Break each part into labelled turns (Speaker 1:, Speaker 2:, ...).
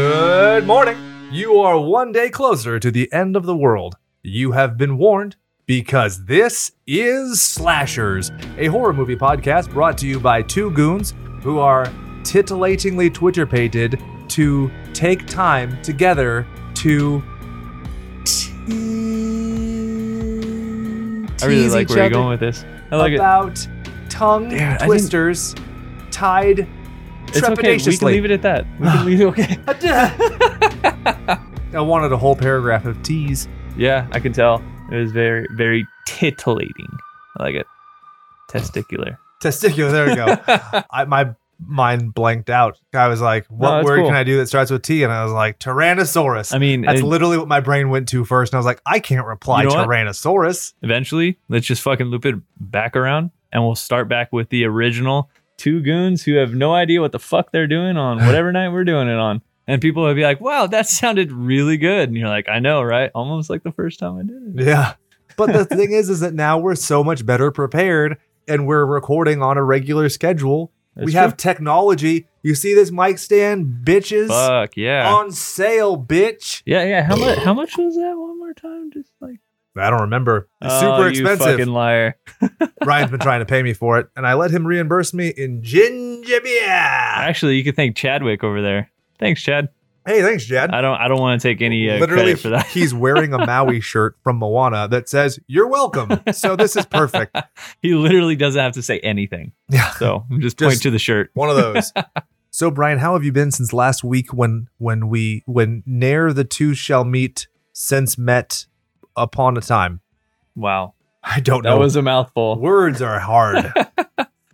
Speaker 1: Good morning. You are one day closer to the end of the world. You have been warned because this is Slashers, a horror movie podcast brought to you by two goons who are titillatingly Twitter pated to take time together to.
Speaker 2: I really
Speaker 1: tease
Speaker 2: like
Speaker 1: each
Speaker 2: where you're
Speaker 1: other
Speaker 2: going with this. I like it.
Speaker 1: about tongue
Speaker 2: Damn, I didn't-
Speaker 1: twisters tied
Speaker 2: It's okay. We can
Speaker 1: trepidatiously.
Speaker 2: leave it at that. We can leave it okay.
Speaker 1: I wanted a whole paragraph of tease.
Speaker 2: Yeah, I can tell. It was very, very titillating. I like it. Testicular.
Speaker 1: Testicular. There we go. I, my mind blanked out. I was like, "What
Speaker 2: that's
Speaker 1: word
Speaker 2: cool.
Speaker 1: can I do that starts with T?" And I was like, "Tyrannosaurus."
Speaker 2: I mean,
Speaker 1: That's
Speaker 2: it-
Speaker 1: literally what my brain went to first. And I was like, "I can't reply
Speaker 2: You know what?
Speaker 1: Tyrannosaurus."
Speaker 2: eventually, let's just fucking loop it back around and we'll start back with the original two goons who have no idea what the fuck they're doing on whatever night we're doing it on. And people would be like, wow, that sounded really good. And you're like, I know, right? Almost like the first time I did it.
Speaker 1: Yeah. But the thing is, is that now we're so much better prepared, and we're recording on a regular schedule.
Speaker 2: That's
Speaker 1: we
Speaker 2: true.
Speaker 1: have technology. You see this mic stand, bitches.
Speaker 2: Fuck, yeah.
Speaker 1: on sale, bitch.
Speaker 2: yeah, yeah. How much how much was that one more time? Just like
Speaker 1: I don't remember. It's
Speaker 2: Oh,
Speaker 1: super
Speaker 2: You
Speaker 1: expensive.
Speaker 2: fucking liar.
Speaker 1: Ryan's been trying to pay me for it, and I let him reimburse me in ginger beer.
Speaker 2: Actually, you could thank Chadwick over there. Thanks, Chad.
Speaker 1: Hey, thanks, Jed.
Speaker 2: I don't. I don't want to take any uh,
Speaker 1: Literally,
Speaker 2: credit for that.
Speaker 1: he's wearing a Maui shirt from Moana that says "You're welcome." So this is perfect.
Speaker 2: he literally doesn't have to say anything.
Speaker 1: Yeah,
Speaker 2: So
Speaker 1: Just-
Speaker 2: just, point to the shirt.
Speaker 1: one of those. So Brian, how have you been since last week when when we when ne'er the two shall meet since met upon a time?
Speaker 2: Wow,
Speaker 1: I don't
Speaker 2: that
Speaker 1: know.
Speaker 2: was a mouthful.
Speaker 1: Words are hard.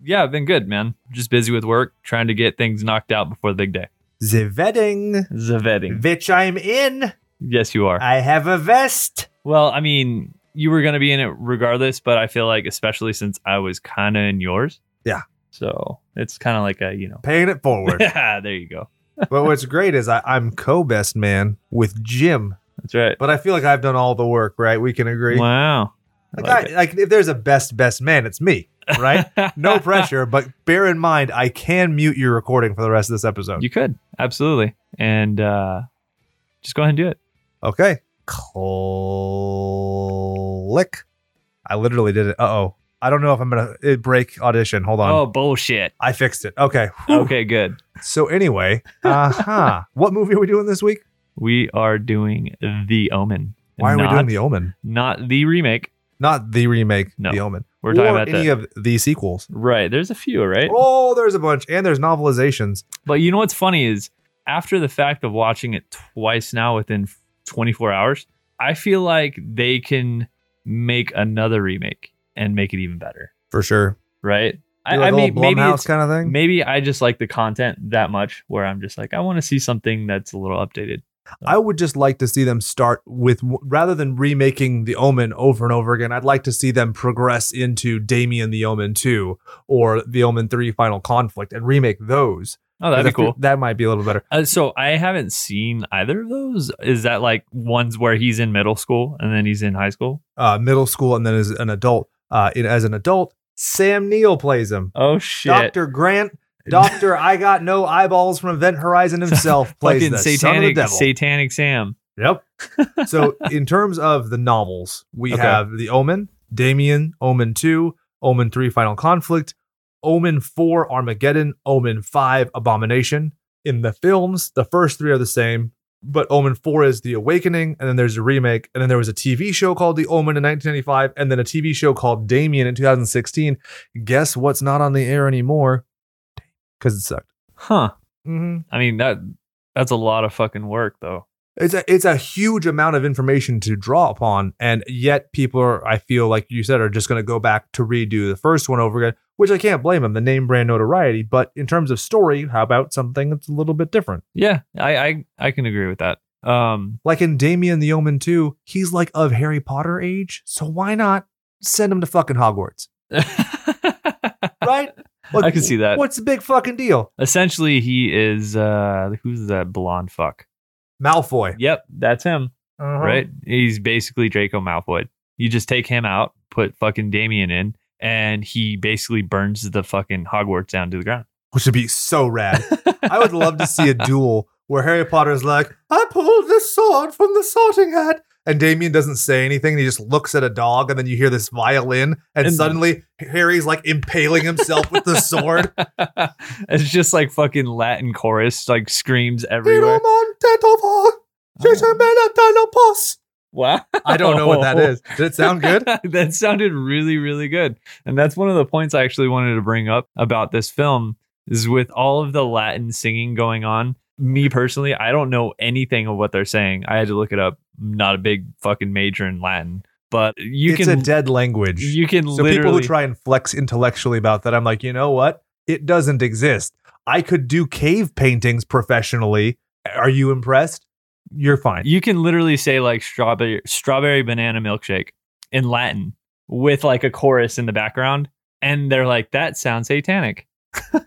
Speaker 2: Yeah, I've been good, man. Just busy with work, trying to get things knocked out before the big day.
Speaker 1: the wedding,
Speaker 2: Zavetting.
Speaker 1: which I'm in.
Speaker 2: Yes, you are.
Speaker 1: I have a vest.
Speaker 2: Well, I mean, you were gonna be in it regardless, but I feel like, especially since I was kind of in yours.
Speaker 1: Yeah.
Speaker 2: So it's kind of like a you know.
Speaker 1: Paying it forward.
Speaker 2: Yeah, there you go.
Speaker 1: but what's great is I, I'm co best man with Jim,
Speaker 2: That's right.
Speaker 1: but I feel like I've done all the work, right? We can agree.
Speaker 2: Wow. I
Speaker 1: Like,
Speaker 2: like
Speaker 1: I, like if there's a best best man, it's me, right?
Speaker 2: it.
Speaker 1: no pressure, but bear in mind I can mute your recording for the rest of this episode.
Speaker 2: You could absolutely, and uh, just go ahead and do it.
Speaker 1: okay. Click. I literally did it. Uh oh. I don't know if I'm gonna it break audition. Hold on.
Speaker 2: Oh bullshit!
Speaker 1: I fixed it. Okay. Whew.
Speaker 2: Okay, good.
Speaker 1: So anyway, uh huh. what movie are we doing this week?
Speaker 2: We are doing The Omen.
Speaker 1: Why are we
Speaker 2: not,
Speaker 1: doing The Omen?
Speaker 2: Not the remake.
Speaker 1: Not the remake.
Speaker 2: No.
Speaker 1: The Omen.
Speaker 2: We're talking
Speaker 1: or
Speaker 2: about
Speaker 1: any
Speaker 2: the
Speaker 1: of the sequels.
Speaker 2: right. There's a few, right?
Speaker 1: Oh, there's a bunch, and there's novelizations.
Speaker 2: But you know what's funny is after the fact of watching it twice now within 24 hours, I feel like they can make another remake and make it even better,
Speaker 1: for sure.
Speaker 2: right? I,
Speaker 1: Do, like,
Speaker 2: I mean,
Speaker 1: old
Speaker 2: maybe
Speaker 1: Blumhouse
Speaker 2: it's,
Speaker 1: kind of thing.
Speaker 2: maybe I just like the content that much where I'm just like, I want to see something that's a little updated.
Speaker 1: I would just like to see them start with rather than remaking The Omen over and over again. I'd like to see them progress into Damien the Omen two or The Omen three Final Conflict and remake those.
Speaker 2: Oh, that'd be
Speaker 1: Because I
Speaker 2: cool.
Speaker 1: feel- That might be a little better.
Speaker 2: Uh, so I haven't seen either of those. Is that like ones where he's in middle school and then he's in high school?
Speaker 1: Uh, middle school and then as an adult. Uh, in, as an adult, Sam Neill plays him.
Speaker 2: Oh shit!
Speaker 1: Doctor Grant. Doctor, I got no eyeballs from Event Horizon himself. plays
Speaker 2: Fucking
Speaker 1: the
Speaker 2: satanic,
Speaker 1: son of the devil.
Speaker 2: satanic Sam.
Speaker 1: Yep. so in terms of the novels, we
Speaker 2: Okay.
Speaker 1: have The Omen, Damien, Omen 2, Omen 3 Final Conflict, Omen 4 Armageddon, Omen 5 Abomination. In the films, the first three are the same, but Omen 4 is The Awakening, and then there's a remake, and then there was a TV show called The Omen in 1995, and then a TV show called Damien in 2016. Guess what's not on the air anymore? Because it sucked.
Speaker 2: Huh?
Speaker 1: Mm-hmm.
Speaker 2: I mean that that's a lot of fucking work though.
Speaker 1: it's a it's a huge amount of information to draw upon and yet people are i feel like you said are just going to go back to redo the first one over again which i can't blame them the name brand notoriety but in terms of story how about something that's a little bit different
Speaker 2: Yeah, I I, I can agree with that. Um,
Speaker 1: like in damien the omen 2 he's like of harry potter age so why not send him to fucking hogwarts right
Speaker 2: I can see that.
Speaker 1: what's the big fucking deal
Speaker 2: Essentially, he is uh, who's that blonde fuck?
Speaker 1: malfoy
Speaker 2: Yep, that's him.
Speaker 1: Uh-huh.
Speaker 2: right? He's basically Draco Malfoy. You just take him out, put fucking Damien in, and he basically burns the fucking Hogwarts down to the ground.
Speaker 1: which would be so rad I would love to see a duel where Harry Potter's like, I pulled this sword from the sorting hat. And Damien doesn't say anything. He just looks at a dog, and then you hear this violin, and,
Speaker 2: And-
Speaker 1: suddenly Harry's like impaling himself with the sword.
Speaker 2: it's just like fucking Latin chorus, like screams everywhere. Oh.
Speaker 1: I
Speaker 2: Wow.
Speaker 1: don't know what that is. Did it sound good?
Speaker 2: that sounded really, really good. And that's one of the points I actually wanted to bring up about this film is with all of the Latin singing going on. Me personally, I don't know anything of what they're saying. I had to look it up. I'm not a big fucking major in Latin, but you
Speaker 1: it's
Speaker 2: can
Speaker 1: a dead language.
Speaker 2: you can
Speaker 1: so
Speaker 2: literally
Speaker 1: people who try and flex intellectually about that, I'm like, you know what? It doesn't exist. I could do cave paintings professionally. Are you impressed? You're fine.
Speaker 2: you can literally say like strawberry strawberry banana milkshake in Latin with like a chorus in the background, and they're like, that sounds satanic.
Speaker 1: I'm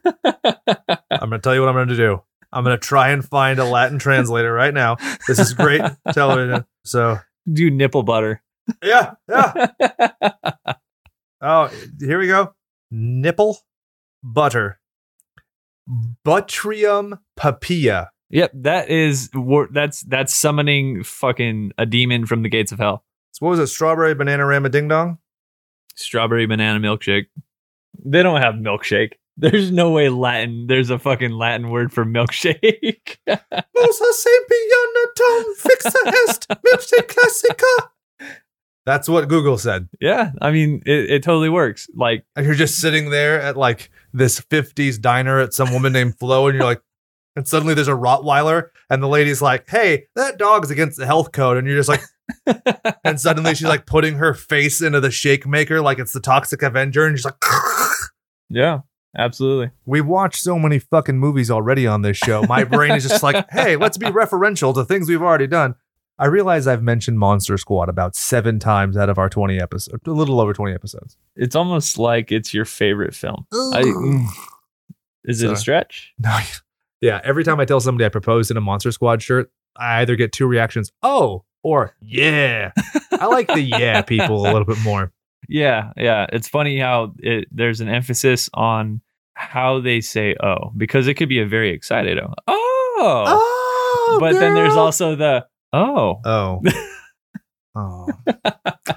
Speaker 1: going to tell you what I'm going to do. I'm going to try and find a Latin translator right now. This is great television. So,
Speaker 2: Do nipple butter.
Speaker 1: yeah, yeah. Oh, here we go. Nipple butter. Butrium papilla.
Speaker 2: Yep, that is wor- that's that's summoning fucking a demon from the gates of hell.
Speaker 1: So what was it? Strawberry banana rama ding dong?
Speaker 2: Strawberry banana milkshake. They don't have milkshake. There's no way Latin. There's a fucking Latin word for milkshake.
Speaker 1: Mosa sempiana tom fixa est milkshake classica. That's what Google said.
Speaker 2: yeah, I mean it, it totally works. Like
Speaker 1: And you're just sitting there at like this 50s diner at some woman named Flo, and you're like, and suddenly there's a Rottweiler, and the lady's like, hey, that dog's against the health code. And you're just like, and suddenly she's like putting her face into the shake maker like it's the Toxic Avenger, and she's like,
Speaker 2: yeah, absolutely.
Speaker 1: We've watched so many fucking movies already on this show. My brain is just like, hey, let's be referential to things we've already done. I realize I've mentioned Monster Squad about seven times out of our 20 episodes, a little over 20 episodes.
Speaker 2: It's almost like it's your favorite film. I, is it
Speaker 1: Sorry.
Speaker 2: a stretch?
Speaker 1: No, yeah. Every time I tell somebody I proposed in a Monster Squad shirt, I either get two reactions, oh, or yeah. I like the yeah people a little bit more.
Speaker 2: Yeah, yeah. It's funny how it, there's an emphasis on how they say "oh" because it could be a very excited "oh." Oh,
Speaker 1: Oh,
Speaker 2: but then there's
Speaker 1: girl.
Speaker 2: also the "oh."
Speaker 1: Oh. oh.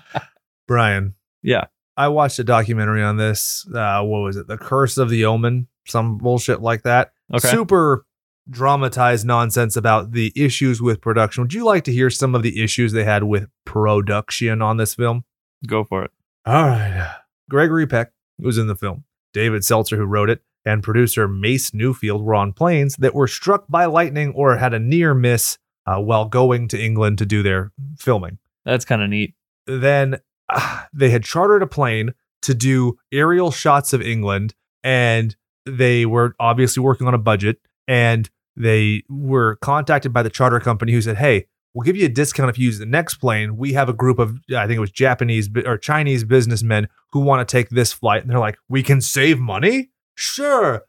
Speaker 1: Brian.
Speaker 2: Yeah.
Speaker 1: I watched a documentary on this. Uh, what was it? The Curse of the Omen, some bullshit like that.
Speaker 2: Okay.
Speaker 1: Super dramatized nonsense about the issues with production. Would you like to hear some of the issues they had with production on this film?
Speaker 2: Go for it.
Speaker 1: All right. uh, Gregory Peck was in the film. David Seltzer, who wrote it, and producer Mace Newfield were on planes that were struck by lightning or had a near miss uh, while going to England to do their filming
Speaker 2: That's kind of neat.
Speaker 1: then ah, they had chartered a plane to do aerial shots of England, and they were obviously working on a budget. And they were contacted by the charter company who said, "Hey, we'll give you a discount if you use the next plane. We have a group of I think it was Japanese bu- or Chinese businessmen who want to take this flight." And they're like, "We can save money, sure,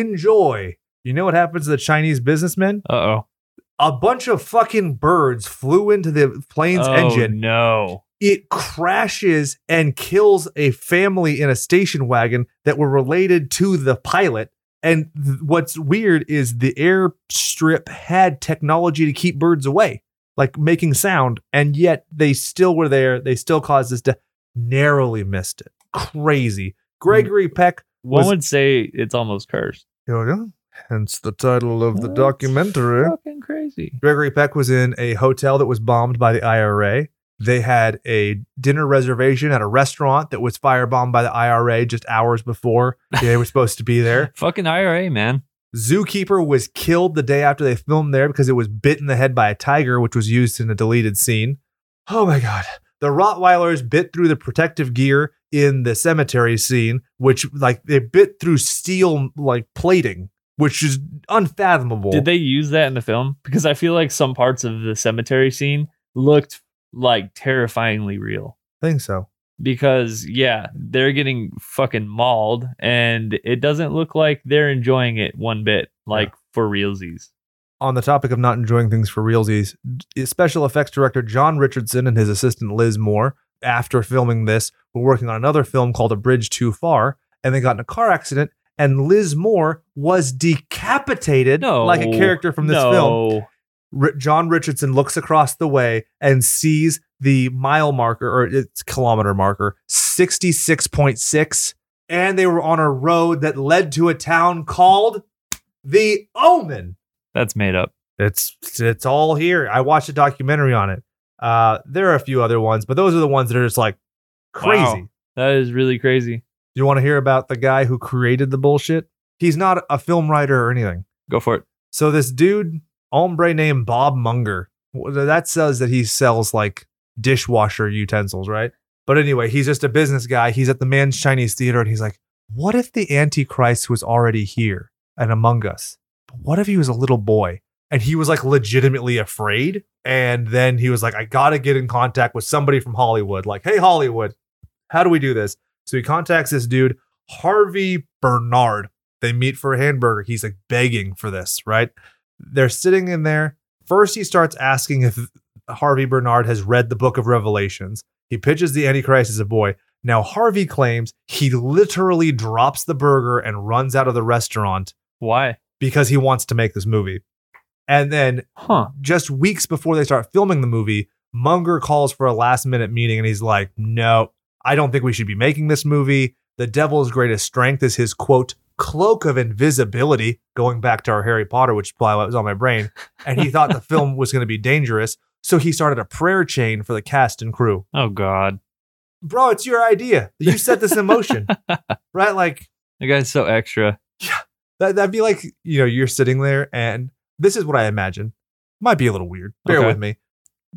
Speaker 1: enjoy." You know what happens to the Chinese businessmen?
Speaker 2: Uh oh.
Speaker 1: A bunch of fucking birds flew into the plane's
Speaker 2: oh,
Speaker 1: engine
Speaker 2: No.
Speaker 1: it crashes and kills a family in a station wagon that were related to the pilot. And th- what's weird is the airstrip had technology to keep birds away, like making sound, and yet they still were there. They still caused this to narrowly missed it. Crazy. Gregory Peck.
Speaker 2: One
Speaker 1: Was-
Speaker 2: would say it's almost cursed.
Speaker 1: Hence the title of
Speaker 2: That's Fucking crazy.
Speaker 1: Gregory Peck was in a hotel that was bombed by the IRA. They had a dinner reservation at a restaurant that was firebombed by the IRA just hours before they were supposed to be there.
Speaker 2: Fucking IRA man.
Speaker 1: Zookeeper was killed the day after they filmed there because it was bit in the head by a tiger, which was used in a deleted scene. Oh my God. The Rottweilers bit through the protective gear in the cemetery scene, which, like, they bit through steel, like, plating, which is unfathomable.
Speaker 2: Did they use that in the film? Because I feel like some parts of the cemetery scene looked like terrifyingly real.
Speaker 1: I think so.
Speaker 2: because yeah, they're getting fucking mauled and it doesn't look like they're enjoying it one bit, like for realsies.
Speaker 1: on the topic of not enjoying things for realsies, d- special effects director John Richardson and his assistant Liz Moore, after filming this, were working on another film called A Bridge Too Far, and they got in a car accident and Liz Moore was decapitated
Speaker 2: No,
Speaker 1: like a character from this
Speaker 2: no.
Speaker 1: film. Ri John Richardson looks across the way and sees the mile marker or it's kilometer marker 66.6 and they were on a road that led to a town called the Omen.
Speaker 2: That's made up.
Speaker 1: It's it's all here. I watched a documentary on it. Uh, there are a few other ones, but those are the ones that are just like crazy.
Speaker 2: Wow. That is really crazy.
Speaker 1: Do you want to hear about the guy who created the bullshit? He's not a film writer or anything.
Speaker 2: Go for it.
Speaker 1: So this dude, hombre named Bob Munger, wh- that says that he sells like dishwasher utensils, right? But anyway, he's just a business guy. He's at the Man's Chinese Theater, and he's like, "What if the Antichrist was already here and among us? But what if he was a little boy and he was like legitimately afraid?" And then he was like, "I gotta get in contact with somebody from Hollywood. Like, hey, Hollywood, how do we do this?" So he contacts this dude, Harvey Bernard. They meet for a hamburger. He's like begging for this, right? They're sitting in there. First, he starts asking if Harvey Bernard has read the book of Revelations. He pitches the Antichrist as a boy. Now, Harvey claims he literally drops the burger and runs out of the restaurant
Speaker 2: Why?
Speaker 1: because he wants to make this movie. And then
Speaker 2: Huh.
Speaker 1: just weeks before they start filming the movie, Munger calls for a last minute meeting and he's like, No, I don't think we should be making this movie. The devil's greatest strength is his quote, cloak of invisibility, going back to our Harry Potter, which is probably what was on my brain. And he thought the film was going to be dangerous. So he started a prayer chain for the cast and crew.
Speaker 2: Oh God.
Speaker 1: Bro, it's your idea. You set this in motion, right? Like,
Speaker 2: The guy's so extra.
Speaker 1: That that'd be like, you know, you're sitting there and this is what I imagine. Might be a little weird. Bear
Speaker 2: Okay.
Speaker 1: with me.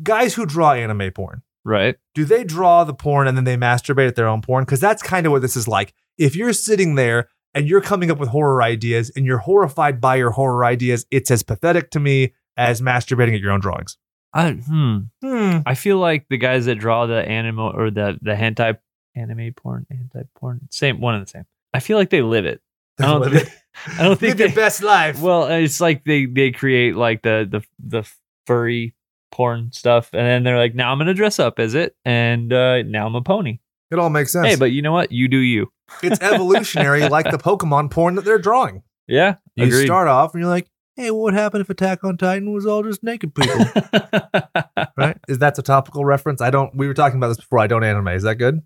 Speaker 1: Guys who draw anime porn,
Speaker 2: Right.
Speaker 1: do they draw the porn and then they masturbate at their own porn? Because that's kind of what this is like. If you're sitting there and you're coming up with horror ideas and you're horrified by your horror ideas, it's as pathetic to me as masturbating at your own drawings.
Speaker 2: I hmm.
Speaker 1: Hmm.
Speaker 2: I feel like the guys that draw the animal or the the hentai anime porn, anti porn, same one and the same. I feel like they live it. I don't
Speaker 1: Live
Speaker 2: think-
Speaker 1: it-
Speaker 2: I don't think
Speaker 1: live your
Speaker 2: they-
Speaker 1: best life.
Speaker 2: Well, it's like they they create like the the the furry porn stuff, and then they're like, now I'm gonna dress up as it, and uh, now I'm a pony.
Speaker 1: it all makes sense.
Speaker 2: Hey, but you know what? You do you.
Speaker 1: it's evolutionary, like the Pokemon porn that they're drawing.
Speaker 2: Yeah,
Speaker 1: You
Speaker 2: agreed.
Speaker 1: start off and you're like, hey, what would happen if Attack on Titan was all just naked people? right? Is that a topical reference? I don't we were talking about this before. I don't anime. Is that good?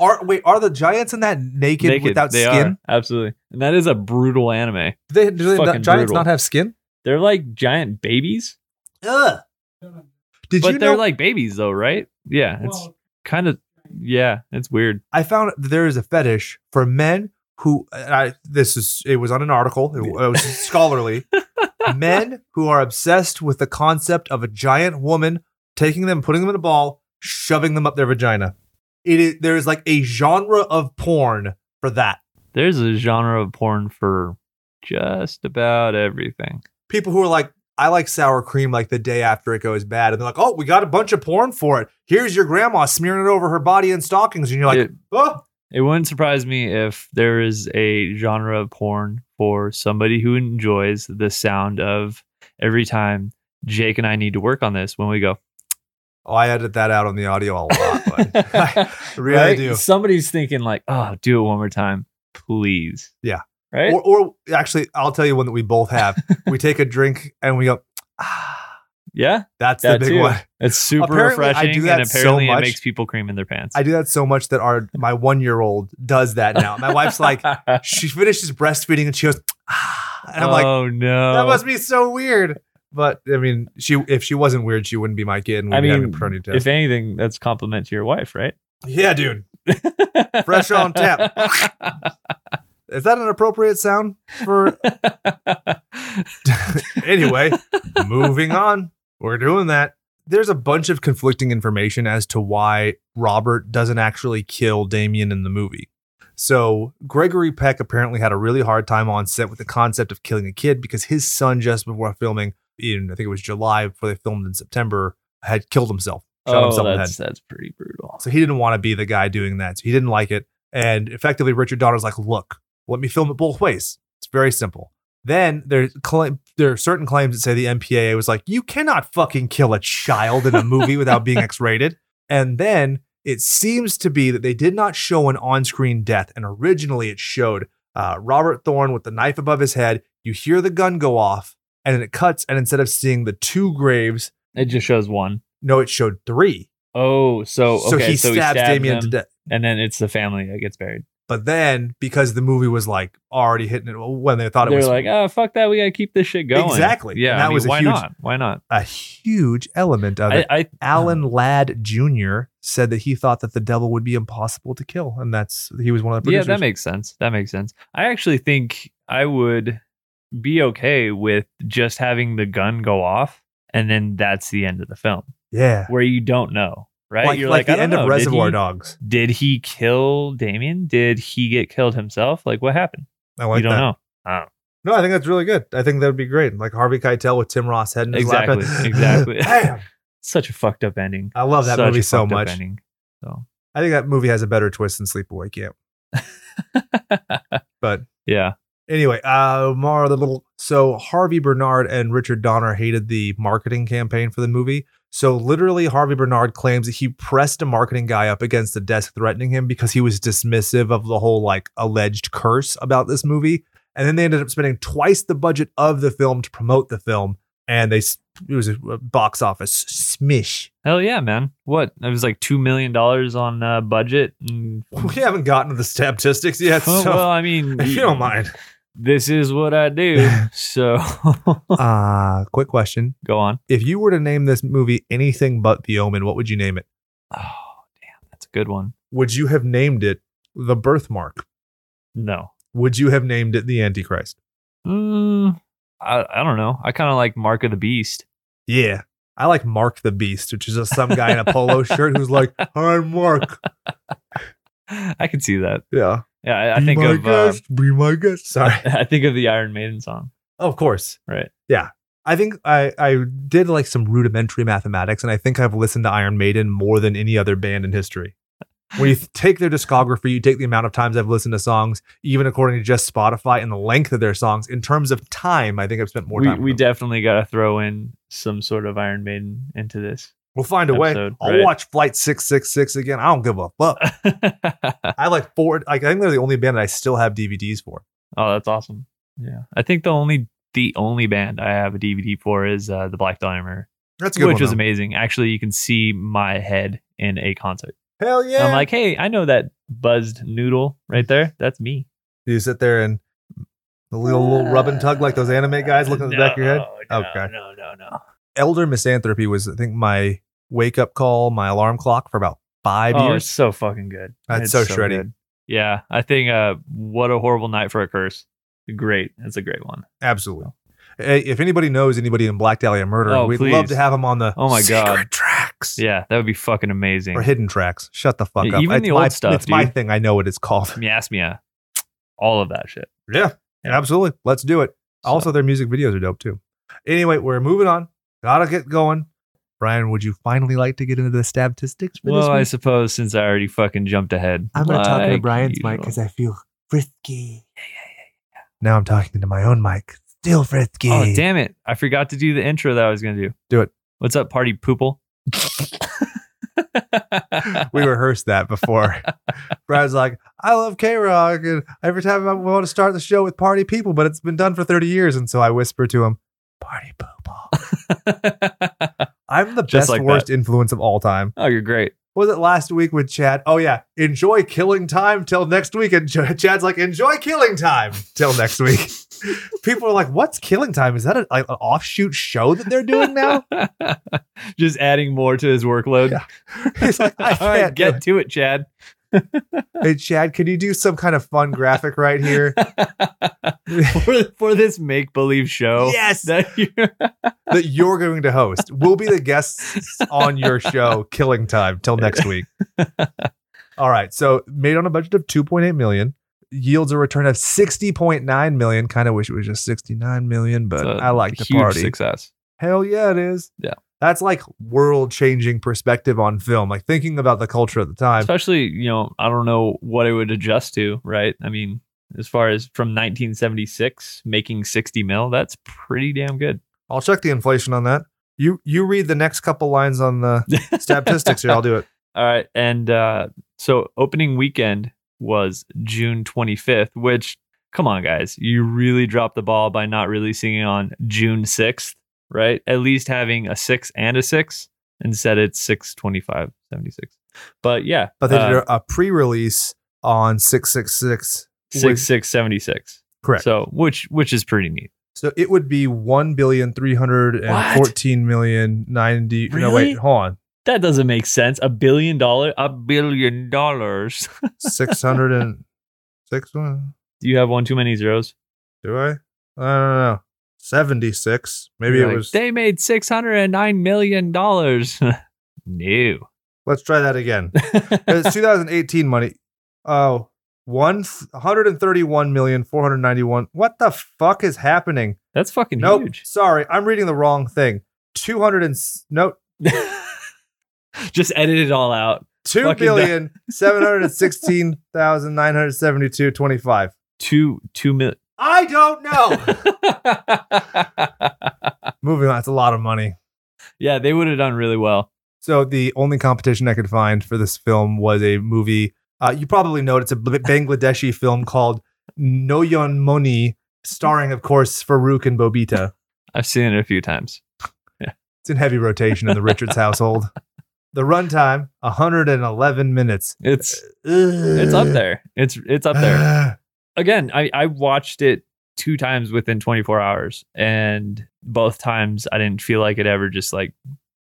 Speaker 1: Are wait, are the giants in that naked,
Speaker 2: Naked,
Speaker 1: without
Speaker 2: they
Speaker 1: skin?
Speaker 2: are, absolutely, and that is a brutal anime.
Speaker 1: Do they, do they not-
Speaker 2: Fucking
Speaker 1: giants
Speaker 2: brutal.
Speaker 1: not have skin?
Speaker 2: They're like giant babies,
Speaker 1: Ugh. Did
Speaker 2: but
Speaker 1: you
Speaker 2: they're
Speaker 1: know
Speaker 2: like babies though, right? Yeah, it's kind of yeah, it's weird.
Speaker 1: I found that there is a fetish for men who and I this is it was on an article, it, it was scholarly. men who are obsessed with the concept of a giant woman taking them, putting them in a ball, shoving them up their vagina. It is there is like a genre of porn for that.
Speaker 2: There's a genre of porn for just about everything.
Speaker 1: People who are like, I like sour cream like the day after it goes bad, and they're like, Oh, we got a bunch of porn for it. Here's your grandma smearing it over her body in stockings, and you're like,
Speaker 2: It-
Speaker 1: Oh,
Speaker 2: It wouldn't surprise me if there is a genre of porn for somebody who enjoys the sound of every time Jake and I need to work on this when we go.
Speaker 1: oh I edit that out on the audio a lot, but I really
Speaker 2: Right?
Speaker 1: do.
Speaker 2: Somebody's thinking like, "Oh, do it one more time, please."
Speaker 1: Yeah.
Speaker 2: Right.
Speaker 1: Or, or actually, I'll tell you one that we both have. we take a drink and we go, ah,
Speaker 2: yeah,
Speaker 1: that's
Speaker 2: That
Speaker 1: the big
Speaker 2: too.
Speaker 1: one.
Speaker 2: it's super
Speaker 1: Apparently, I do
Speaker 2: refreshing,
Speaker 1: that
Speaker 2: and
Speaker 1: so
Speaker 2: apparently
Speaker 1: much.
Speaker 2: it makes people cream in their pants.
Speaker 1: I do that so much that our my one year old does that now. My wife's like, she finishes breastfeeding and she goes, ah, and I'm like,
Speaker 2: "Oh no!"
Speaker 1: that must be so weird. But I mean, she if she wasn't weird, she wouldn't be my kid. And we'd
Speaker 2: I
Speaker 1: be having
Speaker 2: mean,
Speaker 1: a pruning test.
Speaker 2: if anything, that's compliment to your wife, right?
Speaker 1: yeah, dude, Fresh on tap. is that an appropriate sound for? anyway, moving on. We're doing that. There's a bunch of conflicting information as to why Robert doesn't actually kill Damien in the movie. So, Gregory Peck apparently had a really hard time on set with the concept of killing a kid because his son, just before filming, in I think it was July, before they filmed in September, had killed himself. Shot
Speaker 2: oh,
Speaker 1: himself in the head.
Speaker 2: that's that's pretty brutal.
Speaker 1: So he didn't want to be the guy doing that. So he didn't like it. And effectively, Richard Donner's like, look, let me film it both ways. It's very simple. Then there, claim, there are certain claims that say the MPAA was like, you cannot fucking kill a child in a movie without being X rated. And then it seems to be that they did not show an on screen death. And originally it showed uh, Robert Thorne with the knife above his head. You hear the gun go off, and then it cuts. And instead of seeing the two graves,
Speaker 2: It just shows one.
Speaker 1: no, it showed three.
Speaker 2: Oh, so okay,
Speaker 1: so he stabs Damien
Speaker 2: them,
Speaker 1: to death.
Speaker 2: and then it's the family that gets buried.
Speaker 1: But then, because the movie was like already hitting it when they thought it
Speaker 2: They're
Speaker 1: was
Speaker 2: like, oh fuck that, we gotta keep this shit going.
Speaker 1: Exactly.
Speaker 2: Yeah.
Speaker 1: And
Speaker 2: I
Speaker 1: that
Speaker 2: mean,
Speaker 1: was a
Speaker 2: why
Speaker 1: huge-
Speaker 2: not? Why not?
Speaker 1: a huge element of
Speaker 2: I, uh-huh.
Speaker 1: it.
Speaker 2: I
Speaker 1: Alan Ladd Jr. said that he thought that the devil would be impossible to kill, and that's he was one of the
Speaker 2: yeah,
Speaker 1: producers.
Speaker 2: that makes sense. That makes sense. I actually think I would be okay with just having the gun go off, and then that's the end of the film,
Speaker 1: yeah.
Speaker 2: where you don't know, right?
Speaker 1: Like,
Speaker 2: You're
Speaker 1: like
Speaker 2: I
Speaker 1: the
Speaker 2: don't
Speaker 1: end
Speaker 2: know.
Speaker 1: of
Speaker 2: Did
Speaker 1: Reservoir
Speaker 2: he-
Speaker 1: Dogs.
Speaker 2: Did he kill Damien? Did he get killed himself? Like what happened?
Speaker 1: I like
Speaker 2: you don't
Speaker 1: that.
Speaker 2: know.
Speaker 1: No, I think that's really good. I think that would be great. Like Harvey Keitel with Tim Ross head in his lap.
Speaker 2: Exactly, exactly.
Speaker 1: Damn.
Speaker 2: Such a fucked up ending.
Speaker 1: I love that
Speaker 2: Such a
Speaker 1: movie so
Speaker 2: fucked up
Speaker 1: much.
Speaker 2: ending. So
Speaker 1: I think that movie has a better twist than Sleepaway Camp. But
Speaker 2: yeah.
Speaker 1: anyway, uh, Mara the little. So Harvey Bernard and Richard Donner hated the marketing campaign for the movie. So literally, Harvey Bernard claims that he pressed a marketing guy up against the desk, threatening him because he was dismissive of the whole like alleged curse about this movie. And then they ended up spending twice the budget of the film to promote the film, and they s- it was a box office smish.
Speaker 2: Hell yeah, man. What? It was like $2 million on uh, budget. and-
Speaker 1: We haven't gotten to the statistics yet,
Speaker 2: well,
Speaker 1: so
Speaker 2: well, I mean,
Speaker 1: if you don't mind.
Speaker 2: This is what I do. So
Speaker 1: Uh, quick question:
Speaker 2: go on.
Speaker 1: If you were to name this movie anything but The Omen, what would you name it?
Speaker 2: Oh, damn. That's a good one.
Speaker 1: would you have named it the birthmark?
Speaker 2: No.
Speaker 1: Would you have named it the Antichrist?
Speaker 2: Mm, I, I don't know. I kind of like Mark of the Beast.
Speaker 1: Yeah. I like Mark the Beast, which is just some guy in a polo shirt who's like, I'm Mark.
Speaker 2: I could see that.
Speaker 1: Yeah.
Speaker 2: Yeah, I, I
Speaker 1: Be
Speaker 2: think
Speaker 1: my
Speaker 2: of uh,
Speaker 1: guest, be my guest. Sorry.
Speaker 2: I think of the Iron Maiden song.
Speaker 1: of course.
Speaker 2: Right.
Speaker 1: Yeah. I think I, I did like some rudimentary mathematics, and I think I've listened to Iron Maiden more than any other band in history. When you th- take their discography, you take the amount of times I've listened to songs, even according to just Spotify and the length of their songs. In terms of time, I think I've spent more
Speaker 2: we
Speaker 1: time. with
Speaker 2: we
Speaker 1: them.
Speaker 2: definitely got to throw in some sort of Iron Maiden into this.
Speaker 1: We'll find a way.
Speaker 2: episode,
Speaker 1: I'll
Speaker 2: right?
Speaker 1: watch Flight 666 again. I don't give a fuck. I like four. Like, I think they're the only band that I still have DVDs for.
Speaker 2: Oh, that's awesome. Yeah. I think the only the only band I have a DVD for is uh, the Black Dahlia Murder,
Speaker 1: That's a good
Speaker 2: which
Speaker 1: one.
Speaker 2: was
Speaker 1: though.
Speaker 2: amazing. Actually, you can see my head in a concert.
Speaker 1: Hell yeah.
Speaker 2: I'm like, hey, I know that buzzed noodle right there. That's me.
Speaker 1: you sit there and the little, little rub and tug like those anime guys looking at the back of your head.
Speaker 2: Uh, No,
Speaker 1: Okay.
Speaker 2: No, no, no.
Speaker 1: Elder Misanthropy was, I think, my wake up call, my alarm clock for about five
Speaker 2: oh,
Speaker 1: years.
Speaker 2: it's so fucking good.
Speaker 1: That's
Speaker 2: It's
Speaker 1: so shreddy.
Speaker 2: good. Yeah. I think uh, What a Horrible Night for a Curse. Great. That's a great one.
Speaker 1: Absolutely. Hey, if anybody knows anybody in Black Dahlia Murder,
Speaker 2: Oh,
Speaker 1: we'd
Speaker 2: please.
Speaker 1: love to have them on the
Speaker 2: Oh my
Speaker 1: secret
Speaker 2: God.
Speaker 1: tracks
Speaker 2: Yeah. That would be fucking amazing.
Speaker 1: or hidden tracks. Shut the fuck
Speaker 2: Yeah,
Speaker 1: up.
Speaker 2: even
Speaker 1: it's
Speaker 2: the
Speaker 1: my,
Speaker 2: old stuff,
Speaker 1: It's my
Speaker 2: dude.
Speaker 1: thing. I know what it's called.
Speaker 2: Meows meow. uh, All of that shit.
Speaker 1: Yeah,
Speaker 2: Yeah.
Speaker 1: absolutely. Let's do it.
Speaker 2: So-
Speaker 1: Also, their music videos are dope too. Anyway, we're moving on. Gotta get going. Brian, would you finally like to get into the statistics for
Speaker 2: Well, I
Speaker 1: this week?
Speaker 2: suppose since I already fucking jumped ahead,
Speaker 3: I'm gonna talk into
Speaker 2: like
Speaker 3: Brian's mic
Speaker 2: usual.
Speaker 3: because I feel frisky.
Speaker 1: now I'm talking into my own mic.
Speaker 3: Still frisky.
Speaker 2: Oh damn it! I forgot to do the intro that I was gonna do.
Speaker 1: Do it.
Speaker 2: What's up, party poople?
Speaker 1: We rehearsed that before. Brian's like, I love K Rock, and every time I want to start the show with party people, but it's been done for 30 years. And so I whisper to him, Party Poople. I'm the best,
Speaker 2: Just like
Speaker 1: worst influence of all time.
Speaker 2: oh, you're great.
Speaker 1: was it last week with Chad? Oh yeah, enjoy killing time till next week. And Ch- Chad's like, enjoy killing time till next week. People are like, what's killing time? Is that a, like, an offshoot show that they're doing now?
Speaker 2: Just adding more to his workload.
Speaker 1: Yeah. He's like, I
Speaker 2: All right,
Speaker 1: can't. do
Speaker 2: get to it, Chad.
Speaker 1: it. Hey Chad, can you do some kind of fun graphic right here?
Speaker 2: for, for this make believe show
Speaker 1: Yes, that-,
Speaker 2: that you're
Speaker 1: you're going to host. We'll be the guests on your show, Killing Time, till next week. All right. So made on a budget of 2.8 million, yields a return of 60.9 million. Kind of wish it was just 69 million, but
Speaker 2: It's a
Speaker 1: I like the
Speaker 2: huge
Speaker 1: party.
Speaker 2: success.
Speaker 1: Hell yeah, it is.
Speaker 2: Yeah.
Speaker 1: That's like world changing perspective on film, like thinking about the culture at the time.
Speaker 2: especially you know i don't know what it would adjust to right i mean as far as from 1976 making 60 mil that's pretty damn good
Speaker 1: I'll check the inflation on that. You you read the next couple lines on the statistics here. I'll do it.
Speaker 2: all right and uh so opening weekend was june 25th which come on, guys, you really dropped the ball by not releasing it on June 6th, right? At least having a six and a six instead it's 625, 76. But yeah,
Speaker 1: But they
Speaker 2: uh,
Speaker 1: did a- a pre-release on 666. with-
Speaker 2: 6676.
Speaker 1: Correct. So,
Speaker 2: So, which which is pretty neat.
Speaker 1: it would be one billion three hundred and fourteen million ninety. No
Speaker 2: Really?
Speaker 1: wait, hold on.
Speaker 2: That doesn't make sense. A billion dollar, a billion dollars.
Speaker 1: Six hundred and six. one-
Speaker 2: Do you have one too many zeros?
Speaker 1: Do I? I don't know. Seventy six. Maybe
Speaker 2: You're
Speaker 1: it
Speaker 2: like,
Speaker 1: was.
Speaker 2: They made six hundred and nine million dollars. New.
Speaker 1: Let's try that again. Uh, it's 2018 money. Oh, one hundred and thirty-one million four hundred ninety-one. What the fuck is happening?
Speaker 2: That's fucking
Speaker 1: Nope.
Speaker 2: huge.
Speaker 1: Sorry, I'm reading the wrong thing. Two hundred and s- no,
Speaker 2: Just edit it all out.
Speaker 1: two
Speaker 2: Fucking die.
Speaker 1: billion seven hundred and sixteen thousand nine hundred seventy-two twenty-five.
Speaker 2: Two two mil.
Speaker 1: I don't know. Moving on. It's a lot of money.
Speaker 2: yeah, they would have done really well.
Speaker 1: So the only competition I could find for this film was a movie. Uh, you probably know it. It's a B- Bangladeshi film called Noyon Moni, starring, of course, Farouk and Bobita.
Speaker 2: I've seen it a few times.
Speaker 1: It's in heavy rotation in the Richards household. The runtime, 111 minutes.
Speaker 2: It's it's up there. It's it's up there. again, I, I watched it two times within 24 hours, and both times I didn't feel like it ever just like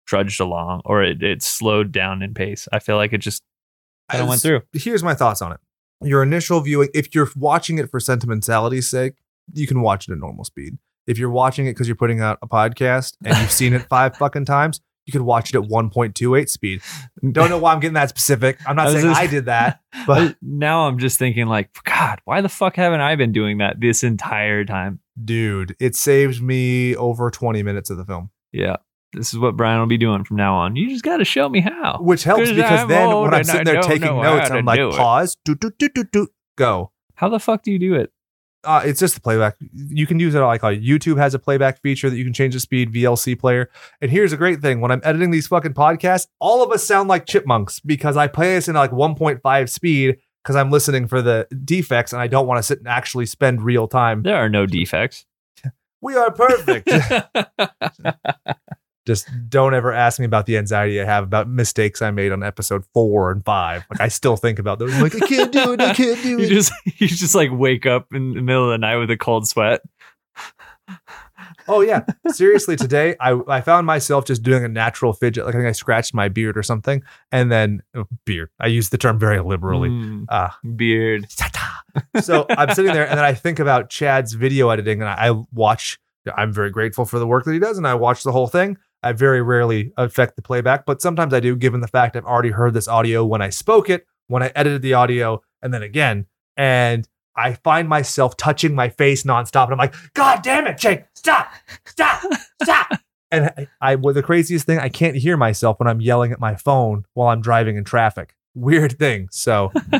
Speaker 2: trudged along or it, it slowed down in pace. I feel like it just kind of went through.
Speaker 1: Here's my thoughts on it. Your initial viewing, if you're watching it for sentimentality's sake, you can watch it at normal speed. If you're watching it because you're putting out a podcast and you've seen it five fucking times, you could watch it at 1.28 speed. Don't know why I'm getting that specific. I'm not
Speaker 2: I was
Speaker 1: saying
Speaker 2: just-
Speaker 1: I did that, but
Speaker 2: now I'm just thinking like, God, why the fuck haven't I been doing that this entire time?
Speaker 1: dude, it saves me over 20 minutes of the film,
Speaker 2: Yeah. This is what Brian will be doing from now on. You just got to show me how.
Speaker 1: which helps
Speaker 2: 'Cause
Speaker 1: because
Speaker 2: I'm
Speaker 1: then
Speaker 2: old
Speaker 1: when I'm
Speaker 2: and Oh, I
Speaker 1: sitting there
Speaker 2: don't
Speaker 1: taking
Speaker 2: know how
Speaker 1: notes,
Speaker 2: to
Speaker 1: I'm like,
Speaker 2: do it.
Speaker 1: pause, do, do, do, do, do, go.
Speaker 2: How the fuck do you do it?
Speaker 1: Uh, it's just the playback. You can use it like on YouTube has a playback feature that you can change the speed VLC player. And here's a great thing: when I'm editing these fucking podcasts, all of us sound like chipmunks because I play this in like 1.5 speed because I'm listening for the defects and I don't want to sit and actually spend real time.
Speaker 2: There are no defects.
Speaker 1: We are perfect. just don't ever ask me about the anxiety I have about mistakes I made on episode four and five. Like I still think about those. I'm like I can't do it. I can't do
Speaker 2: you
Speaker 1: it.
Speaker 2: just you just like wake up in the middle of the night with a cold sweat.
Speaker 1: Oh yeah. Seriously, today I, I found myself just doing a natural fidget. Like I think I scratched my beard or something. And then oh, beard. I use the term very liberally.
Speaker 2: Mm,
Speaker 1: Ah.
Speaker 2: beard.
Speaker 1: So I'm sitting there and then I think about Chad's video editing and I, I watch I'm very grateful for the work that he does and I watch the whole thing. I very rarely affect the playback, but sometimes I do given the fact I've already heard this audio when I spoke it, when I edited the audio, and then again. And I find myself touching my face nonstop. And I'm like, God damn it, Jake, stop, stop, stop. and I, I well, the craziest thing, I can't hear myself when I'm yelling at my phone while I'm driving in traffic. Weird thing. So uh,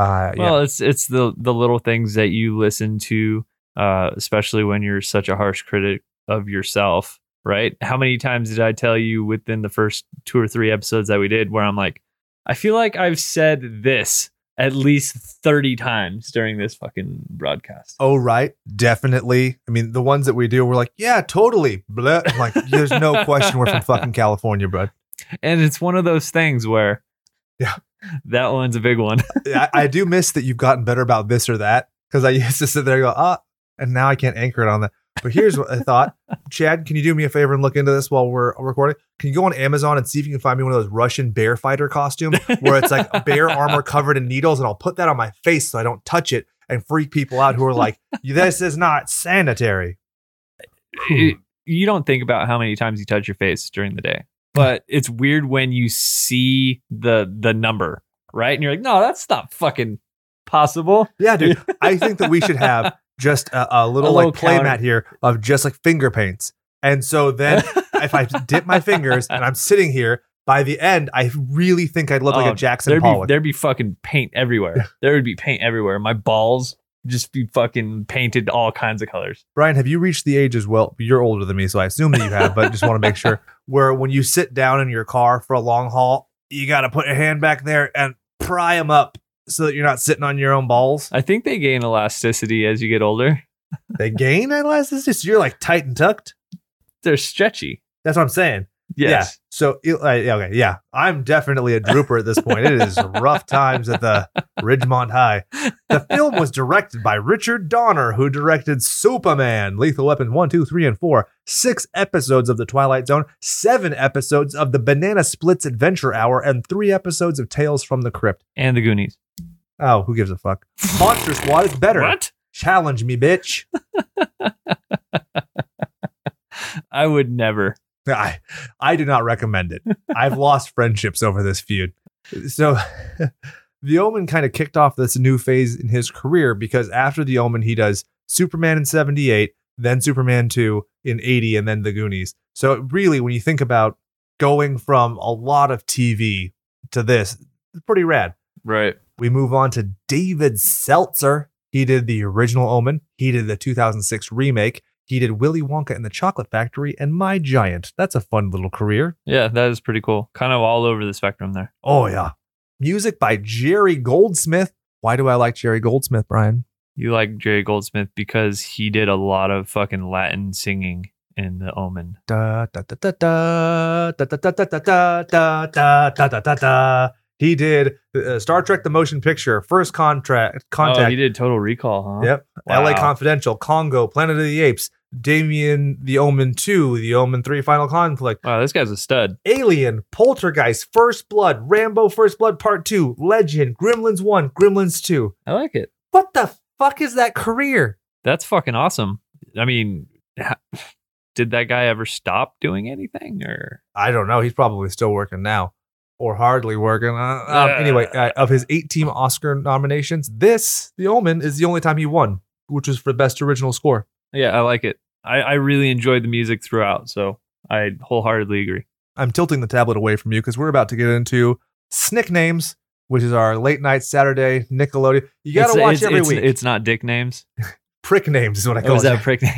Speaker 1: yeah.
Speaker 2: Well, it's it's the the little things that you listen to, uh, especially when you're such a harsh critic of yourself, right? How many times did I tell you within the first two or three episodes that we did where I'm like, I feel like I've said this at least thirty times during this fucking broadcast.
Speaker 1: oh right definitely i mean the ones that we do we're like yeah totally blah. I'm like there's no question we're from fucking california bro
Speaker 2: And it's one of those things where,
Speaker 1: Yeah.
Speaker 2: that one's a big one.
Speaker 1: I, I do miss that you've gotten better about this or that because i used to sit there and go ah and now i can't anchor it on that but here's what i thought chad can you do me a favor and look into this while we're recording can you go on amazon and see if you can find me one of those russian bear fighter costumes where it's like a bear armor covered in needles and i'll put that on my face so i don't touch it and freak people out who are like this is not sanitary Hmm.
Speaker 2: it- you don't think about how many times you touch your face during the day but it's weird when you see the the number right and you're like no that's not fucking possible
Speaker 1: Yeah, dude. I think that we should have just a, a little
Speaker 2: A
Speaker 1: like
Speaker 2: little
Speaker 1: play
Speaker 2: counter.
Speaker 1: mat here of just like finger paints. And so then if I dip my fingers and I'm sitting here, by the end, I really think I'd look like
Speaker 2: Oh,
Speaker 1: a Jackson
Speaker 2: there'd be
Speaker 1: Pollock.
Speaker 2: there'd be fucking paint everywhere there would be paint everywhere my balls would just be fucking painted all kinds of colors
Speaker 1: Brian, have you reached the age as well? You're older than me, so I assume that you have, but just want to make sure. Where when you sit down in your car for a long haul, you got to put your hand back there and pry them up so that you're not sitting on your own balls.
Speaker 2: I think they gain elasticity as you get older.
Speaker 1: They gain elasticity. So you're like tight and tucked.
Speaker 2: They're stretchy.
Speaker 1: That's what I'm saying.
Speaker 2: Yes.
Speaker 1: Yeah. So it- uh, yeah, okay, yeah. I'm definitely a drooper at this point. It is rough times at the Ridgemont High. The film was directed by Richard Donner, who directed Superman, Lethal Weapon 1, 2, 3, and 4, six episodes of The Twilight Zone, seven episodes of the Banana Splits Adventure Hour, and three episodes of Tales from the Crypt.
Speaker 2: And the Goonies.
Speaker 1: Oh, who gives a fuck? Monster Squad is better.
Speaker 2: What?
Speaker 1: Challenge me, bitch.
Speaker 2: I would never.
Speaker 1: I, I do not recommend it. I've lost friendships over this feud. So The Omen kind of kicked off this new phase in his career because after The Omen, he does Superman in 78, then Superman 2 in 80, and then The Goonies. So really, when you think about going from a lot of TV to this, it's pretty rad.
Speaker 2: Right.
Speaker 1: We move on to David Seltzer. He did the original Omen. He did the 2006 remake. He did Willy Wonka and the Chocolate Factory and My Giant. That's a fun little career.
Speaker 2: Yeah, that is pretty cool. Kind of all over the spectrum there.
Speaker 1: Oh, yeah. Music by Jerry Goldsmith. Why do I like Jerry Goldsmith, Brian?
Speaker 2: You like Jerry Goldsmith because he did a lot of fucking Latin singing in The Omen.
Speaker 1: Da, da, da, da, da, da, da, da, da, da, da, da, da, da, da, da. He did uh, Star Trek The Motion Picture, First Contract,
Speaker 2: Oh, he
Speaker 1: Contact,
Speaker 2: did Total Recall, huh?
Speaker 1: Yep. LA
Speaker 2: Wow.
Speaker 1: Confidential, Congo, Planet of the Apes, Damien, The Omen 2, The Omen 3, Final Conflict,
Speaker 2: Wow, this guy's a stud.
Speaker 1: Alien, Poltergeist, First Blood, Rambo First Blood Part 2, Legend, Gremlins 1, Gremlins 2.
Speaker 2: I like it.
Speaker 1: What the fuck is that career?
Speaker 2: That's fucking awesome. I mean, did that guy ever stop doing anything or
Speaker 1: I don't know. He's probably still working now or hardly working. Uh, um,
Speaker 2: Yeah.
Speaker 1: anyway, uh, of his 18 Oscar nominations, this, The Omen, is the only time he won, which was for Best Original Score.
Speaker 2: Yeah, I like it. I, I really enjoyed the music throughout, so I wholeheartedly agree.
Speaker 1: I'm tilting the tablet away from you because we're about to get into Snick Names, which is our late night Saturday Nickelodeon. You got to
Speaker 2: It's-
Speaker 1: watch
Speaker 2: it's-
Speaker 1: every
Speaker 2: it's,
Speaker 1: week.
Speaker 2: It's not dick names.
Speaker 1: prick names is what I
Speaker 2: It
Speaker 1: call
Speaker 2: was
Speaker 1: it.
Speaker 2: that prick name.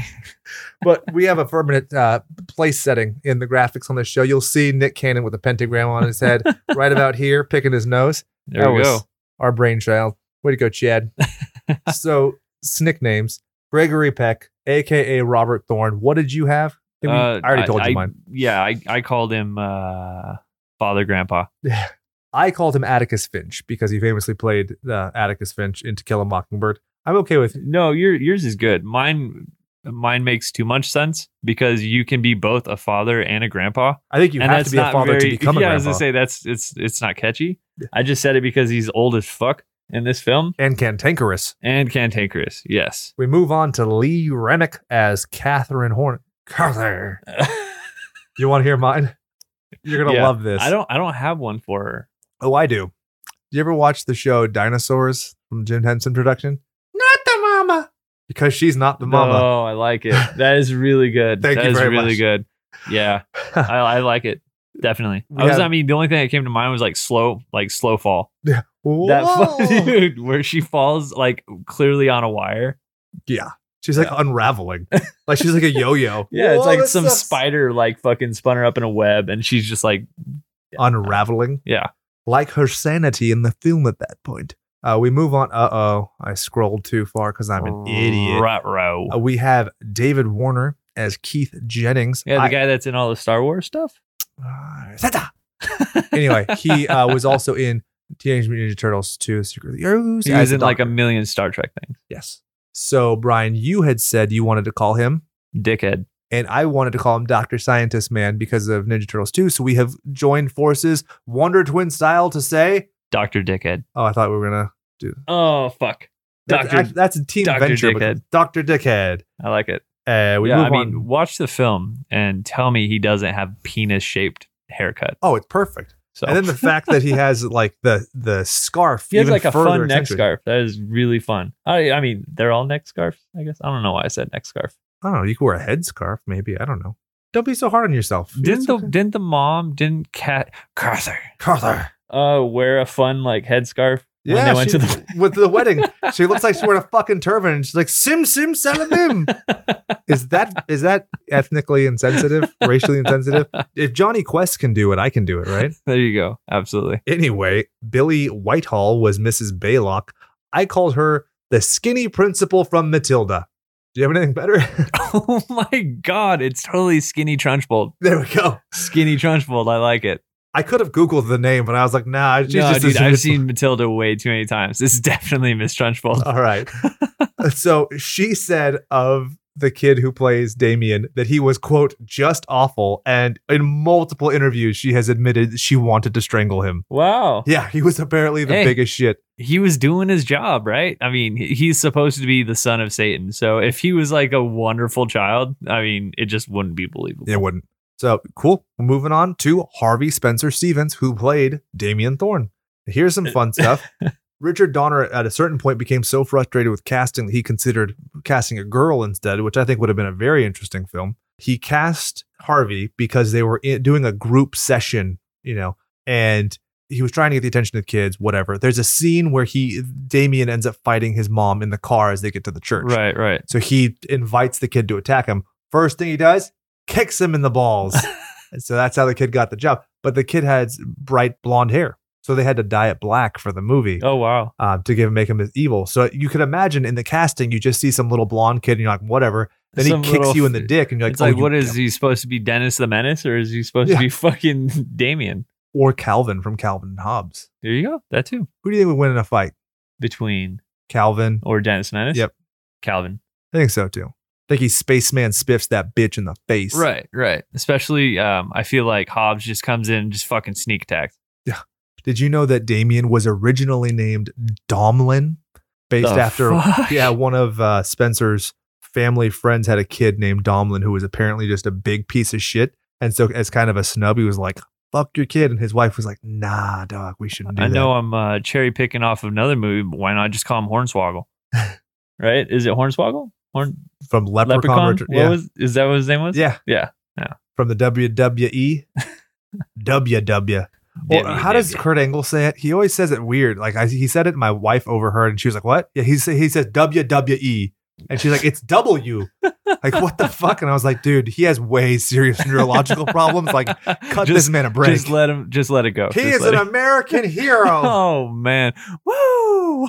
Speaker 1: but we have a permanent uh, place setting in the graphics on this show. You'll see Nick Cannon with a pentagram on his head right about here, picking his nose.
Speaker 2: There
Speaker 1: That
Speaker 2: we
Speaker 1: was
Speaker 2: go.
Speaker 1: Our brainchild. Way to go, Chad. so, Snick Names, Gregory Peck, AKA Robert Thorne. What did you have? I think we-
Speaker 2: Uh,
Speaker 1: I already told you mine.
Speaker 2: Yeah, I, I called him uh, Father Grandpa.
Speaker 1: I called him Atticus Finch because he famously played uh, Atticus Finch in To Kill a Mockingbird. I'm okay with
Speaker 2: No, your yours is good. Mine mine makes too much sense because you can be both a father and a grandpa.
Speaker 1: I think you
Speaker 2: and
Speaker 1: have to be a
Speaker 2: not
Speaker 1: father to
Speaker 2: very-
Speaker 1: become a
Speaker 2: yeah, I was
Speaker 1: grandpa
Speaker 2: gonna say that's it's it's not catchy. I just said it because he's old as fuck in this film
Speaker 1: and cantankerous.
Speaker 2: and cantankerous. Yes.
Speaker 1: We move on to Lee Remick as Catherine Hornet. Catherine. You want to hear mine? You're gonna
Speaker 2: Yeah.
Speaker 1: love this.
Speaker 2: I don't I don't have one for her.
Speaker 1: Oh, I do. Do you ever watch the show Dinosaurs from Jim Henson Production? Not the mama, because she's not the mama.
Speaker 2: No, I like it. That is really good.
Speaker 1: Thank
Speaker 2: That
Speaker 1: you
Speaker 2: is
Speaker 1: very
Speaker 2: really
Speaker 1: much.
Speaker 2: good. Yeah. I, I like it. Definitely.
Speaker 1: We
Speaker 2: I was
Speaker 1: have-
Speaker 2: I mean the only thing that came to mind was like slow like slow fall. That
Speaker 1: Whoa.
Speaker 2: fu- dude where she falls like clearly on a wire.
Speaker 1: yeah, she's like unraveling, like she's like a yo-yo.
Speaker 2: Yeah, it's
Speaker 1: Whoa,
Speaker 2: like
Speaker 1: this
Speaker 2: some
Speaker 1: sucks.
Speaker 2: spider like fucking spun her up in a web and she's just like
Speaker 1: unraveling.
Speaker 2: Yeah.
Speaker 1: Like her sanity in the film at that point. Uh, we move on. Uh oh, I scrolled too far because I'm an idiot.
Speaker 2: Ruh-roh.
Speaker 1: Uh, we have David Warner as Keith Jennings.
Speaker 2: Yeah, the
Speaker 1: I-
Speaker 2: guy that's in all the Star Wars stuff.
Speaker 1: Ah, Santa. anyway, he uh, was also in Teenage Mutant Ninja Turtles 2 Secret of the Ooze
Speaker 2: He
Speaker 1: as
Speaker 2: was
Speaker 1: the
Speaker 2: in like a
Speaker 1: Doctor.
Speaker 2: million Star Trek things.
Speaker 1: Yes. So, Brian, you had said you wanted to call him,
Speaker 2: Dickhead.
Speaker 1: and I wanted to call him Dr. Scientist Man because of Ninja Turtles 2. So, we have joined forces, Wonder Twin style, to say,
Speaker 2: Dr. Dickhead.
Speaker 1: Oh, I thought we were going to.
Speaker 2: Oh fuck.
Speaker 1: That's,
Speaker 2: Dr.
Speaker 1: act- that's a team
Speaker 2: Dr.
Speaker 1: venture. but-
Speaker 2: Dickhead.
Speaker 1: Dr. Dickhead.
Speaker 2: I like it.
Speaker 1: Uh, we
Speaker 2: yeah,
Speaker 1: move
Speaker 2: I
Speaker 1: on.
Speaker 2: mean, watch the film and tell me he doesn't have penis shaped haircut.
Speaker 1: Oh, it's perfect.
Speaker 2: So
Speaker 1: And then the fact that he has like the the scarf.
Speaker 2: oh. he has
Speaker 1: even
Speaker 2: like a
Speaker 1: further
Speaker 2: fun neck
Speaker 1: accentuated-
Speaker 2: scarf. That is really fun. I I mean, they're all neck scarves, I guess. I don't know why I said neck scarf.
Speaker 1: I don't know. Oh, You could wear a headscarf, maybe. I don't know. Don't be so hard on yourself.
Speaker 2: Didn't
Speaker 1: It's
Speaker 2: the
Speaker 1: okay.
Speaker 2: didn't the mom didn't cat Carther
Speaker 1: Carter.
Speaker 2: uh wear a fun like headscarf when they went
Speaker 1: she-
Speaker 2: to the-
Speaker 1: with the wedding. She looks like she's wearing a fucking turban. And she's like, Sim Sim Salamim. is that is that ethnically insensitive, racially insensitive? If Johnny Quest can do it, I can do it, right?
Speaker 2: There you go. Absolutely.
Speaker 1: Anyway, Billy Whitehall was Mrs. Baylock. I called her the skinny principal from Matilda. Do you have anything better?
Speaker 2: Oh my God. It's totally Skinny Trunchbolt.
Speaker 1: there we go.
Speaker 2: Skinny Trunchbolt. I like it.
Speaker 1: I could have Googled the name, but I was like, nah, she's
Speaker 2: no,
Speaker 1: just
Speaker 2: dude,
Speaker 1: assumed
Speaker 2: I've
Speaker 1: it's-
Speaker 2: seen Matilda way too many times. This is definitely Miss Trunchbolt.
Speaker 1: All right. so she said of the kid who plays Damien that he was, quote, just awful. And in multiple interviews, she has admitted she wanted to strangle him.
Speaker 2: Wow.
Speaker 1: Yeah, he was apparently the
Speaker 2: Hey.
Speaker 1: biggest shit.
Speaker 2: He was doing his job, right? I mean, he- he's supposed to be the son of Satan. So if he was like a wonderful child, I mean, it just wouldn't be believable.
Speaker 1: It wouldn't. So cool. We're moving on to Harvey Spencer Stevens, who played Damien Thorne. Here's some fun stuff. Richard Donner at a certain point became so frustrated with casting that he considered casting a girl instead, which I think would have been a very interesting film. He cast Harvey because they were in, doing a group session, you know, and he was trying to get the attention of the kids, whatever. There's a scene where he, Damien ends up fighting his mom in the car as they get to the church.
Speaker 2: Right, right.
Speaker 1: So he invites the kid to attack him. First thing he does, kicks him in the balls. And so that's how the kid got the job. But the kid had bright blonde hair. So they had to dye it black for the movie
Speaker 2: Oh, wow.
Speaker 1: uh, to give make him as evil. So you could imagine in the casting, you just see some little blonde kid and you're like, whatever. Then
Speaker 2: Some
Speaker 1: he kicks
Speaker 2: little-
Speaker 1: you in the dick and you're like,
Speaker 2: it's like,
Speaker 1: oh, you
Speaker 2: what is
Speaker 1: damn-
Speaker 2: he supposed to be, Dennis the Menace, or is he supposed
Speaker 1: Yeah.
Speaker 2: to be fucking Damien?
Speaker 1: Or Calvin from Calvin and Hobbes.
Speaker 2: There you go. That too.
Speaker 1: Who do you think would win in a fight?
Speaker 2: Between
Speaker 1: Calvin?
Speaker 2: or Dennis the Menace.
Speaker 1: Yep.
Speaker 2: Calvin.
Speaker 1: I think so too. I think he spaceman spiffs that bitch in the face.
Speaker 2: Right, right. Especially, um, I feel like Hobbs just comes in and just fucking sneak attacks.
Speaker 1: Did you know that Damien was originally named Domlin, based
Speaker 2: The
Speaker 1: after
Speaker 2: fuck?
Speaker 1: yeah one of uh, Spencer's family friends had a kid named Domlin who was apparently just a big piece of shit, and so as kind of a snub, he was like, "Fuck your kid," and his wife was like, "Nah, dog, we shouldn't do
Speaker 2: I
Speaker 1: that."
Speaker 2: know I'm uh, cherry picking off of another movie, but why not just call him Hornswoggle? right? Is it Hornswoggle? Horn
Speaker 1: From Leprechaun,
Speaker 2: Leprechaun?
Speaker 1: Return-
Speaker 2: What
Speaker 1: yeah,
Speaker 2: was is that what his name was?
Speaker 1: yeah,
Speaker 2: Yeah.
Speaker 1: from the E? WWE, WW. Well,
Speaker 2: Damien,
Speaker 1: how does
Speaker 2: Damien.
Speaker 1: Kurt Angle say it? He always says it weird. Like I, he said it, and my wife overheard, and she was like, "What?" Yeah, he say, he says WWE, E." and she's like, "It's W." like what the fuck? And I was like, "Dude, he has way serious neurological problems. Like, cut this
Speaker 2: Just-
Speaker 1: man a break.
Speaker 2: Just let him just let it go.
Speaker 1: he
Speaker 2: Just
Speaker 1: is
Speaker 2: let
Speaker 1: an
Speaker 2: it-
Speaker 1: American hero."
Speaker 2: Oh man. Woo!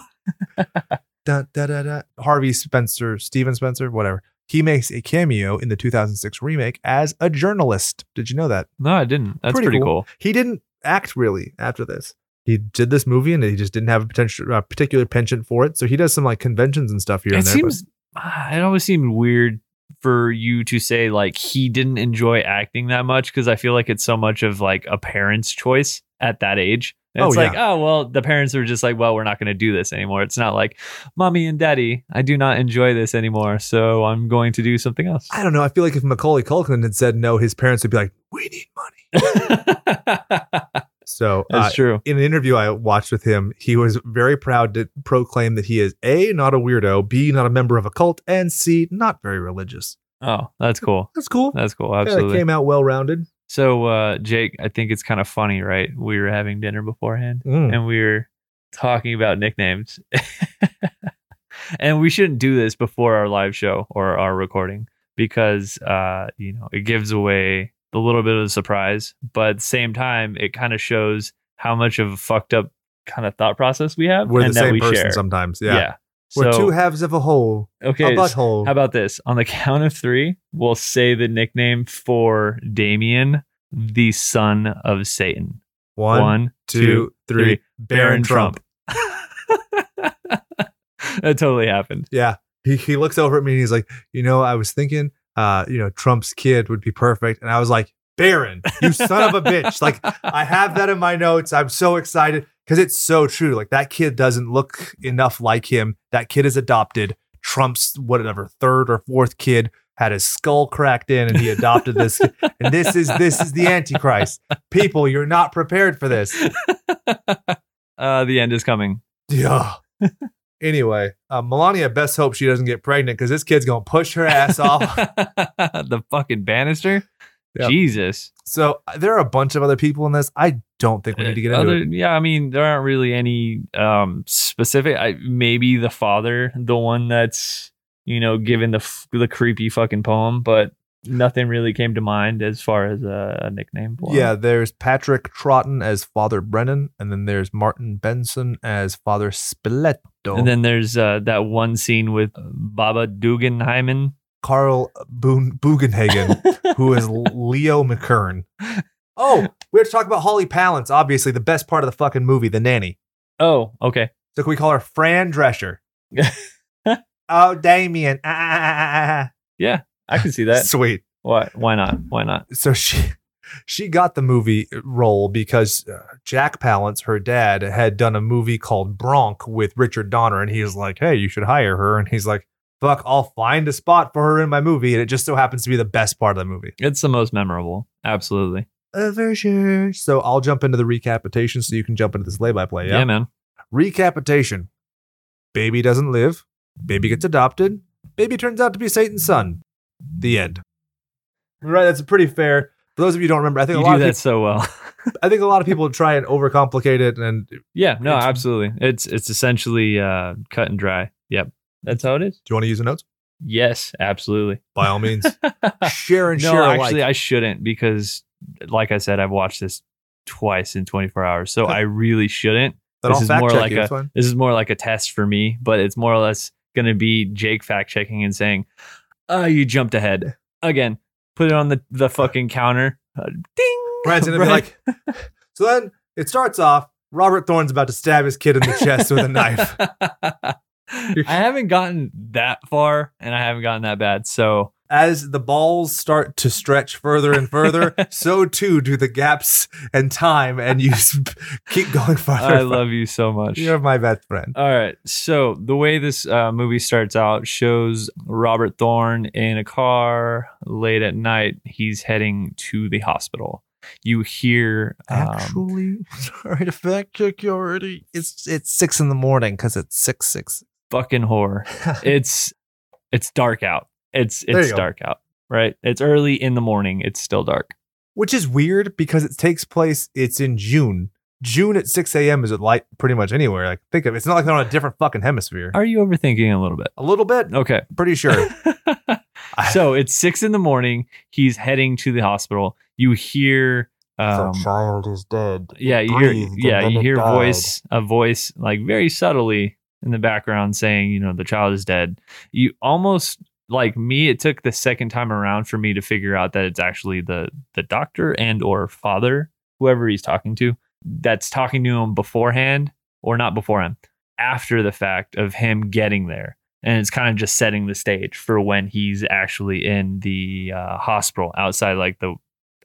Speaker 1: da, da, da, da. Harvey Spencer, Steven Spencer, whatever. He makes a cameo in the 2006 remake as a journalist. Did you know that?
Speaker 2: No, I didn't. That's
Speaker 1: Pretty
Speaker 2: pretty,
Speaker 1: cool.
Speaker 2: cool.
Speaker 1: he didn't act really after this. He did this movie and he just didn't have a potential, uh, particular penchant for it. So he does some like conventions and stuff here
Speaker 2: it
Speaker 1: and there. but-
Speaker 2: seems ah, it always seemed weird for you to say like he didn't enjoy acting that much because i feel like it's so much of like a parent's choice at that age
Speaker 1: Oh,
Speaker 2: it's like oh well the parents are just like well we're not going to do this anymore it's not like mommy and daddy i do not enjoy this anymore so i'm going to do something else
Speaker 1: I don't know. I feel like if Macaulay Culkin had said no, his parents would be like, "We need money."
Speaker 2: that's
Speaker 1: So uh,
Speaker 2: true
Speaker 1: in an interview I watched with him, he was very proud to proclaim that he is a not a weirdo, b not a member of a cult, and c not very religious.
Speaker 2: oh that's cool
Speaker 1: That's cool.
Speaker 2: that's cool
Speaker 1: Yeah, it
Speaker 2: Uh, absolutely
Speaker 1: came out well rounded.
Speaker 2: so uh jake i think it's kind of funny right we were having dinner beforehand
Speaker 1: Mm. Hmm.
Speaker 2: and we were talking about nicknames. and we shouldn't do this before our live show or our recording because uh, you know it gives away a little bit of the surprise, but at the same time, it kind of shows how much of a fucked up kind of thought process we have
Speaker 1: We're
Speaker 2: and
Speaker 1: the
Speaker 2: that
Speaker 1: same
Speaker 2: we
Speaker 1: person
Speaker 2: share.
Speaker 1: sometimes. Yeah.
Speaker 2: So
Speaker 1: We're two halves of a whole,
Speaker 2: okay,
Speaker 1: a
Speaker 2: so
Speaker 1: butthole.
Speaker 2: how about this? On the count of three, we'll say the nickname for Damien, the son of Satan.
Speaker 1: One,
Speaker 2: One,
Speaker 1: two, three.
Speaker 2: three.
Speaker 1: Baron Trump.
Speaker 2: that totally happened.
Speaker 1: Yeah. He, he looks over at me and he's like, you know, I was thinking, uh, you know, Trump's kid would be perfect. And I was like, Baron, you son of a bitch. Like, I have that in my notes. I'm so excited because it's so true. Like, that kid doesn't look enough like him. That kid is adopted. Trump's whatever third or fourth kid had his skull cracked in and he adopted this. kid. and this is this is the Antichrist. People, you're not prepared for this.
Speaker 2: uh, the end is coming.
Speaker 1: Yeah. anyway, uh, Melania best hope she doesn't get pregnant because this kid's gonna push her ass off.
Speaker 2: the fucking banister.
Speaker 1: Yep.
Speaker 2: Jesus.
Speaker 1: So there are a bunch of other people in this. I don't think we need to get into
Speaker 2: Other-
Speaker 1: it.
Speaker 2: Yeah, I mean, there aren't really any um specific. I, maybe the father, the one that's you know given the f- the creepy fucking poem, but nothing really came to mind as far as a, a nickname. for him.
Speaker 1: Yeah, there's Patrick Troughton as Father Brennan, and then there's Martin Benson as Father Spiletto.
Speaker 2: And then there's uh, that one scene with Baba Dugan Hyman.
Speaker 1: Carl Boon- Bugenhagen, who is Leo McKern. Oh, we have to talk about Holly Palance, obviously the best part of the fucking movie, the nanny.
Speaker 2: oh, okay.
Speaker 1: So can we call her Fran Drescher? oh, Damien. Ah, ah, ah, ah,
Speaker 2: I can see
Speaker 1: ah.
Speaker 2: that.
Speaker 1: Sweet.
Speaker 2: Why? Why not? Why not?
Speaker 1: so she she got the movie role because uh, Jack Palance, her dad, had done a movie called Bronk with Richard Donner, and he was like, "Hey, you should hire her," and he's like, "Fuck, I'll find a spot for her in my movie," and it just so happens to be the best part of the movie.
Speaker 2: It's the most memorable. Absolutely.
Speaker 1: Uh, for sure. So I'll jump into the recapitation, so you can jump into this lay-by-play.
Speaker 2: Yeah,
Speaker 1: Yeah,
Speaker 2: man.
Speaker 1: recapitation. Baby doesn't live. Baby gets adopted. Baby turns out to be Satan's son. The end. Right, that's pretty fair. For those of you who don't remember, I think
Speaker 2: You
Speaker 1: a lot
Speaker 2: do
Speaker 1: of people
Speaker 2: that so well.
Speaker 1: I think a lot of people try and overcomplicate it, and do
Speaker 2: yeah. No,
Speaker 1: It's-
Speaker 2: absolutely. It's it's essentially uh, cut and dry. Yep. That's how it is.
Speaker 1: you want to use the notes?
Speaker 2: Yes, absolutely.
Speaker 1: By all means, share and
Speaker 2: no,
Speaker 1: share alike.
Speaker 2: actually, I shouldn't because, like I said, I've watched this twice in 24 hours, so I really shouldn't.
Speaker 1: Then
Speaker 2: this
Speaker 1: I'll
Speaker 2: is
Speaker 1: fact
Speaker 2: more
Speaker 1: check
Speaker 2: like
Speaker 1: you.
Speaker 2: a-
Speaker 1: It's fine.
Speaker 2: This is more like a test for me, but it's more or less going to be Jake fact checking and saying, "Oh, you jumped ahead again." Put it on the the fucking counter. Uh, ding.
Speaker 1: Brad's gonna be like. so then it starts off. Robert Thorne's about to stab his kid in the chest with a knife.
Speaker 2: I haven't gotten that far, and I haven't gotten that bad. So
Speaker 1: As the balls start to stretch further and further, so too do the gaps and time, and you sp- keep going farther.
Speaker 2: I
Speaker 1: and
Speaker 2: love you so
Speaker 1: farther.
Speaker 2: much.
Speaker 1: You're my best friend.
Speaker 2: All right. So the way this uh, movie starts out shows Robert Thorne in a car late at night. He's heading to the hospital. You hear um,
Speaker 1: sorry to fact check you already. It's it's six in the morning because it's six six.
Speaker 2: fucking horror. It's it's dark out. It's
Speaker 1: There you
Speaker 2: it's
Speaker 1: go.
Speaker 2: dark out. Right. It's early in the morning. It's still dark.
Speaker 1: which is weird because it takes place it's in june june at 6 a.m is at light pretty much anywhere like think of it. it's not like they're on a different fucking hemisphere
Speaker 2: Are you overthinking a little bit?
Speaker 1: a little bit
Speaker 2: Okay.
Speaker 1: pretty sure
Speaker 2: so it's six in the morning. He's heading to the hospital. You hear um,
Speaker 3: child is dead.
Speaker 2: yeah you hear
Speaker 3: breathed and
Speaker 2: yeah
Speaker 3: then
Speaker 2: you
Speaker 3: it
Speaker 2: hear a
Speaker 3: died.
Speaker 2: voice a voice like very subtly in the background saying you know the child is dead you almost like me it took the second time around for me to figure out that it's actually the the doctor and or father whoever he's talking to that's talking to him beforehand or not before him after the fact of him getting there and it's kind of just setting the stage for when he's actually in the uh, hospital outside like the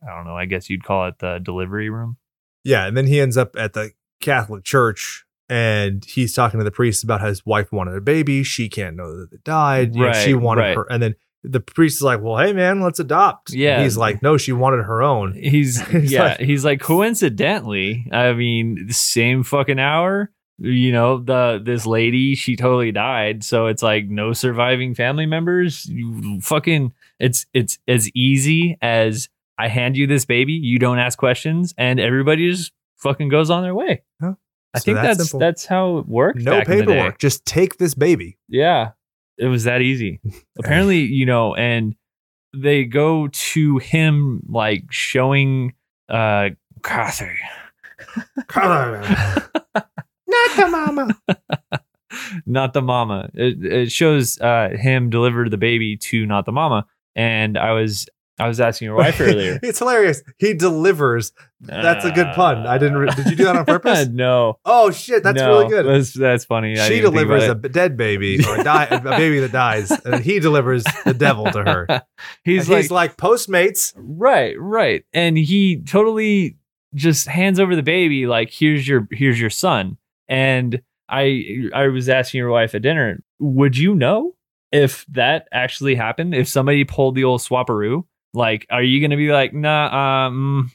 Speaker 2: i don't know i guess you'd call it the delivery room
Speaker 1: yeah and then he ends up at the catholic church and he's talking to the priest about how his wife wanted a baby she can't know that it died you know, she
Speaker 2: Right,
Speaker 1: wanted
Speaker 2: right.
Speaker 1: her and then the priest is like well hey man let's adopt And
Speaker 2: Yeah.
Speaker 1: he's like no she wanted her own
Speaker 2: He's
Speaker 1: He's
Speaker 2: yeah,
Speaker 1: like-
Speaker 2: he's like coincidentally. I mean, the same fucking hour. You know, the this lady, she totally died. So it's like no surviving family members. You fucking it's it's as easy as I hand you this baby, you don't ask questions, and everybody just fucking goes on their way.
Speaker 1: Huh.
Speaker 2: I
Speaker 1: So
Speaker 2: think
Speaker 1: that's
Speaker 2: that's
Speaker 1: simple.
Speaker 2: that's how it worked.
Speaker 1: no
Speaker 2: back in the day.
Speaker 1: paperwork just take this baby
Speaker 2: Yeah. It was that easy. Apparently, you know, and they go to him like showing uh Cathy.
Speaker 1: not the mama
Speaker 2: Not the mama. It, it shows uh him deliver the baby to not the mama. And I was Oh, I was asking your wife earlier.
Speaker 1: it's hilarious. He delivers. That's a good pun. I didn't re- did you do that on purpose?
Speaker 2: no.
Speaker 1: Oh shit, that's
Speaker 2: No.
Speaker 1: really good.
Speaker 2: That's that's funny. I
Speaker 1: She
Speaker 2: didn't think about
Speaker 1: delivers
Speaker 2: it.
Speaker 1: a b- dead baby or a, di- a baby that dies, and he delivers the devil to her.
Speaker 2: he's,
Speaker 1: And
Speaker 2: like,
Speaker 1: he's like Postmates.
Speaker 2: Right, right. And he totally just hands over the baby like here's your here's your son. And I I was asking your wife at dinner, would you know if that actually happened? If somebody pulled the old swaparoo, like are you going to be like, "Nah, um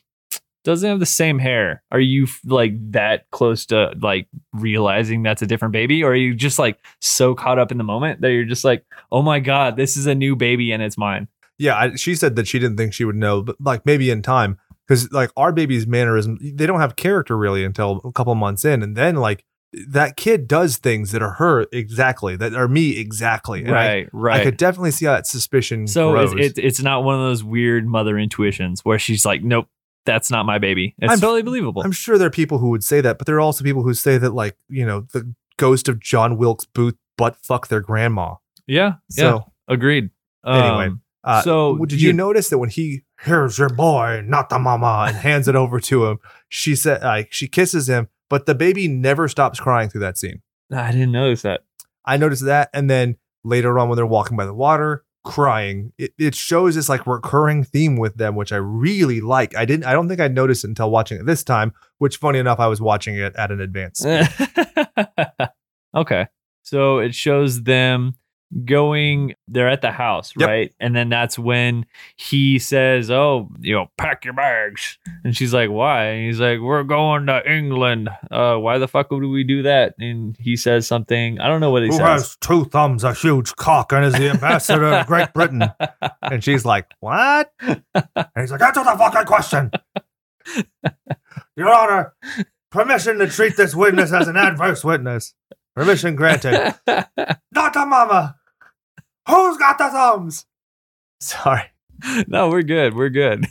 Speaker 2: doesn't have the same hair." Are you f- like that close to like realizing that's a different baby or are you just like so caught up in the moment that you're just like, "Oh my god, this is a new baby and it's mine."
Speaker 1: Yeah, I, she said that she didn't think she would know, but like maybe in time, because like our baby's mannerism, they don't have character really until a couple months in, and then like that kid does things that are her exactly, that are me exactly. And I-
Speaker 2: right, right.
Speaker 1: I could definitely see how that suspicion
Speaker 2: so
Speaker 1: grows.
Speaker 2: it's, it's it's not one of those weird mother intuitions where she's like, nope, that's not my baby. It's
Speaker 1: I'm-
Speaker 2: totally believable.
Speaker 1: I'm sure there are people who would say that, but there are also people who say that, like, you know, the ghost of John Wilkes Booth butt fuck their grandma.
Speaker 2: yeah, yeah,
Speaker 1: So,
Speaker 2: agreed.
Speaker 1: Anyway,
Speaker 2: Um,
Speaker 1: uh,
Speaker 2: so
Speaker 1: did you,
Speaker 2: you-
Speaker 1: notice that when he here's your boy, not the mama, and hands it over to him, she said, like, she kisses him, but the baby never stops crying through that scene.
Speaker 2: I didn't notice that.
Speaker 1: I noticed that, and then later on when they're walking by the water, crying, it, it shows this like recurring theme with them, which I really like. I didn't, I don't think I noticed it until watching it this time. Which, funny enough, I was watching it at an advance.
Speaker 2: okay. So it shows them going they're at the house,
Speaker 1: Yep.
Speaker 2: right? And then that's when he says, "Oh, you know, pack your bags." And she's like, "Why?" And he's like, "We're going to England." Uh, why the fuck would we do that? And he says something. I don't know what he
Speaker 1: who
Speaker 2: says.
Speaker 1: has two thumbs, a huge cock, and is the ambassador of Great Britain. And she's like, What? And he's like, Answer the fucking question. Your Honor, permission to treat this witness as an adverse witness. Permission granted. Not a mama. Who's got the thumbs? Sorry.
Speaker 2: no, we're good. We're good.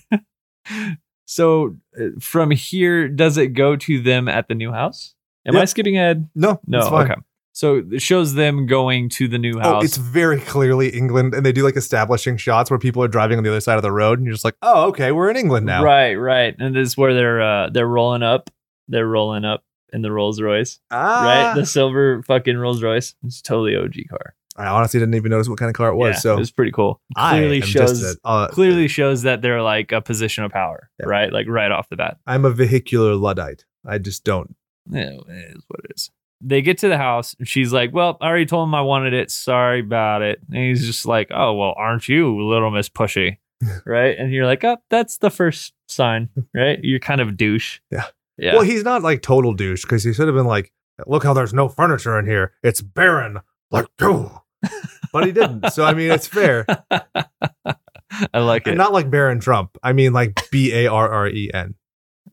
Speaker 2: so uh, from here, does it go to them at the new house? Am I
Speaker 1: Yep.
Speaker 2: skipping ahead?
Speaker 1: No,
Speaker 2: No.
Speaker 1: it's fine.
Speaker 2: Okay. So it shows them going to the new
Speaker 1: Oh,
Speaker 2: house.
Speaker 1: it's very clearly England, and they do like establishing shots where people are driving on the other side of the road, and you're just like, oh, okay, we're in England now.
Speaker 2: Right, right. And this is where they're uh they're rolling up. They're rolling up in the Rolls Royce.
Speaker 1: Ah.
Speaker 2: right? The silver fucking Rolls Royce. It's totally OG car.
Speaker 1: I honestly didn't even notice what kind of car it was.
Speaker 2: Yeah,
Speaker 1: so
Speaker 2: it was pretty cool.
Speaker 1: I
Speaker 2: Clearly
Speaker 1: am
Speaker 2: shows
Speaker 1: just a- uh,
Speaker 2: clearly shows that they're like a position of power,
Speaker 1: Yeah.
Speaker 2: right? Like right off the bat.
Speaker 1: I'm a vehicular luddite. I just don't.
Speaker 2: Yeah, it is what it is. They get to the house and she's like, Well, I already told him I wanted it. Sorry about it. And he's just like, Oh, well, aren't you little miss pushy? right? And you're like, Oh, that's the first sign, right? You're kind of douche.
Speaker 1: Yeah.
Speaker 2: Yeah.
Speaker 1: Well, he's not like total douche because he should have been like, "Look how there's no furniture in here. It's barren, like you." But he didn't. So I mean, it's fair.
Speaker 2: I like it.
Speaker 1: And not like Baron Trump. I mean, like B A R R E N.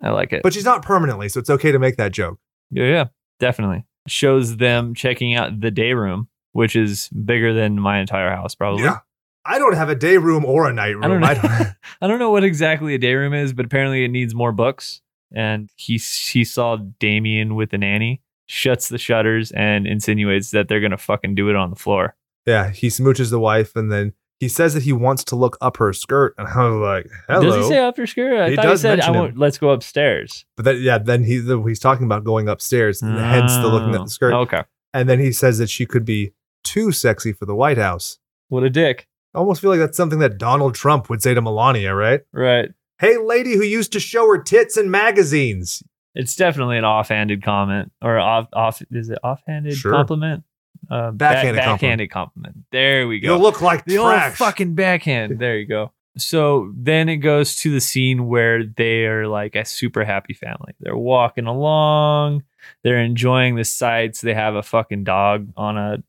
Speaker 2: I like it.
Speaker 1: But she's not permanently, so it's okay to make that joke.
Speaker 2: yeah, yeah, definitely. Shows them checking out the day room, which is bigger than my entire house, probably.
Speaker 1: Yeah. I don't have a day room or a night room.
Speaker 2: I don't know.
Speaker 1: I don't-
Speaker 2: I don't know what exactly a day room is, but apparently it needs more books. And he he saw Damien with an Annie, shuts the shutters, and insinuates that they're gonna fucking do it on the floor.
Speaker 1: yeah. He smooches the wife, and then he says that he wants to look up her skirt, and I was like, "Hello."
Speaker 2: Does he say after skirt? I
Speaker 1: He
Speaker 2: thought he
Speaker 1: does
Speaker 2: said I
Speaker 1: mention
Speaker 2: want. Let's go upstairs.
Speaker 1: But that, yeah, then he the, he's talking about going upstairs, and hence the looking at
Speaker 2: Oh,
Speaker 1: the skirt.
Speaker 2: Okay,
Speaker 1: And then he says that she could be too sexy for the White House.
Speaker 2: what a dick,
Speaker 1: I almost feel like that's something that Donald Trump would say to Melania, right?
Speaker 2: right?
Speaker 1: Hey, lady who used to show her tits in magazines.
Speaker 2: It's definitely an offhanded comment or off off is it offhanded
Speaker 1: Sure.
Speaker 2: compliment? Uh,
Speaker 1: Backhanded
Speaker 2: back,
Speaker 1: compliment.
Speaker 2: backhanded compliment. There we
Speaker 1: You
Speaker 2: go.
Speaker 1: look like
Speaker 2: the old
Speaker 1: trash.
Speaker 2: fucking backhand. There you go. So then it goes to the scene where they are like a super happy family. They're walking along. They're enjoying the sights. They have a fucking dog on a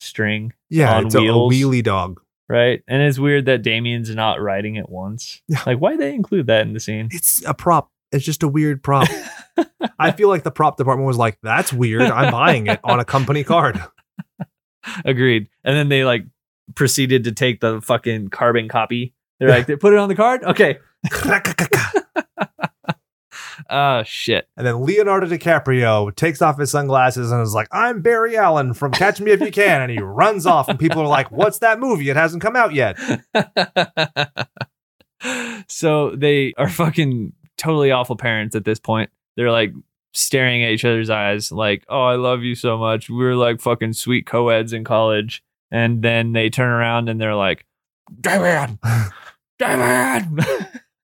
Speaker 2: string,
Speaker 1: yeah,
Speaker 2: on
Speaker 1: it's a, a
Speaker 2: wheels.
Speaker 1: wheelie dog.
Speaker 2: right? And it's weird that Damien's not riding it once.
Speaker 1: Yeah.
Speaker 2: Like, why they include that in the scene?
Speaker 1: It's a prop. It's just a weird prop. I feel like the prop department was like, "That's weird. I'm buying it on a company card."
Speaker 2: Agreed. And then they like proceeded to take the fucking carbon copy. They're like, they put it on the card. Okay. Oh shit.
Speaker 1: And then Leonardo DiCaprio takes off his sunglasses and is like, I'm Barry Allen from Catch Me If You Can. And he runs off, and people are like, What's that movie? It hasn't come out yet.
Speaker 2: so they are fucking totally awful parents at this point. They're like staring at each other's eyes, like, oh, I love you so much. We were like fucking sweet co eds in college. And then they turn around and they're like, Damien, Damien.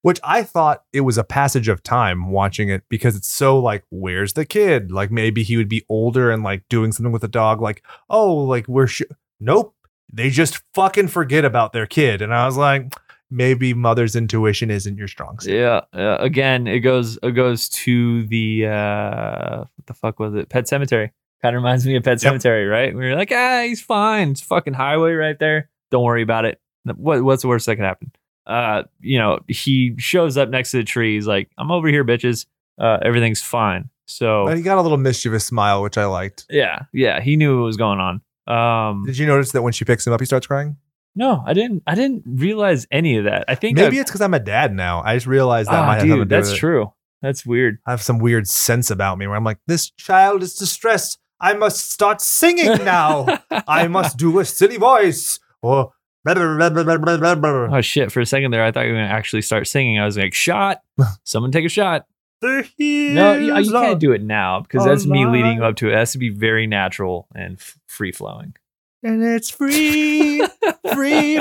Speaker 1: Which I thought it was a passage of time watching it because it's so like, Where's the kid? Like, maybe he would be older and like doing something with the dog, like, Oh, like, we're sh-. nope. They just fucking forget about their kid. And I was like, Maybe mother's intuition isn't your strong suit.
Speaker 2: yeah. Uh, again, it goes it goes to the uh, what the fuck was it? Pet Cemetery. Kind of reminds me of Pet
Speaker 1: Yep.
Speaker 2: Cemetery, right? We were like, ah, he's fine. It's fucking highway right there. Don't worry about it. What what's the worst that could happen? Uh, you know, he shows up next to the tree. He's like, "I'm over here, bitches. Uh, everything's fine." So
Speaker 1: But he got a little mischievous smile, which I liked.
Speaker 2: yeah, yeah, he knew what was going on. Um,
Speaker 1: Did you notice that when she picks him up, he starts crying?
Speaker 2: no, I didn't. I didn't realize any of that. I think
Speaker 1: Maybe
Speaker 2: I,
Speaker 1: it's because I'm a dad now. I just realized that
Speaker 2: Ah,
Speaker 1: might have something to
Speaker 2: dude,
Speaker 1: do
Speaker 2: that's
Speaker 1: with it.
Speaker 2: true. That's weird.
Speaker 1: I have some weird sense about me where I'm like, this child is distressed. I must start singing now. I must do a silly voice. Or blah, blah, blah, blah, blah, blah, blah.
Speaker 2: Oh shit! For a second there, I thought you were gonna actually start singing. I was like, "Shot! Someone take a shot!"
Speaker 1: The
Speaker 2: No, oh, you,
Speaker 1: hills
Speaker 2: you can't
Speaker 1: are-
Speaker 2: do it now because that's me
Speaker 1: alive.
Speaker 2: leading up to it. It has to be very natural and f- free flowing.
Speaker 1: And it's free, free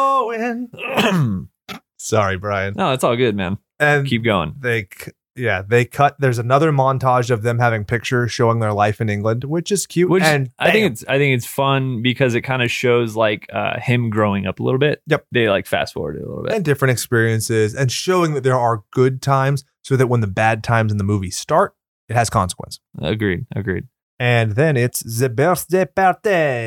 Speaker 1: flowing.
Speaker 2: no,
Speaker 1: Sorry, Brian.
Speaker 2: it's all good, man.
Speaker 1: And
Speaker 2: Keep going.
Speaker 1: they c- yeah they cut there's another montage of them having pictures showing their life in england which is cute
Speaker 2: Which
Speaker 1: and
Speaker 2: I think
Speaker 1: bam.
Speaker 2: it's I think it's fun because it kind of shows like uh, him growing up a little bit.
Speaker 1: Yep.
Speaker 2: They like fast forward it a little bit.
Speaker 1: and different experiences and showing that there are good times so that when the bad times in the movie start it has consequence
Speaker 2: Agreed. Agreed.
Speaker 1: and then it's the birthday party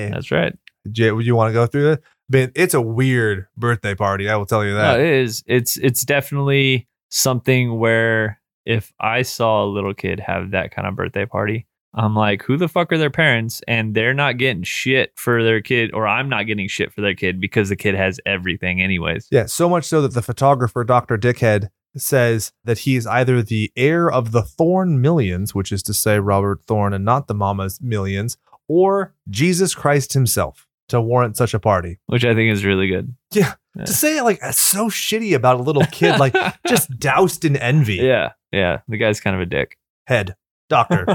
Speaker 2: That's right.
Speaker 1: Jay, would you want to go through this Man, it's a weird birthday party i will tell you
Speaker 2: No,
Speaker 1: that
Speaker 2: Oh, it is. It's it's definitely something where if I saw a little kid have that kind of birthday party, I'm like, who the fuck are their parents? And they're not getting shit for their kid, or I'm not getting shit for their kid because the kid has everything anyways.
Speaker 1: yeah so much so that the photographer dr dickhead says that he is either the heir of the Thorne millions, which is to say Robert Thorne and not the Mama's millions, or Jesus Christ himself to warrant such a party.
Speaker 2: Which I think is really good.
Speaker 1: To say it like so shitty about a little kid, like just doused in envy.
Speaker 2: Yeah. Yeah. The guy's kind of a dick.
Speaker 1: Head, doctor.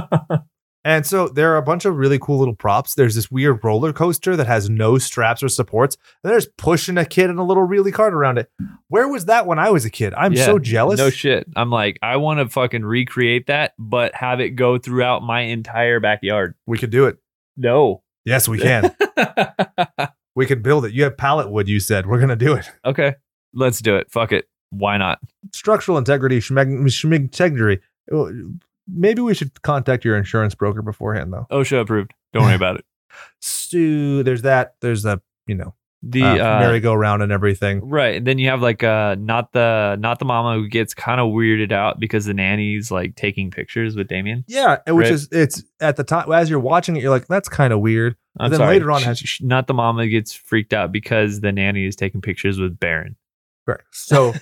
Speaker 1: and so there are a bunch of really cool little props. There's this weird roller coaster that has no straps or supports. And there's pushing a kid in a little wheelie cart around it. Where was that when I was a kid? I'm
Speaker 2: Yeah,
Speaker 1: so jealous.
Speaker 2: No shit. I'm like, I want to fucking recreate that, but have it go throughout my entire backyard.
Speaker 1: we could do it.
Speaker 2: No.
Speaker 1: Yes, we can. We could build it. You have pallet wood, you said. We're going to do it.
Speaker 2: Okay. Let's do it. Fuck it. Why not?
Speaker 1: Structural integrity, schmeg- schmegtegrity. Uh, Maybe we should contact your insurance broker beforehand, though.
Speaker 2: OSHA approved. Don't worry about it.
Speaker 1: Ah, So there's that. There's a, you know,
Speaker 2: The
Speaker 1: uh,
Speaker 2: uh,
Speaker 1: merry-go-round and everything.
Speaker 2: right. And then you have like uh not the not the mama who gets kind of weirded out because the nanny's like taking pictures with Damien.
Speaker 1: Yeah, and which
Speaker 2: Right.
Speaker 1: is it's at the time as you're watching it, you're like, that's kind of weird.
Speaker 2: I'm
Speaker 1: then
Speaker 2: sorry.
Speaker 1: later on
Speaker 2: Sh-
Speaker 1: has-
Speaker 2: sh- not the mama gets freaked out because the nanny is taking pictures with Baron.
Speaker 1: Right. So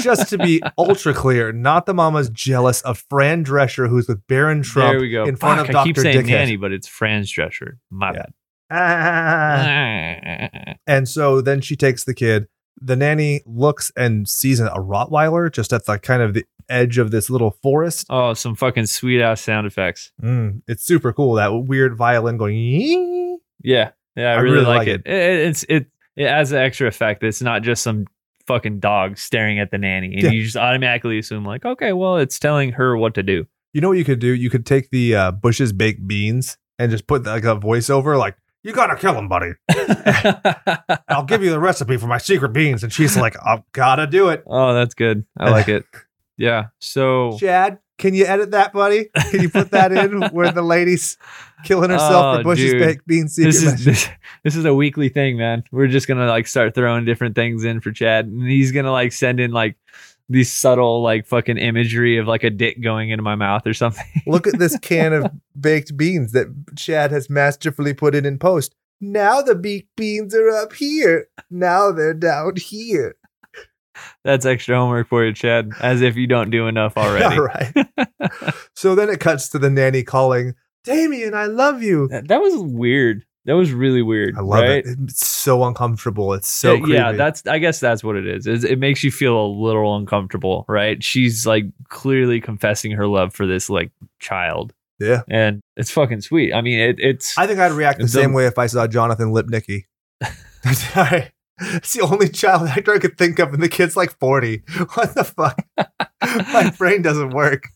Speaker 1: just to be ultra clear, not the mama's jealous of Fran Drescher, who's with Baron
Speaker 2: there
Speaker 1: Trump.
Speaker 2: we go.
Speaker 1: in front
Speaker 2: Fuck,
Speaker 1: of
Speaker 2: I keep
Speaker 1: Dr.
Speaker 2: saying
Speaker 1: Dickhead.
Speaker 2: nanny, but it's Fran's dresser. My
Speaker 1: Yeah. Ah.
Speaker 2: bad.
Speaker 1: And so then she takes the kid. The nanny looks and sees a Rottweiler just at the kind of the edge of this little forest.
Speaker 2: oh, some fucking sweet ass sound effects.
Speaker 1: Mm, it's super cool. That weird violin going. "Yee."
Speaker 2: Yeah, yeah, I, really, like, it. It, It's it it adds an extra effect. It's not just some fucking dog staring at the nanny, and
Speaker 1: Yeah.
Speaker 2: you just automatically assume like, okay, well, it's telling her what to do.
Speaker 1: You know what you could do? You could take the uh, Bush's baked beans and just put like a voiceover like, "You gotta kill him, buddy. I'll give you the recipe for my secret beans." And she's like, "I've gotta do it."
Speaker 2: oh, that's good. I like it. Yeah. So
Speaker 1: Chad, can you edit that, buddy? Can you put that in where the lady's killing herself
Speaker 2: Oh,
Speaker 1: for Bush's
Speaker 2: dude.
Speaker 1: baked beans? Secret
Speaker 2: this is
Speaker 1: recipe?
Speaker 2: this, this is a weekly thing, man. We're just gonna like start throwing different things in for Chad, and he's gonna like send in like these subtle like fucking imagery of like a dick going into my mouth or something.
Speaker 1: Look at this can of baked beans that Chad has masterfully put in in post. Now the baked beans are up here. Now they're down here.
Speaker 2: That's extra homework for you, Chad. As if you don't do enough already.
Speaker 1: All right. so then it cuts to the nanny calling, Damien, I love you.
Speaker 2: That, that was weird. That was really weird.
Speaker 1: I love
Speaker 2: right?
Speaker 1: it. It's so uncomfortable. It's so
Speaker 2: Yeah,
Speaker 1: creepy.
Speaker 2: yeah, that's. I guess that's what it is. Is it makes you feel a little uncomfortable, right? She's like clearly confessing her love for this like child,
Speaker 1: yeah.
Speaker 2: and it's fucking sweet. I mean, it, it's.
Speaker 1: I think I'd react the
Speaker 2: It's
Speaker 1: same
Speaker 2: a-
Speaker 1: way if I saw Jonathan Lipnicki. Sorry. It's the only child actor I could think of, and the kid's like 40. What the fuck? My brain doesn't work.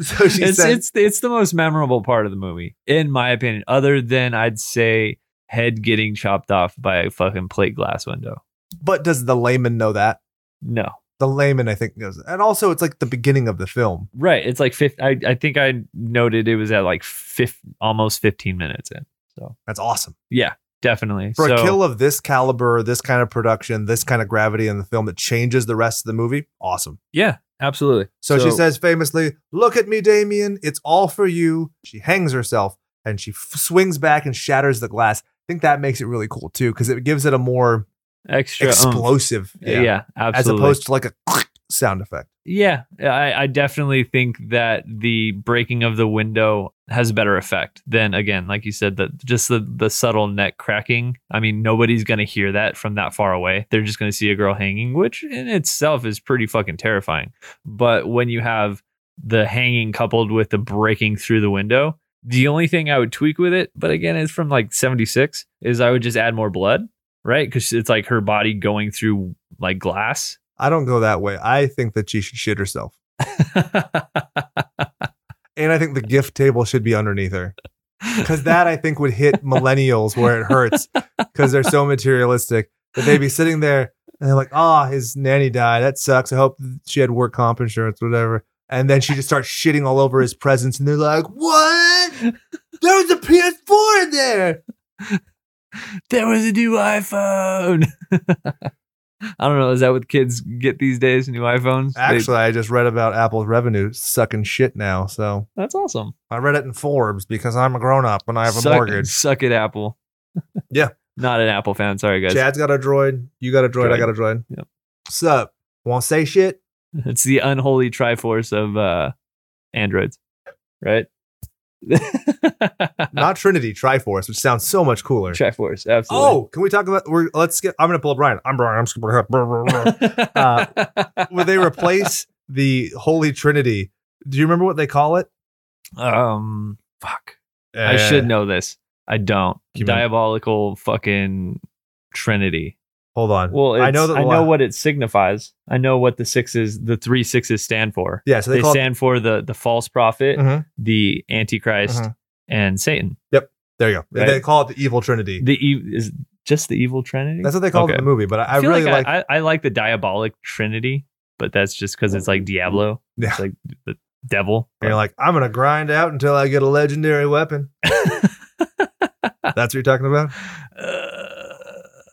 Speaker 1: So she
Speaker 2: it's,
Speaker 1: said,
Speaker 2: it's it's the most memorable part of the movie, in my opinion. Other than I'd say head getting chopped off by a fucking plate glass window.
Speaker 1: But does the layman know that?
Speaker 2: No,
Speaker 1: The layman, I think, knows. And also, it's like the beginning of the film.
Speaker 2: right? It's like fifth. I I think I noted it was at like fifth, almost fifteen minutes in.
Speaker 1: That's awesome.
Speaker 2: definitely.
Speaker 1: For a
Speaker 2: so,
Speaker 1: kill of this caliber, this kind of production, this kind of gravity in the film that changes the rest of the movie, awesome.
Speaker 2: yeah, absolutely.
Speaker 1: So, she says famously, Look at me, Damien. It's all for you. She hangs herself and she f- swings back and shatters the glass. I think that makes it really cool too, because it gives it a more
Speaker 2: extra oomph.
Speaker 1: explosive,
Speaker 2: uh-huh. Yeah,
Speaker 1: as
Speaker 2: absolutely.
Speaker 1: opposed to like a sound effect.
Speaker 2: Yeah, I, I definitely think that the breaking of the window has a better effect than again, like you said, that just the the subtle neck cracking. I mean, nobody's gonna hear that from that far away. They're just gonna see a girl hanging, which in itself is pretty fucking terrifying. But when you have the hanging coupled with the breaking through the window, the only thing I would tweak with it, but again, it's from like '76, is I would just add more blood, right? Because it's like her body going through like glass.
Speaker 1: I don't go that way. I think that she should shit herself. And I think the gift table should be underneath her. Because that I think would hit millennials where it hurts because they're so materialistic that they'd be sitting there and they're like, ah, his nanny died. That sucks. I hope she had work comp insurance, whatever. And then she just starts shitting all over his presents and they're like, what? There was a PS4 in there.
Speaker 2: there was a new iPhone. I don't know. Is that what kids get these days? New iPhones? They-
Speaker 1: Actually, I just read about Apple's revenue sucking shit now. So
Speaker 2: that's awesome.
Speaker 1: I read it in Forbes because I'm a grown up and I have a
Speaker 2: suck,
Speaker 1: mortgage.
Speaker 2: Suck it, Apple.
Speaker 1: Yeah.
Speaker 2: Not an Apple fan. Sorry, guys.
Speaker 1: Chad's got a droid. You got a droid. I
Speaker 2: Droid.
Speaker 1: got a droid.
Speaker 2: Yep.
Speaker 1: Sup? Want to say shit?
Speaker 2: It's the unholy triforce of uh, Androids, right?
Speaker 1: Not Trinity, Triforce, which sounds so much cooler.
Speaker 2: Uh, triforce, absolutely.
Speaker 1: oh, can we talk about? We're, let's get. I'm gonna pull up Brian. I'm Brian. I'm skipping ahead. Brr, brr, brr. Where they replace the Holy Trinity? Do you remember what they call it? Eh,
Speaker 2: um, fuck. I should know this. I don't.
Speaker 1: You mean-
Speaker 2: Diabolical fucking Trinity.
Speaker 1: Hold on.
Speaker 2: Well,
Speaker 1: I
Speaker 2: I
Speaker 1: know
Speaker 2: know
Speaker 1: that
Speaker 2: I
Speaker 1: the
Speaker 2: know
Speaker 1: la-
Speaker 2: what it signifies. I know what the sixes, the three sixes stand for.
Speaker 1: yeah, so they,
Speaker 2: They,
Speaker 1: call
Speaker 2: stand for the the false
Speaker 1: it.
Speaker 2: prophet,
Speaker 1: Mhm.
Speaker 2: the antichrist,
Speaker 1: Mhm.
Speaker 2: and Satan.
Speaker 1: There you go. They-
Speaker 2: Right.
Speaker 1: They call it the Evil Trinity.
Speaker 2: The e- is just the evil Trinity.
Speaker 1: That's what they called it
Speaker 2: Okay.
Speaker 1: in the movie. But I, I,
Speaker 2: feel
Speaker 1: really like.
Speaker 2: I, I, I like the diabolic Trinity, but that's just because it's like Diablo.
Speaker 1: Yeah.
Speaker 2: It's like the devil.
Speaker 1: and you're like, I'm gonna grind out until I get a legendary weapon. That's what you're talking about.
Speaker 2: Uh,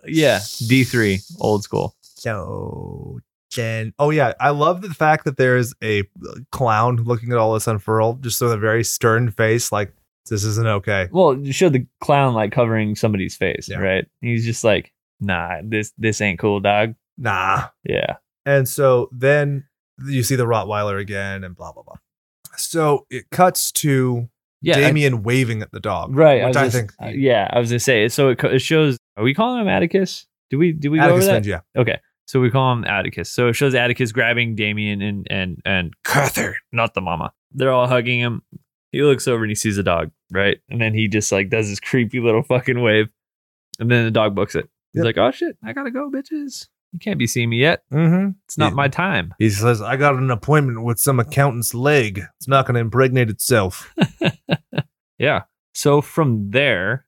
Speaker 2: yeah, D three, old school.
Speaker 1: So then, oh yeah, I love the fact that there is a uh, clown looking at all this unfurl, just with a very stern face, like this isn't okay.
Speaker 2: Well, you show the clown like covering somebody's face,
Speaker 1: Yeah.
Speaker 2: right? He's just like, nah, this this ain't cool, dog.
Speaker 1: Nah.
Speaker 2: Yeah.
Speaker 1: And so then you see the Rottweiler again, and blah blah blah. So it cuts to
Speaker 2: Yeah. I-
Speaker 1: Damien waving at the dog,
Speaker 2: right.
Speaker 1: Which
Speaker 2: was
Speaker 1: I
Speaker 2: just-
Speaker 1: think
Speaker 2: uh, yeah, I was gonna say. So it, co- it shows. Are we calling him Atticus? Do we do we go
Speaker 1: Atticus
Speaker 2: over that?
Speaker 1: Finch, yeah.
Speaker 2: Okay. So we call him Atticus. So it shows Atticus grabbing Damien and and and Cuthbert, not the mama. They're all hugging him. He looks over and he sees a dog, right? And then he just like does his creepy little fucking wave, and then the dog books it. He's
Speaker 1: Yep.
Speaker 2: like, "Oh shit, I gotta go, bitches. You can't be seeing me yet.
Speaker 1: Mm-hmm.
Speaker 2: It's not
Speaker 1: Yeah.
Speaker 2: my time."
Speaker 1: He says, "I got an appointment with some accountant's leg. It's not going to impregnate itself."
Speaker 2: Yeah. So from there,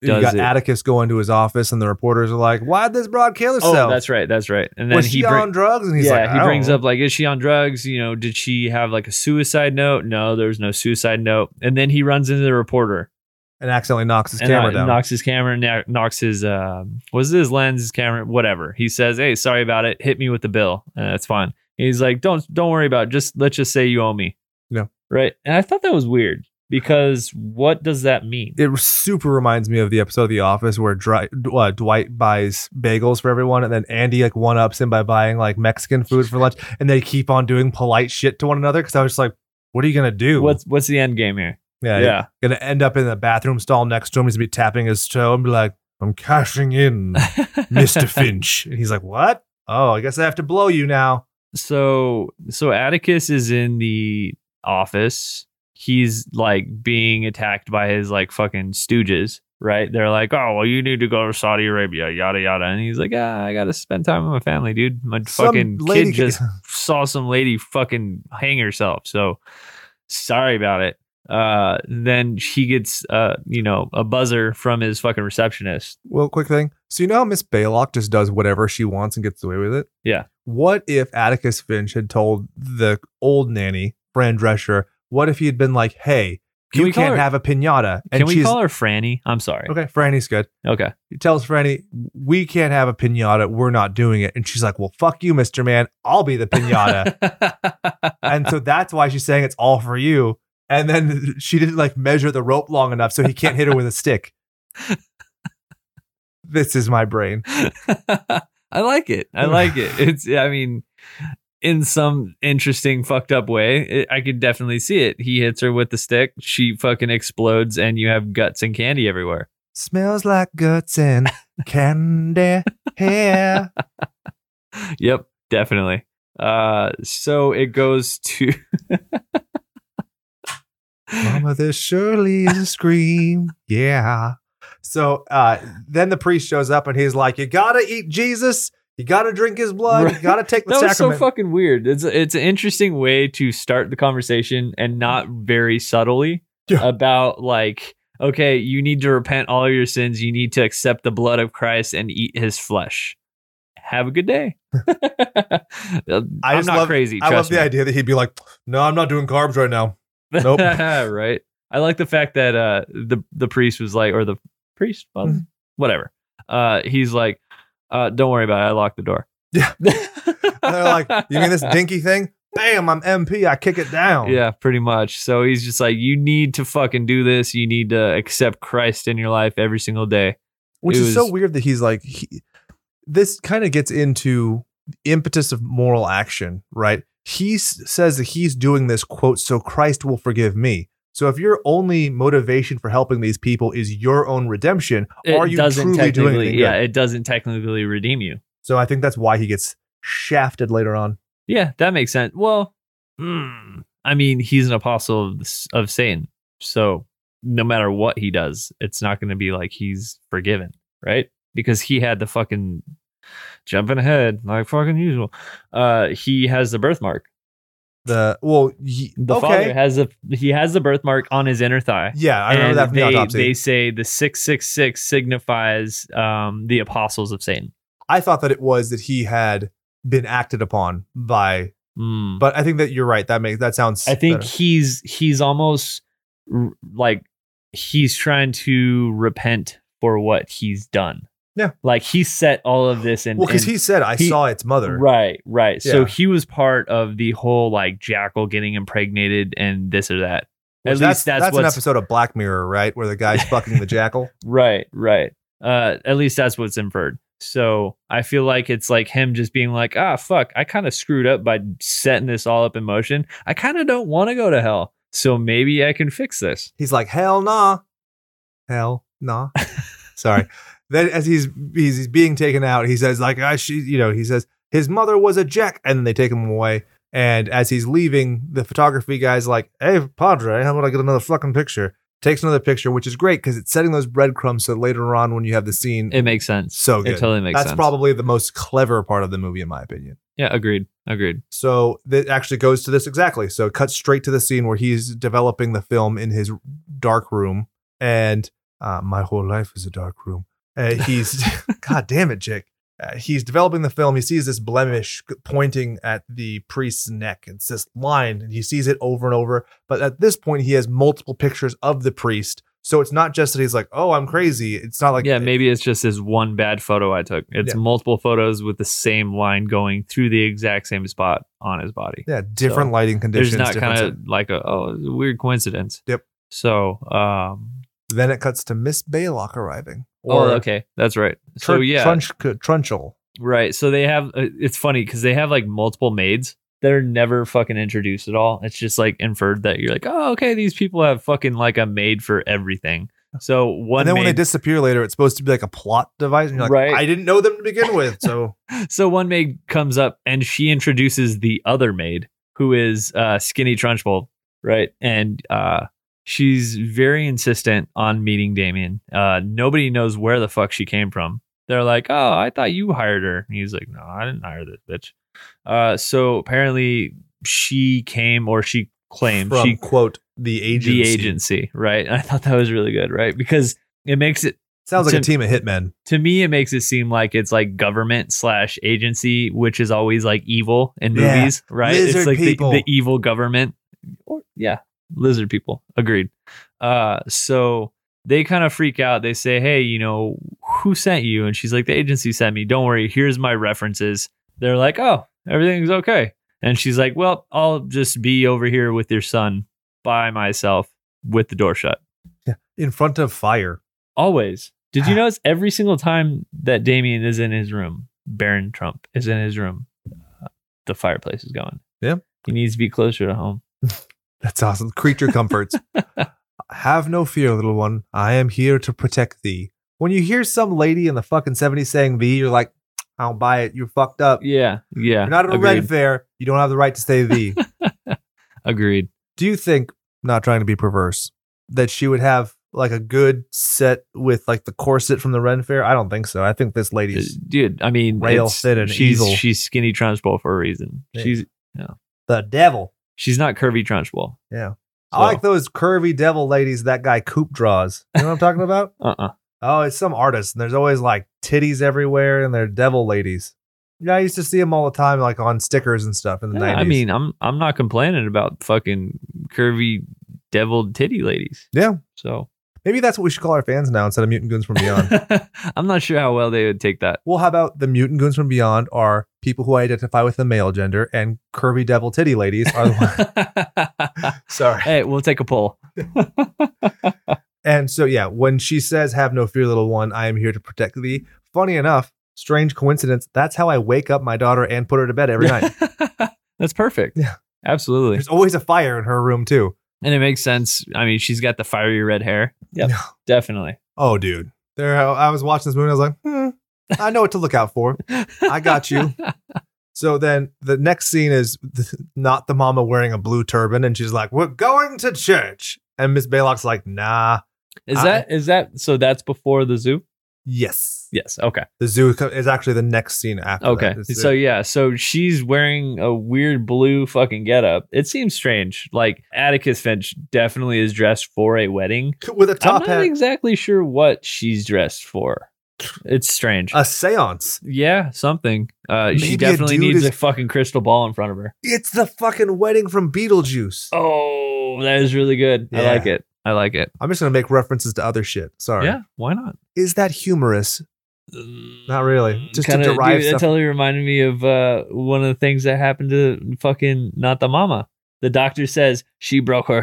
Speaker 1: you
Speaker 2: Does
Speaker 1: got
Speaker 2: it-
Speaker 1: Atticus going to his office, and the reporters are like, "Why'd this broad kill herself?"
Speaker 2: oh, that's right, that's right. And then
Speaker 1: was
Speaker 2: he
Speaker 1: she
Speaker 2: bring-
Speaker 1: on drugs? And he's
Speaker 2: yeah,
Speaker 1: like, "Oh."
Speaker 2: he brings up like, is she on drugs? You know, did she have like a suicide note? No, there's no suicide note. And then he runs into the reporter
Speaker 1: and accidentally knocks his
Speaker 2: and
Speaker 1: camera
Speaker 2: uh,
Speaker 1: down.
Speaker 2: knocks his camera, and kno- knocks his uh, was it his lens, his camera, whatever. He says, "Hey, sorry about it. Hit me with the bill. Uh, that's fine." He's like, "Don't don't worry about. It. Just let's just say you owe me."
Speaker 1: Yeah.
Speaker 2: right. And I thought that was weird because what does that mean?
Speaker 1: it super reminds me of the episode of The Office where Dri- uh, Dwight buys bagels for everyone, and then Andy like one ups him by buying like Mexican food for lunch, and they keep on doing polite shit to one another. Because I was just like, "What are you gonna do?"
Speaker 2: What's what's the end game here?
Speaker 1: yeah,
Speaker 2: yeah.
Speaker 1: you're gonna end up in the bathroom stall next to him. He's gonna be tapping his toe and be like, "I'm cashing in, Mister Finch," and he's like, "What? Oh, I guess I have to blow you now."
Speaker 2: so so Atticus is in the office. He's like being attacked by his like fucking stooges, right? They're like, "Oh, well, you need to go to Saudi Arabia, yada yada," and he's like, "Ah, I gotta spend time with my family, dude. My
Speaker 1: Some
Speaker 2: fucking
Speaker 1: lady-
Speaker 2: kid just saw some lady fucking hang herself, so sorry about it." Uh, then he gets uh, you know, a buzzer from his fucking receptionist.
Speaker 1: Well, quick thing. So you know how Miss Baylock just does whatever she wants and gets away with it?
Speaker 2: Yeah.
Speaker 1: What if Atticus Finch had told the old nanny, Fran Drescher, what if he had been like, hey,
Speaker 2: Can
Speaker 1: you
Speaker 2: we call
Speaker 1: can't
Speaker 2: her-
Speaker 1: have a pinata. And
Speaker 2: Can we
Speaker 1: she's
Speaker 2: call her Franny? I'm sorry.
Speaker 1: okay. Franny's good.
Speaker 2: Okay.
Speaker 1: He tells Franny, "We can't have a pinata. We're not doing it." And she's like, "Well, fuck you, Mister Man. I'll be the pinata." and so that's why she's saying it's all for you. And then she didn't like measure the rope long enough, so he can't hit her with a stick. this is my brain.
Speaker 2: I like it. I like it. It's. I mean, in some interesting fucked up way, it, I could definitely see it. He hits her with the stick. She fucking explodes, and you have guts and candy everywhere.
Speaker 1: Smells like guts and candy hair.
Speaker 2: Yep, definitely. Uh, so it goes to.
Speaker 1: Mama, this surely is a scream. Yeah. So uh, then the priest shows up and he's like, "You gotta eat Jesus. You gotta drink his blood. You
Speaker 2: Right.
Speaker 1: gotta take the
Speaker 2: that was so
Speaker 1: sacrament."
Speaker 2: fucking weird. It's it's an interesting way to start the conversation and not very subtly
Speaker 1: Yeah.
Speaker 2: about like okay, you need to repent all your sins. You need to accept the blood of Christ and eat His flesh. Have a good day. I'm
Speaker 1: I just
Speaker 2: not
Speaker 1: love-
Speaker 2: crazy.
Speaker 1: I love
Speaker 2: trust
Speaker 1: the idea that he'd be like, "No, I'm not doing carbs right now."
Speaker 2: me.
Speaker 1: Nope.
Speaker 2: right. I like the fact that uh the the priest was like or the priest
Speaker 1: Mm-hmm.
Speaker 2: well, whatever. Uh, he's like, uh, don't worry about it. I locked the door.
Speaker 1: Yeah. And they're like, "You mean this dinky thing? Bam! I'm MP. I kick it down."
Speaker 2: Yeah, pretty much. So he's just like, you need to fucking do this. You need to accept Christ in your life every single day.
Speaker 1: which
Speaker 2: It
Speaker 1: is so
Speaker 2: was-
Speaker 1: weird that he's like he, this kind of gets into the impetus of moral action right he s- says that he's doing this quote so christ will forgive me so if your only motivation for helping these people is your own redemption are you truly doing
Speaker 2: technically,
Speaker 1: anything
Speaker 2: yeah,
Speaker 1: good?
Speaker 2: it doesn't technically redeem you.
Speaker 1: so i think that's why he gets shafted later on
Speaker 2: Yeah, that makes sense. Well, hmm, I mean, he's an apostle of, s- of Satan, so no matter what he does, it's not going to be like he's forgiven, right? Because he had the fucking jumping ahead like fucking usual. Uh, he has the birthmark.
Speaker 1: the well ye-
Speaker 2: The
Speaker 1: okay
Speaker 2: father has a he has the birthmark on his inner thigh.
Speaker 1: yeah i remember
Speaker 2: and
Speaker 1: that from
Speaker 2: they,
Speaker 1: the autopsy
Speaker 2: They say the 666 signifies um, the apostles of Satan.
Speaker 1: i thought that it was that he had been acted upon by
Speaker 2: Mm.
Speaker 1: but i think that you're right that makes that sounds
Speaker 2: I think
Speaker 1: better.
Speaker 2: he's he's almost r- like he's trying to repent for what he's done.
Speaker 1: Yeah.
Speaker 2: Like he set all of this in.
Speaker 1: well because
Speaker 2: in-
Speaker 1: he said i
Speaker 2: he-
Speaker 1: saw its mother
Speaker 2: Right, right. So
Speaker 1: Yeah.
Speaker 2: he was part of the whole like jackal getting impregnated and this or that.
Speaker 1: Which
Speaker 2: At least that's,
Speaker 1: an
Speaker 2: what's
Speaker 1: episode of Black Mirror, right, where the guy's fucking the jackal.
Speaker 2: Right, right. Uh, at least that's what's inferred. So I feel like it's like him just being like, ah, fuck, I kind of screwed up by setting this all up in motion. I kind of don't want to go to hell. So maybe I can fix this.
Speaker 1: He's like, hell nah, hell nah. Sorry. Then as he's, he's he's being taken out, he says like, I she, you know, he says his mother was a jack, and then they take him away. And as he's leaving, the photography guy's like, hey Padre, how about I get another fucking picture? Takes another picture, which is great because it's setting those breadcrumbs so later on when you have the scene,
Speaker 2: It makes sense.
Speaker 1: so
Speaker 2: It
Speaker 1: good.
Speaker 2: totally makes
Speaker 1: That's
Speaker 2: sense.
Speaker 1: probably the most clever part of the movie, in my opinion.
Speaker 2: yeah, agreed. Agreed.
Speaker 1: So that actually goes to this exactly. So it cuts straight to the scene where he's developing the film in his dark room, and uh, my whole life is a dark room. Uh, he's, God damn it, Jake. Uh, he's developing the film. He sees this blemish pointing at the priest's neck. It's this line, and he sees it over and over. But at this point, he has multiple pictures of the priest. So it's not just that he's like, "Oh, I'm crazy." It's not like,
Speaker 2: yeah, maybe it's just this one bad photo I took. It's
Speaker 1: Yeah.
Speaker 2: multiple photos with the same line going through the exact same spot on his body.
Speaker 1: yeah, different
Speaker 2: So
Speaker 1: lighting conditions.
Speaker 2: There's not
Speaker 1: different-
Speaker 2: kind of like a oh it's a weird coincidence.
Speaker 1: Yep.
Speaker 2: So um
Speaker 1: Then it cuts to Miss Baylock arriving.
Speaker 2: oh okay that's right. so
Speaker 1: Tr-
Speaker 2: yeah,
Speaker 1: Trunch, Trunchel.
Speaker 2: Right. So they have, uh, it's funny because they have like multiple maids that are never fucking introduced at all. It's just like inferred that you're like, oh, okay, these people have fucking like a maid for everything. So one
Speaker 1: and then when they
Speaker 2: maid,
Speaker 1: disappear later, it's supposed to be like a plot device. And you're like,
Speaker 2: Right.
Speaker 1: I didn't know them to begin with. So
Speaker 2: so one maid comes up and she introduces the other maid who is uh, Skinny Trunchbull, right? And uh, she's very insistent on meeting Damien. Uh, nobody knows where the fuck she came from. They're like, oh, I thought you hired her. And he's like, no, I didn't hire this bitch. Uh, so apparently she came or she claimed
Speaker 1: from
Speaker 2: she
Speaker 1: quote the agency.
Speaker 2: the agency, right? And I thought that was really good, right? Because it makes it
Speaker 1: Sounds like a
Speaker 2: To-
Speaker 1: team of hitmen.
Speaker 2: to me it makes it seem like it's like government slash agency which is always like evil in
Speaker 1: Yeah.
Speaker 2: movies right
Speaker 1: Lizard
Speaker 2: it's like the,
Speaker 1: people.
Speaker 2: the evil government or yeah lizard people. Agreed. Uh, so they kind of freak out. They say, "Hey, you know, who sent you?" And she's like, "The agency sent me. Don't worry. Here's my references." They're like, "Oh, everything's okay." And she's like, "Well, I'll just be over here with your son by myself with the door shut."
Speaker 1: in front of fire.
Speaker 2: Always. Did you
Speaker 1: Ah.
Speaker 2: notice every single time that Damien is in his room, Baron Trump is in his room, uh, the fireplace is going.
Speaker 1: Yeah.
Speaker 2: He needs to be closer to home.
Speaker 1: That's awesome. Creature comforts. Have no fear, little one. I am here to protect thee. When you hear some lady in the fucking 70s saying thee, you're like, I don't buy it. You're fucked up.
Speaker 2: Yeah. Yeah.
Speaker 1: You're not at a
Speaker 2: agreed.
Speaker 1: red fair. You don't have the right to say thee.
Speaker 2: Agreed.
Speaker 1: Do you think, not trying to be perverse, that she would have like a good set with like the corset from the Ren Fair? I don't think so. I think this lady's
Speaker 2: Uh, Dude, I mean,
Speaker 1: Rail
Speaker 2: it's-
Speaker 1: thin and
Speaker 2: she's
Speaker 1: evil.
Speaker 2: she's skinny trench ball for a reason.
Speaker 1: Yeah.
Speaker 2: She's
Speaker 1: the devil.
Speaker 2: she's not curvy trench ball.
Speaker 1: Yeah. I like those curvy devil ladies that guy Coop draws. You know what I'm talking about?
Speaker 2: uh uh
Speaker 1: Oh, it's some artist, and there's always like titties everywhere, and they're devil ladies. Yeah, I used to see them all the time, like on stickers and stuff in the 90s.
Speaker 2: I mean, I'm I'm not complaining about fucking curvy deviled titty ladies.
Speaker 1: Yeah.
Speaker 2: So
Speaker 1: maybe that's what we should call our fans now instead of Mutant Goons from Beyond.
Speaker 2: I'm not sure how well they would take that.
Speaker 1: well, how about the Mutant Goons from Beyond are people who identify with the male gender, and curvy devil titty ladies are the ones. Sorry.
Speaker 2: hey, we'll take a poll.
Speaker 1: And so, yeah, when she says, Have no fear, little one, I am here to protect thee. Funny enough, strange coincidence, that's how I wake up my daughter and put her to bed every night.
Speaker 2: That's perfect.
Speaker 1: Yeah.
Speaker 2: Absolutely.
Speaker 1: There's always a fire in her room, too.
Speaker 2: And it makes sense. I mean, she's got the fiery red hair. Yep.
Speaker 1: Yeah.
Speaker 2: Definitely.
Speaker 1: Oh, dude. There, I was watching this movie. And I was like, hmm, I know what to look out for. I got you. So then the next scene is th- not the mama wearing a blue turban, and she's like, "We're going to church." And Miss Baylock's like, "Nah,
Speaker 2: Is
Speaker 1: I-
Speaker 2: that is that so that's before the zoo?
Speaker 1: yes."
Speaker 2: Yes. Okay.
Speaker 1: The zoo co- is actually the next scene after.
Speaker 2: Okay.
Speaker 1: that. It's-
Speaker 2: So yeah, so she's wearing a weird blue fucking getup. It seems strange. Like Atticus Finch definitely is dressed for a wedding.
Speaker 1: with a top
Speaker 2: I'm not
Speaker 1: hat,
Speaker 2: exactly sure what she's dressed for. It's strange.
Speaker 1: a séance.
Speaker 2: yeah, something. Uh,
Speaker 1: Uh, Maybe
Speaker 2: she
Speaker 1: a
Speaker 2: definitely
Speaker 1: dude
Speaker 2: needs
Speaker 1: is-
Speaker 2: a fucking crystal ball in front of her.
Speaker 1: It's the fucking wedding from Beetlejuice.
Speaker 2: Oh, that is really good. I
Speaker 1: Yeah.
Speaker 2: like it. I like it.
Speaker 1: I'm just gonna make references to other shit. Sorry.
Speaker 2: Yeah, why not?
Speaker 1: Is that humorous? Not really. Just
Speaker 2: Mm, Kinda-
Speaker 1: to derive
Speaker 2: dude, That
Speaker 1: stuff.
Speaker 2: totally reminded me of uh, one of the things that happened to fucking not the mama. The doctor says she broke her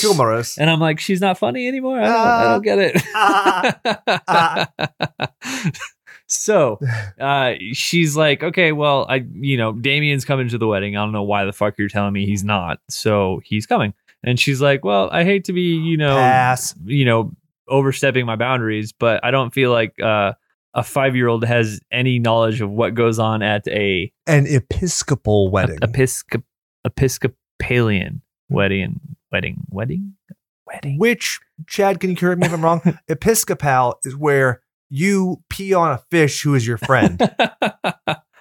Speaker 1: humorous.
Speaker 2: And I'm like, she's not funny anymore. I don't, I
Speaker 1: Ah.
Speaker 2: don't get it.
Speaker 1: Ah.
Speaker 2: so uh, she's like, okay, well, I, you know, Damien's coming to the wedding. I don't know why the fuck you're telling me he's not. So he's coming. And she's like, well, I hate to be, you know,
Speaker 1: Pass.
Speaker 2: you know overstepping my boundaries but i don't feel like uh, a five-year-old has any knowledge of what goes on at a
Speaker 1: An Episcopal wedding.
Speaker 2: episcop episcopalian wedding wedding wedding wedding
Speaker 1: Which, Chad, can you correct me if I'm wrong? Episcopal is where you pee on a fish who is your friend,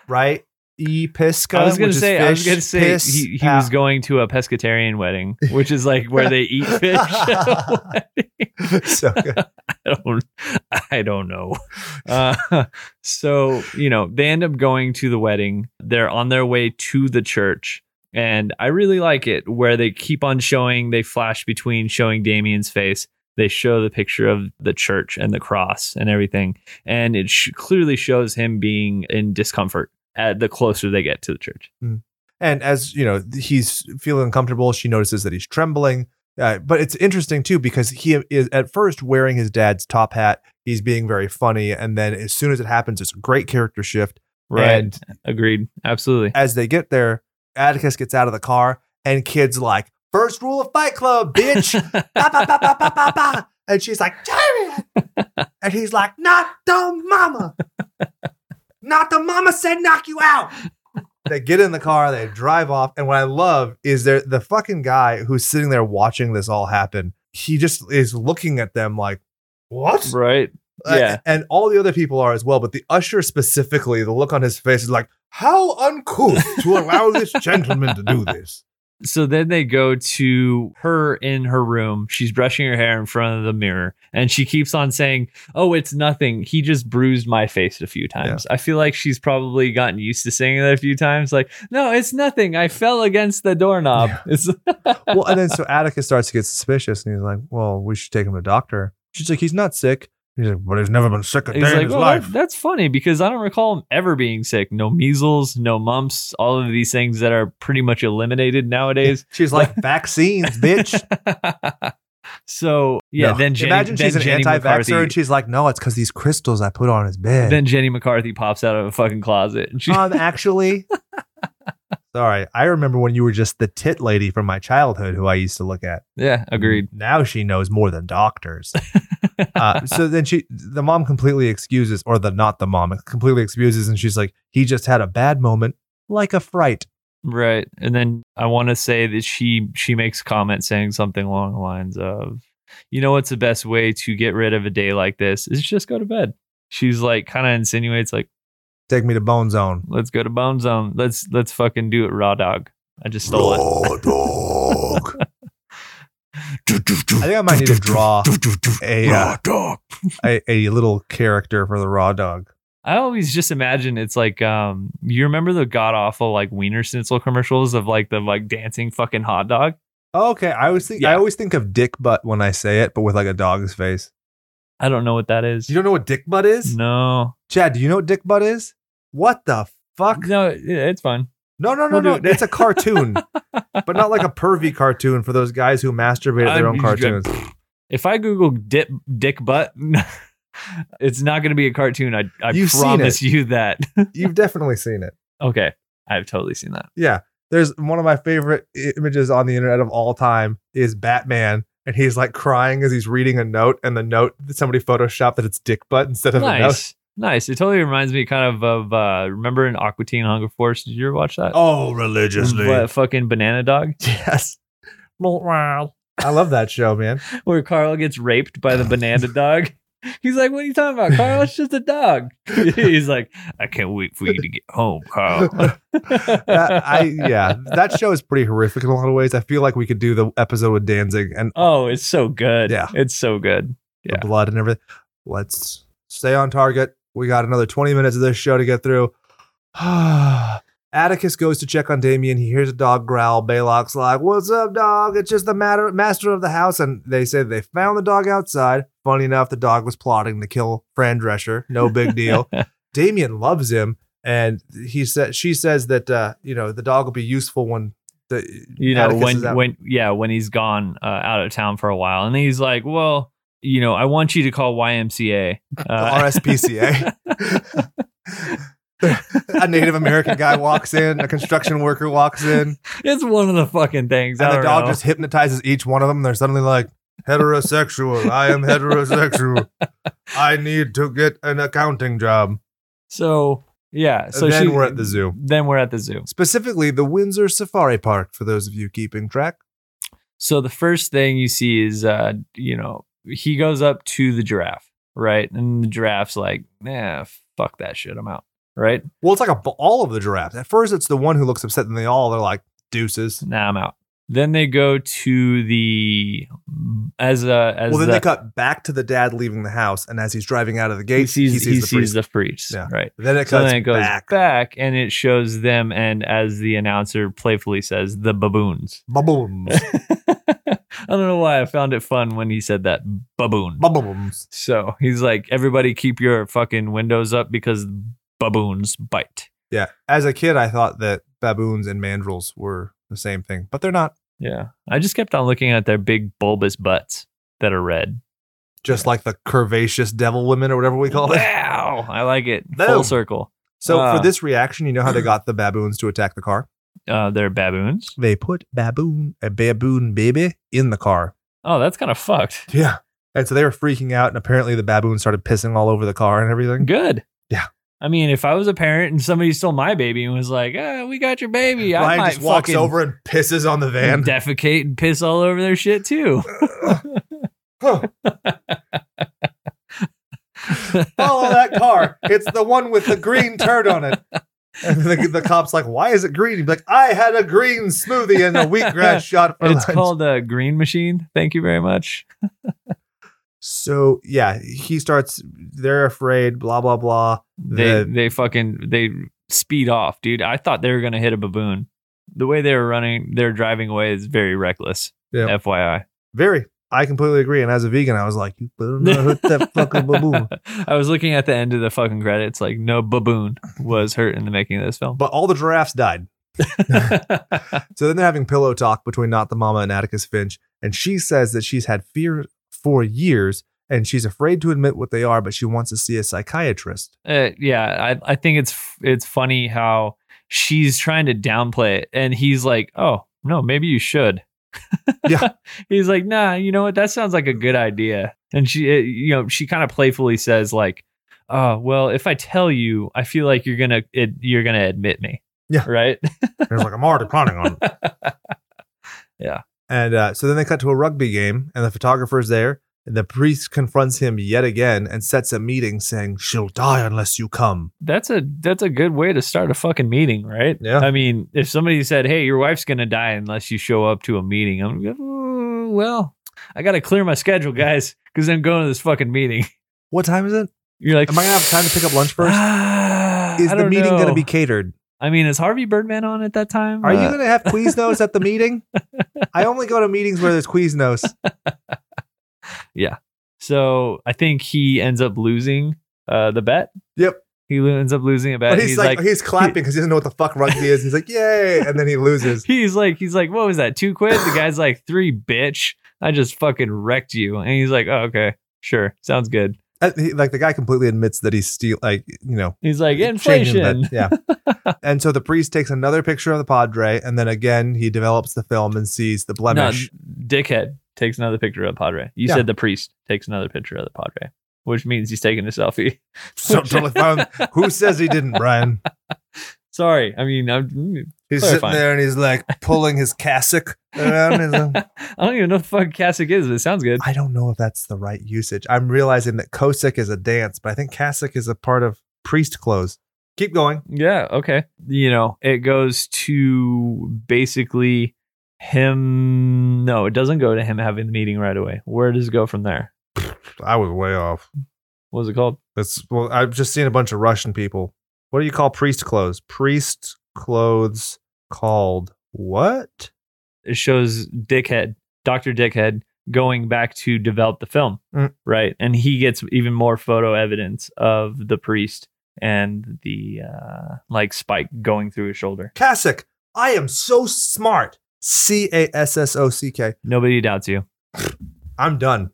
Speaker 1: right? Episca.
Speaker 2: I was gonna
Speaker 1: which is
Speaker 2: say, I was
Speaker 1: fish,
Speaker 2: gonna say,
Speaker 1: piss,
Speaker 2: he, he
Speaker 1: pal.
Speaker 2: was going to a pescatarian wedding, which is like where they eat fish. at a wedding.
Speaker 1: so good.
Speaker 2: I don't I don't know. Uh, so, you know, they end up going to the wedding. They're on their way to the church. And I really like it where they keep on showing, they flash between showing Damien's face. They show the picture of the church and the cross and everything. And it sh- clearly shows him being in discomfort at the closer they get to the church.
Speaker 1: And as you know, he's feeling uncomfortable. She notices that he's trembling. Uh, but it's interesting too because he is at first wearing his dad's top hat. He's being very funny, and then as soon as it happens, it's a great character shift. And
Speaker 2: Agreed. Absolutely.
Speaker 1: as they get there, Atticus gets out of the car, and kids like first rule of Fight Club, bitch. Ba, ba, ba, ba, ba, ba, ba. And she's like, Jerry. and he's like, not the mama. Not the mama said knock you out. They get in the car, they drive off. And what I love is there the fucking guy who's sitting there watching this all happen. He just is looking at them like, what?
Speaker 2: right.
Speaker 1: Uh,
Speaker 2: Yeah.
Speaker 1: and all the other people are as well, but the usher specifically, the look on his face is like, how uncouth to allow this gentleman to do this.
Speaker 2: So then they go to her in her room. She's brushing her hair in front of the mirror and she keeps on saying, Oh, it's nothing. He just bruised my face a few times. I feel like she's probably gotten used to saying that a few times. Like, no, it's nothing. I fell against the doorknob.
Speaker 1: Yeah.
Speaker 2: It's
Speaker 1: well, and then so Atticus starts to get suspicious, and he's like, "Well, we should take him to a doctor." She's like, "He's not sick." He's like, "But he's never been sick a day
Speaker 2: He's
Speaker 1: in
Speaker 2: like,
Speaker 1: his
Speaker 2: well,
Speaker 1: life."
Speaker 2: that- that's funny because I don't recall him ever being sick. No measles, no mumps, all of these things that are pretty much eliminated nowadays.
Speaker 1: She's like, "Vaccines, bitch."
Speaker 2: so yeah,
Speaker 1: No.
Speaker 2: then Jenny,
Speaker 1: imagine
Speaker 2: then
Speaker 1: she's an
Speaker 2: Jenny
Speaker 1: anti-vaxxer,
Speaker 2: McCarthy,
Speaker 1: and she's like, "No, it's because these crystals I put on his bed."
Speaker 2: then Jenny McCarthy pops out of a fucking closet and she
Speaker 1: um, actually, sorry, I remember when you were just the tit lady from my childhood who I used to look at.
Speaker 2: yeah agreed.
Speaker 1: Now she knows more than doctors. uh, so then she, the mom completely excuses, or the not the mom completely excuses, and she's like, "He just had a bad moment, like a fright."
Speaker 2: Right. And then I want to say that she she makes a comment saying something along the lines of, you know what's the best way to get rid of a day like this is just go to bed. She's like kind of insinuates like
Speaker 1: Take me to Bone Zone.
Speaker 2: let's go to Bone Zone. Let's let's fucking do it, Raw Dog. I just stole it.
Speaker 1: dog. I think I might need to draw a, uh,
Speaker 3: dog.
Speaker 1: a a little character for the raw dog.
Speaker 2: I always just imagine it's like um you remember the god awful like wiener schnitzel commercials of like the like dancing fucking hot dog?
Speaker 1: Okay, I always think I
Speaker 2: Yeah.
Speaker 1: always think of dick butt when I say it, but with like a dog's face.
Speaker 2: I don't know what that is.
Speaker 1: You don't know what dick butt is?
Speaker 2: No.
Speaker 1: Chad, do you know what dick butt is? What the fuck?
Speaker 2: No, it- it's fine.
Speaker 1: No, no, no,
Speaker 2: We'll do
Speaker 1: no.
Speaker 2: it.
Speaker 1: It's a cartoon, but not like a pervy cartoon for those guys who masturbate at their
Speaker 2: I'm-
Speaker 1: own cartoons.
Speaker 2: If I Google dip dick butt, it's not gonna be a cartoon. I I
Speaker 1: You've seen
Speaker 2: promise you that.
Speaker 1: You've definitely seen it.
Speaker 2: okay. I've totally seen that.
Speaker 1: Yeah. There's one of my favorite i- images on the internet of all time is Batman. And he's like crying as he's reading a note, and the note somebody photoshopped that it's dick butt instead of a note.
Speaker 2: Nice. Nice. It totally reminds me kind of of uh remember in Aqua Teen Hunger Force? Did you ever watch that?
Speaker 1: Oh, religiously.
Speaker 2: What, fucking banana dog
Speaker 1: Yes. I love that show, man.
Speaker 2: where Carl gets raped by the banana dog. He's like, "What are you talking about, Carl? It's just a dog." He's like, "I can't wait for you to get home, Carl."
Speaker 1: That- I yeah, that show is pretty horrific in a lot of ways. I feel like we could do the episode with Danzig and
Speaker 2: oh, it's so good.
Speaker 1: Yeah.
Speaker 2: it's so good. Yeah.
Speaker 1: the blood and everything. Let's stay on target. We got another 20 minutes of this show to get through. Atticus goes to check on Damien. He hears a dog growl. Balok's like, What's up, dog? It's just the matter- master of the house. And they say they found the dog outside. Funny enough, the dog was plotting to kill Fran Drescher. No big deal. Damien loves him. And he said, she says that, uh, you know, the dog will be useful when the,
Speaker 2: you know
Speaker 1: Atticus
Speaker 2: when
Speaker 1: is out.
Speaker 2: when yeah when he's gone uh, out of town for a while, and then he's like, "Well, you know, I want you to call YMCA."
Speaker 1: the
Speaker 2: Uh,
Speaker 1: RSPCA. a Native American guy walks in, a construction worker walks in,
Speaker 2: Uh, it's one of the fucking things. I
Speaker 1: and the
Speaker 2: don't
Speaker 1: dog
Speaker 2: know.
Speaker 1: just hypnotizes each one of them. And they're suddenly like, heterosexual. I am heterosexual. I need to get an accounting job.
Speaker 2: so yeah. So
Speaker 1: So then
Speaker 2: she-
Speaker 1: we're at the zoo.
Speaker 2: Then we're at the zoo.
Speaker 1: Specifically, the Windsor Safari Park, for those of you keeping track.
Speaker 2: So the first thing you see is, uh, you know, he goes up to the giraffe, right? And the giraffe's like, nah, fuck that shit, I'm out, right?
Speaker 1: Well, it's like a, all of the giraffes. At first, it's the one who looks upset, and they all they are like, deuces.
Speaker 2: Nah, I'm out. Then they go to the as a as
Speaker 1: well, then
Speaker 2: the,
Speaker 1: they cut back to the dad leaving the house, and as he's driving out of the gate,
Speaker 2: he sees he sees,
Speaker 1: the priest.
Speaker 2: the priest,
Speaker 1: Yeah.
Speaker 2: right?
Speaker 1: Then it
Speaker 2: So
Speaker 1: cuts
Speaker 2: then it goes
Speaker 1: back.
Speaker 2: back. and it shows them, and as the announcer playfully says, the baboons.
Speaker 1: Babooms.
Speaker 2: I don't know why I found it fun when he said that baboon.
Speaker 1: Babooms.
Speaker 2: So he's like, everybody keep your fucking windows up because baboons bite.
Speaker 1: Yeah. As a kid, I thought that baboons and mandrels were the same thing, but they're not.
Speaker 2: Yeah. I just kept on looking at their big bulbous butts that are red.
Speaker 1: Just like the curvaceous devil women or whatever we call it.
Speaker 2: Wow. I like it.
Speaker 1: Boom.
Speaker 2: Full circle.
Speaker 1: So
Speaker 2: Ah.
Speaker 1: for this reaction, you know how they got the baboons to attack the car?
Speaker 2: Uh, they're baboons.
Speaker 1: They put baboon, a baboon baby, in the car.
Speaker 2: Oh, that's kind of fucked.
Speaker 1: Yeah. And so they were freaking out, and apparently the baboon started pissing all over the car and everything.
Speaker 2: Good.
Speaker 1: Yeah.
Speaker 2: I mean, if I was a parent and somebody stole my baby and was like, ah, we got your baby, I
Speaker 1: Brian
Speaker 2: might
Speaker 1: just walks
Speaker 2: fucking
Speaker 1: over and pisses on the van.
Speaker 2: defecate and piss all over their shit too.
Speaker 1: Huh. Follow that car. It's the one with the green turd on it. And the, the cop's like, "Why is it green?" He'd be like, "I had a green smoothie and a wheatgrass shot for
Speaker 2: It's
Speaker 1: lunch."
Speaker 2: called uh, Green Machine. Thank you very much.
Speaker 1: so yeah, he starts. They're afraid. Blah blah blah.
Speaker 2: They
Speaker 1: The-
Speaker 2: they fucking they speed off, dude. I thought they were gonna hit a baboon. The way they were running, they're driving away is very reckless.
Speaker 1: Yeah.
Speaker 2: FYI.
Speaker 1: Very. I completely agree. And as a vegan, I was like, "You better not hurt that fucking baboon."
Speaker 2: I was looking at the end of the fucking credits, like no baboon was hurt in the making of this film.
Speaker 1: But all the giraffes died. So then they're having pillow talk between Not the Mama and Atticus Finch, and she says that she's had fear for years and she's afraid to admit what they are, but she wants to see a psychiatrist.
Speaker 2: uh, yeah, I, I think it's f- it's funny how she's trying to downplay it, and he's like, "Oh no, maybe you should."
Speaker 1: Yeah.
Speaker 2: he's like, "Nah, you know what? That sounds like a good idea." And she, uh, you know, she kind of playfully says, "Like, oh well, if I tell you, I feel like you're gonna it, you're gonna admit me."
Speaker 1: Yeah.
Speaker 2: Right.
Speaker 1: And I was like, I'm already planning on it.
Speaker 2: Yeah.
Speaker 1: And uh, so then they cut to a rugby game, and the photographer's there. And the priest confronts him yet again and sets a meeting saying, She'll die unless you come.
Speaker 2: That's a that's a good way to start a fucking meeting, right?
Speaker 1: Yeah.
Speaker 2: I mean, if somebody said, "Hey, your wife's gonna die unless you show up to a meeting," I'm gonna go, "Mm, well, I gotta clear my schedule, guys, because I'm going to this fucking meeting.
Speaker 1: What time is it?
Speaker 2: You're like,
Speaker 1: Am I going to have time to pick up lunch first?
Speaker 2: "Ah,
Speaker 1: Is
Speaker 2: I
Speaker 1: the
Speaker 2: don't
Speaker 1: meeting going to
Speaker 2: know."
Speaker 1: be catered?
Speaker 2: I mean, is Harvey Birdman on at that time?
Speaker 1: Are you
Speaker 2: Uh,
Speaker 1: going to have Quiznos at the meeting? I only go to meetings where there's Quiznos.
Speaker 2: so I think he ends up losing uh, the bet.
Speaker 1: Yep.
Speaker 2: He lo- ends up losing a bet.
Speaker 1: But
Speaker 2: and
Speaker 1: he's, like, he's clapping because he doesn't know what the fuck rugby is. He's like, yay, and then he loses.
Speaker 2: He's like, he's like, what was that? Two quid? The guy's like, three, bitch. I just fucking wrecked you. And he's like, oh, okay, sure, sounds good.
Speaker 1: Uh, he- like the guy completely admits that he's steal, like you know,
Speaker 2: He's like,
Speaker 1: changing that-
Speaker 2: inflation.
Speaker 1: yeah. and so the priest takes another picture of the Padre, and then again he develops the film and sees the
Speaker 2: No,
Speaker 1: blemish.
Speaker 2: dickhead takes another picture of the Padre. You
Speaker 1: Yeah.
Speaker 2: said the priest takes another picture of the Padre, which means he's taking a selfie.
Speaker 1: so totally fine. Who says he didn't, Brian?
Speaker 2: Sorry, I mean, I'm,
Speaker 1: He's sitting
Speaker 2: Clarifying.
Speaker 1: there and he's like pulling his cassock around. He's like,
Speaker 2: I don't even know what the fuck cassock is, but it sounds good.
Speaker 1: I don't know if that's the right usage. I'm realizing that Cossack is a dance, but I think cassock is a part of priest clothes. Keep going.
Speaker 2: Yeah, okay. You know, it goes to basically him. No, it doesn't go to him having the meeting right away. Where does it go from there?
Speaker 1: I was way off.
Speaker 2: What was it called?
Speaker 1: That's well, I've just seen a bunch of Russian people. What do you call priest clothes? Priest clothes called what?
Speaker 2: it shows Dickhead, Dr. Dickhead, going back to develop the film,
Speaker 1: Mm.
Speaker 2: right? And he gets even more photo evidence of the priest and the uh, like spike going through his shoulder.
Speaker 1: Cassock. I am so smart. C A S S O C K.
Speaker 2: Nobody doubts you.
Speaker 1: I'm done.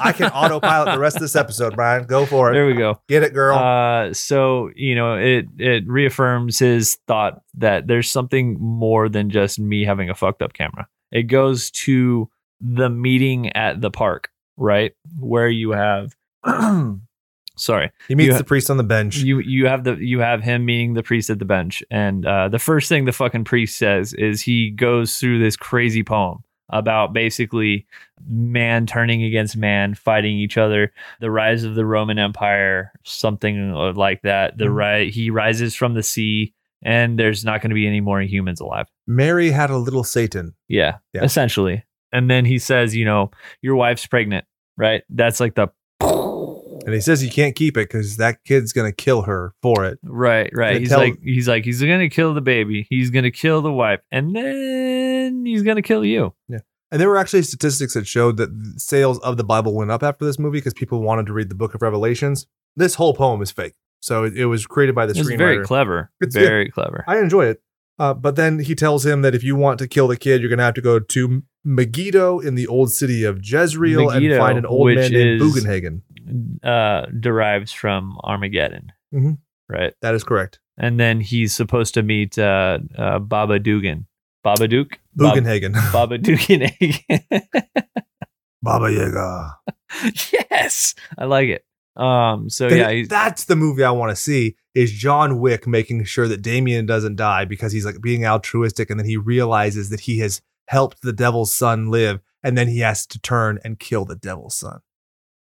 Speaker 1: I can autopilot the rest of this episode, Brian. Go for it.
Speaker 2: There we go.
Speaker 1: Get it, girl.
Speaker 2: Uh, so you know, it it reaffirms his thought that there's something more than just me having a fucked up camera. It goes to the meeting at the park, right, where you have. sorry
Speaker 1: he meets
Speaker 2: you-
Speaker 1: the priest on the bench.
Speaker 2: you you have the you have him meeting the priest at the bench and uh, the first thing the fucking priest says is he goes through this crazy poem about basically man turning against man fighting each other the rise of the roman empire something like that the
Speaker 1: Mm-hmm.
Speaker 2: ri- he rises from the sea and there's not going to be any more humans alive
Speaker 1: Mary had a little Satan.
Speaker 2: yeah,
Speaker 1: Yeah.
Speaker 2: essentially and then he says you know your wife's pregnant right that's like the
Speaker 1: And he says you can't keep it because that kid's gonna kill her for it.
Speaker 2: Right, right.
Speaker 1: They
Speaker 2: He's
Speaker 1: tell-
Speaker 2: like he's like he's gonna kill the baby. He's gonna kill the wife, and then he's gonna kill you.
Speaker 1: And there were actually statistics that showed that sales of the Bible went up after this movie because people wanted to read the Book of Revelations. This whole poem is fake, so it, it was created by the
Speaker 2: It's
Speaker 1: screenwriter.
Speaker 2: very clever.
Speaker 1: It's- yeah.
Speaker 2: very clever.
Speaker 1: I enjoy it, uh, but then he tells him that if you want to kill the kid, you're going to have to go to Megiddo in the old city of Jezreel
Speaker 2: Megiddo,
Speaker 1: and find an old
Speaker 2: which
Speaker 1: man named
Speaker 2: is-
Speaker 1: Bugenhagen.
Speaker 2: Uh, derives from Armageddon,
Speaker 1: Mhm.
Speaker 2: right?
Speaker 1: That is correct.
Speaker 2: And then he's supposed to meet uh, uh, Baba Dugan, Baba Duke, Bab-
Speaker 1: Bugenhagen,
Speaker 2: Baba Dugan.
Speaker 1: Baba Yaga.
Speaker 2: yes, I like it. Um, so yeah, he's,
Speaker 1: that's the movie I want to see. Is John Wick making sure that Damien doesn't die because he's like being altruistic, and then he realizes that he has helped the devil's son live, and then he has to turn and kill the devil's son.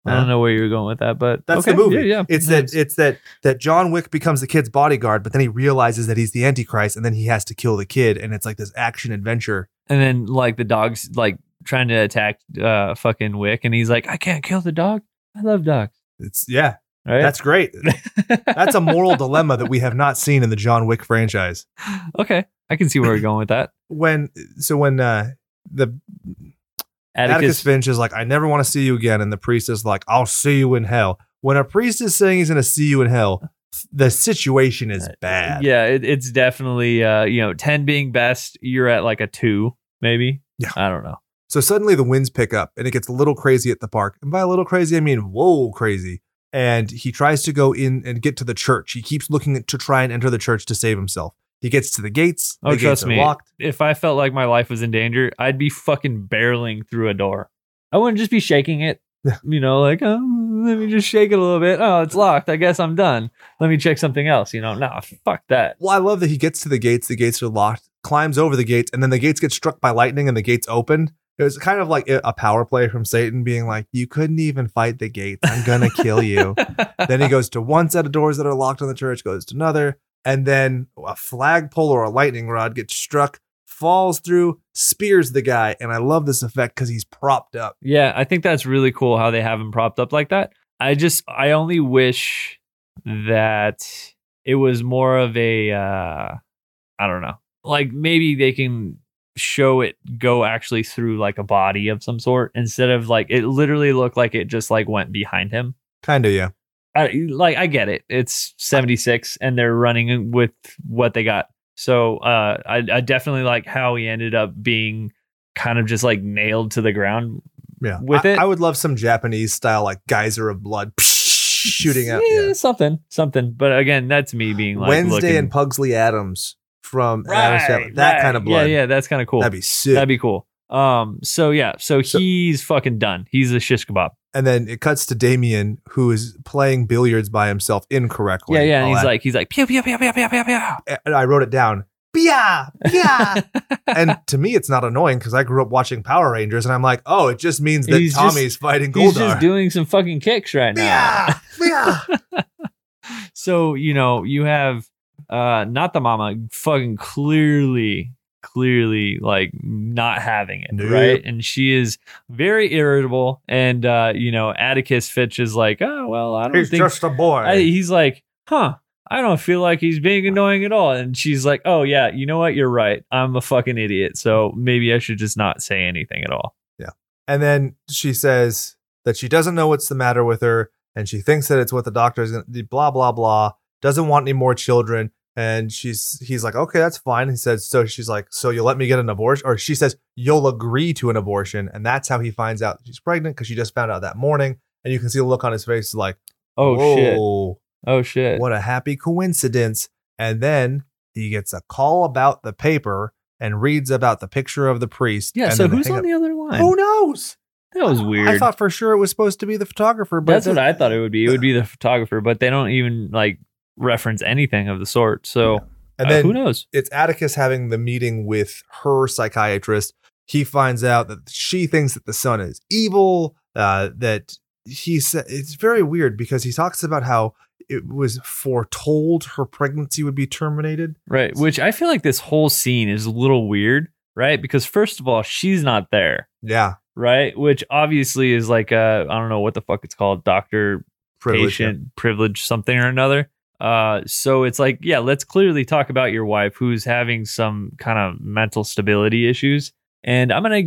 Speaker 2: I don't know where you were going with that, but
Speaker 1: That's
Speaker 2: okay,
Speaker 1: the movie.
Speaker 2: Yeah, yeah.
Speaker 1: It's that it's that that John Wick becomes the kid's bodyguard, but then he realizes that he's the Antichrist, and then he has to kill the kid, and it's like this action adventure.
Speaker 2: and then like the dog's like trying to attack uh fucking Wick, and he's like, I can't kill the dog. I love dogs.
Speaker 1: It's yeah,
Speaker 2: Right?
Speaker 1: that's great. That's a moral dilemma that we have not seen in the John Wick franchise.
Speaker 2: okay. I can see where we're going with that.
Speaker 1: When so when uh, the
Speaker 2: Atticus,
Speaker 1: Atticus Finch is like, I never want to see you again, and the priest is like, I'll see you in hell. When a priest is saying he's going to see you in hell, the situation is bad.
Speaker 2: Uh, Yeah, it, it's definitely uh, you know, ten being best, you're at like a two, maybe.
Speaker 1: Yeah.
Speaker 2: I don't know.
Speaker 1: So suddenly the winds pick up and it gets a little crazy at the park. And by a little crazy, I mean whoa crazy. And he tries to go in and get to the church. He keeps looking to try and enter the church to save himself. He gets to the gates.
Speaker 2: Oh,
Speaker 1: the gates
Speaker 2: trust
Speaker 1: are
Speaker 2: me.
Speaker 1: locked.
Speaker 2: If I felt like my life was in danger, I'd be fucking barreling through a door. I wouldn't just be shaking it. You know, like, oh, let me just shake it a little bit. Oh, it's locked. I guess I'm done. Let me check something else. You know, nah, fuck that.
Speaker 1: Well, I love that he gets to the gates. The gates are locked. Climbs over the gates, and then the gates get struck by lightning, and the gates open. It was kind of like a power play from Satan, being like, "You couldn't even fight the gates. I'm gonna kill you." then he goes to one set of doors that are locked on the church, goes to another, and then a flagpole or a lightning rod gets struck, falls through, spears the guy, and I love this effect because he's propped up.
Speaker 2: Yeah, I think that's really cool how they have him propped up like that. I just I only wish that it was more of a uh I don't know. Like maybe they can show it go actually through like a body of some sort instead of like it literally looked like it just like went behind him.
Speaker 1: Kinda, yeah.
Speaker 2: I e, like I get it. It's 76 and they're running with what they got. So uh I, I definitely like how he ended up being kind of just like nailed to the ground
Speaker 1: Yeah.
Speaker 2: With
Speaker 1: I,
Speaker 2: it-
Speaker 1: I would love some Japanese style like geyser of blood shooting out.
Speaker 2: Yeah,
Speaker 1: Yeah.
Speaker 2: something, something. But again, that's me being like
Speaker 1: Wednesday
Speaker 2: looking,
Speaker 1: and Pugsley Adams from Adam's
Speaker 2: right,
Speaker 1: Family. that
Speaker 2: right.
Speaker 1: kind of blood.
Speaker 2: Yeah, yeah, that's kind of cool.
Speaker 1: That'd be sick.
Speaker 2: That'd be cool. Um, so yeah, so,
Speaker 1: So-
Speaker 2: he's fucking done. He's a shish kebab.
Speaker 1: and then it cuts to Damien, who is playing billiards by himself incorrectly.
Speaker 2: Yeah, yeah. And
Speaker 1: All
Speaker 2: he's
Speaker 1: that-
Speaker 2: like, he's like, pew pew pew pew pew pew pew.
Speaker 1: and I wrote it down. Yeah, yeah. and to me, it's not annoying because I grew up watching Power Rangers, and I'm like, oh, it just means that
Speaker 2: He's just-
Speaker 1: Tommy's fighting
Speaker 2: He's just
Speaker 1: Goldar.
Speaker 2: doing some fucking kicks right now.
Speaker 1: yeah, yeah.
Speaker 2: So you know, you have uh, not the mama fucking clearly, clearly like not having it,
Speaker 1: Nope.
Speaker 2: right? And she is very irritable, and uh, you know, Atticus Fitch is like, oh well, I don't
Speaker 1: He's
Speaker 2: think
Speaker 1: just a boy.
Speaker 2: I, he's like, huh, I don't feel like he's being annoying at all. And she's like, oh, yeah, you know what? You're right. I'm a fucking idiot. So maybe I should just not say anything at all.
Speaker 1: and then she says that she doesn't know what's the matter with her, and she thinks that it's what the doctor is going to blah blah blah. Doesn't want any more children, and she's he's like, okay, that's fine. He says, so she's like, so you'll let me get an abortion, or she says, you'll agree to an abortion, and that's how he finds out that she's pregnant because she just found out that morning. And you can see the look on his face, like,
Speaker 2: Oh, shit.
Speaker 1: Whoa,
Speaker 2: Oh, shit.
Speaker 1: What a happy coincidence. And then he gets a call about the paper and reads about the picture of the priest.
Speaker 2: Yeah.
Speaker 1: and
Speaker 2: So
Speaker 1: then they
Speaker 2: who's
Speaker 1: hang
Speaker 2: on
Speaker 1: up.
Speaker 2: the other line?
Speaker 1: Who knows?
Speaker 2: that was weird.
Speaker 1: I thought for sure it was supposed to be the photographer, but
Speaker 2: That's what I thought it would be. It would be the photographer, but they don't even like reference anything of the sort. So
Speaker 1: And
Speaker 2: uh,
Speaker 1: then
Speaker 2: who knows?
Speaker 1: it's Atticus having the meeting with her psychiatrist. He finds out that she thinks that the son is evil. Uh, that he said it's very weird because he talks about how it was foretold her pregnancy would be terminated.
Speaker 2: Right. Which I feel like this whole scene is a little weird, right? Because first of all, she's not there.
Speaker 1: Yeah,
Speaker 2: Right, which obviously is like uh, I I don't know what the fuck it's called, doctor
Speaker 1: privilege. yeah.
Speaker 2: patient privilege something or another uh so it's like yeah let's clearly talk about your wife who's having some kind of mental stability issues and i'm gonna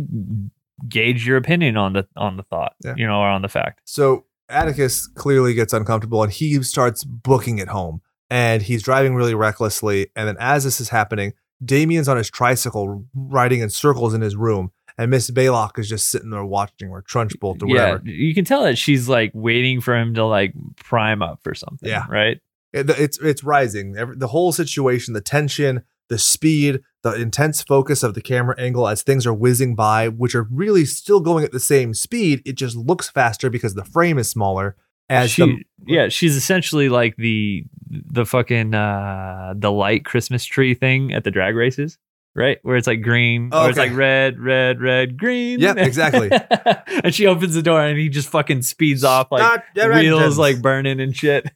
Speaker 2: gauge your opinion on the on the thought
Speaker 1: Yeah.
Speaker 2: you know or on the fact
Speaker 1: So Atticus clearly gets uncomfortable and he starts booking it home and he's driving really recklessly. And then as this is happening, Damien's on his tricycle riding in circles in his room. And Miss Baylock is just sitting there watching or Trunchbull or whatever.
Speaker 2: yeah you can tell that she's like waiting for him to like prime up for something
Speaker 1: Yeah.
Speaker 2: right
Speaker 1: It- it's it's rising. Every- The whole situation, the tension, the speed, the intense focus of the camera angle as things are whizzing by, which are really still going at the same speed. It just looks faster because the frame is smaller. As
Speaker 2: she,
Speaker 1: the,
Speaker 2: yeah she's essentially like the the fucking uh the light christmas tree thing at the drag races right? Where it's like green, or it's
Speaker 1: Oh, Okay.
Speaker 2: like red, red, red, green.
Speaker 1: Yep, exactly.
Speaker 2: and she opens the door and he just fucking speeds off like
Speaker 1: Not- yeah, right.
Speaker 2: wheels like burning and shit.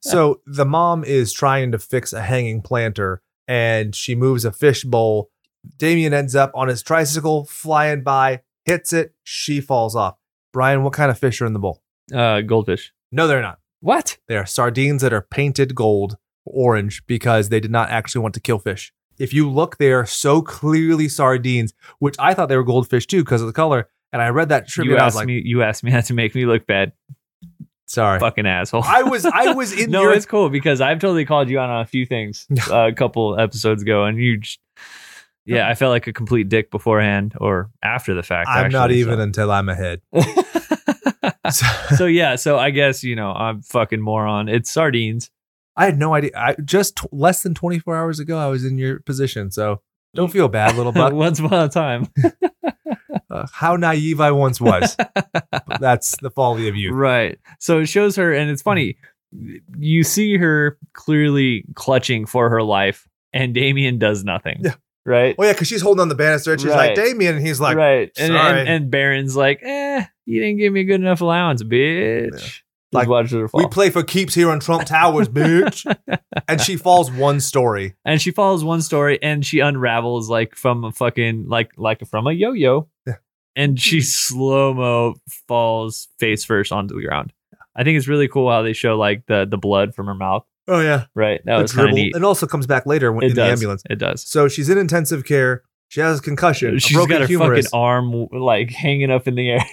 Speaker 1: so the mom is trying to fix a hanging planter and she moves a fish bowl. Damien ends up on his tricycle flying by, hits it, she falls off. Brian, what kind of fish are in the bowl?
Speaker 2: Uh, goldfish.
Speaker 1: No, they're not.
Speaker 2: What?
Speaker 1: They are sardines that are painted gold orange because they did not actually want to kill fish. If you look, they are so clearly sardines, which I thought they were goldfish too because of the color. And I read that trivia
Speaker 2: you
Speaker 1: and I was
Speaker 2: asked
Speaker 1: like,
Speaker 2: me. You asked me that to make me look bad.
Speaker 1: sorry.
Speaker 2: Fucking asshole.
Speaker 1: I was I was in
Speaker 2: no,
Speaker 1: your
Speaker 2: it's cool because I've totally called you out on a few things uh, a couple episodes ago, and you. Just, yeah, I felt like a complete dick beforehand or after the fact.
Speaker 1: I'm not
Speaker 2: actually,
Speaker 1: even until I'm ahead.
Speaker 2: so.
Speaker 1: So-
Speaker 2: so yeah, so I guess you know I'm fucking moron. It's sardines.
Speaker 1: I had no idea. I just t- less than 24 hours ago, I was in your position. So don't feel bad, little buck.
Speaker 2: Once upon a time,
Speaker 1: Uh, how naive I once was. That's the folly of you.
Speaker 2: right? So it shows her, and it's funny. You see her clearly clutching for her life, and Damien does nothing.
Speaker 1: Yeah.
Speaker 2: Right.
Speaker 1: Oh yeah, because she's holding on the banister and she's
Speaker 2: Right.
Speaker 1: like Damien, and he's like,
Speaker 2: right. And,
Speaker 1: sorry.
Speaker 2: and and Baron's like, eh, you didn't give me a good enough allowance, bitch. Just
Speaker 1: Like,
Speaker 2: watch her fall.
Speaker 1: "We play for keeps here on Trump Towers, bitch." and she falls one story.
Speaker 2: and she follows one story and she unravels like from a fucking like like from a yo-yo and
Speaker 1: Hmm.
Speaker 2: she slow-mo falls face first onto the ground i think it's really cool how they show like the the blood from her mouth
Speaker 1: Oh yeah,
Speaker 2: right that
Speaker 1: A
Speaker 2: was kind of
Speaker 1: dribble.
Speaker 2: neat
Speaker 1: It also comes back later when,
Speaker 2: it
Speaker 1: in
Speaker 2: does
Speaker 1: the ambulance.
Speaker 2: it does
Speaker 1: So she's in intensive care. She has a concussion, a
Speaker 2: she's
Speaker 1: broken
Speaker 2: got her
Speaker 1: humerus.
Speaker 2: fucking arm like hanging up in the air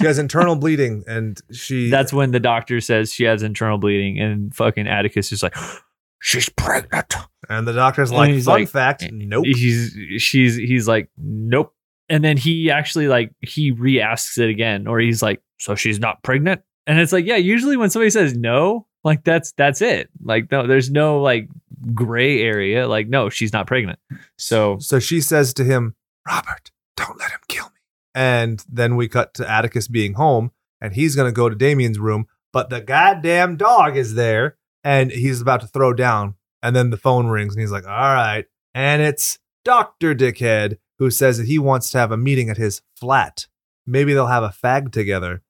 Speaker 1: She has internal bleeding, and she
Speaker 2: that's when the doctor says she has internal bleeding and fucking atticus is like she's pregnant
Speaker 1: and the doctor's
Speaker 2: And
Speaker 1: like, "Fun
Speaker 2: he's like,
Speaker 1: fact, nope."
Speaker 2: he's she's he's like nope and then he actually like he re-asks it again or he's like so she's not pregnant and it's like yeah usually when somebody says no like that's that's it like no there's no like gray area like no she's not pregnant so
Speaker 1: So she says to him, Robert, don't let him kill me. And then we cut to Atticus being home, and he's going to go to Damien's room, but the goddamn dog is there, and he's about to throw down. And then the phone rings, and he's like, All right. And it's Dr. Dickhead, who says that he wants to have a meeting at his flat. Maybe they'll have a fag together.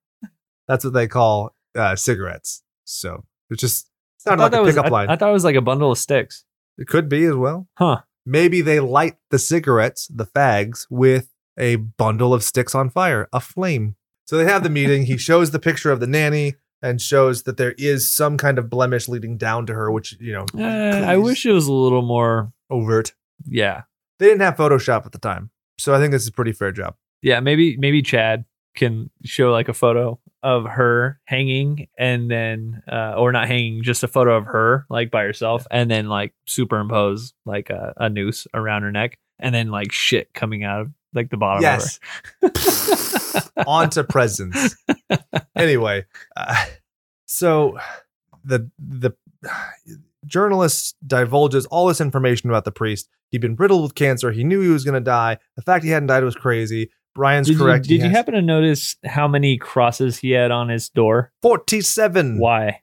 Speaker 1: That's what they call uh, cigarettes. So it's just, it's
Speaker 2: I
Speaker 1: not
Speaker 2: thought
Speaker 1: like
Speaker 2: that
Speaker 1: a
Speaker 2: was
Speaker 1: pickup
Speaker 2: I,
Speaker 1: line.
Speaker 2: I thought it was like a bundle of sticks
Speaker 1: It could be as well.
Speaker 2: Huh.
Speaker 1: Maybe they light the cigarettes, the fags, with a bundle of sticks on fire, a flame. So they have the meeting. he shows the picture of the nanny and shows that there is some kind of blemish leading down to her, which, you know,
Speaker 2: Eh, i
Speaker 1: please,
Speaker 2: wish it was a little more
Speaker 1: overt.
Speaker 2: yeah
Speaker 1: They didn't have Photoshop at the time. So I think this is a pretty fair job.
Speaker 2: yeah maybe maybe chad can show like a photo of her hanging and then uh or not hanging just a photo of her like by herself and then like superimpose like a, a noose around her neck and then like shit coming out of like the bottom
Speaker 1: Yes.
Speaker 2: of her
Speaker 1: On to presents. anyway, uh, so the the journalist divulges all this information about the priest. He'd been riddled with cancer. He knew he was going to die. The fact he hadn't died was crazy. Brian's
Speaker 2: did
Speaker 1: correct.
Speaker 2: you,
Speaker 1: He
Speaker 2: did you
Speaker 1: has
Speaker 2: happen to notice how many crosses he had on his door
Speaker 1: forty-seven?
Speaker 2: why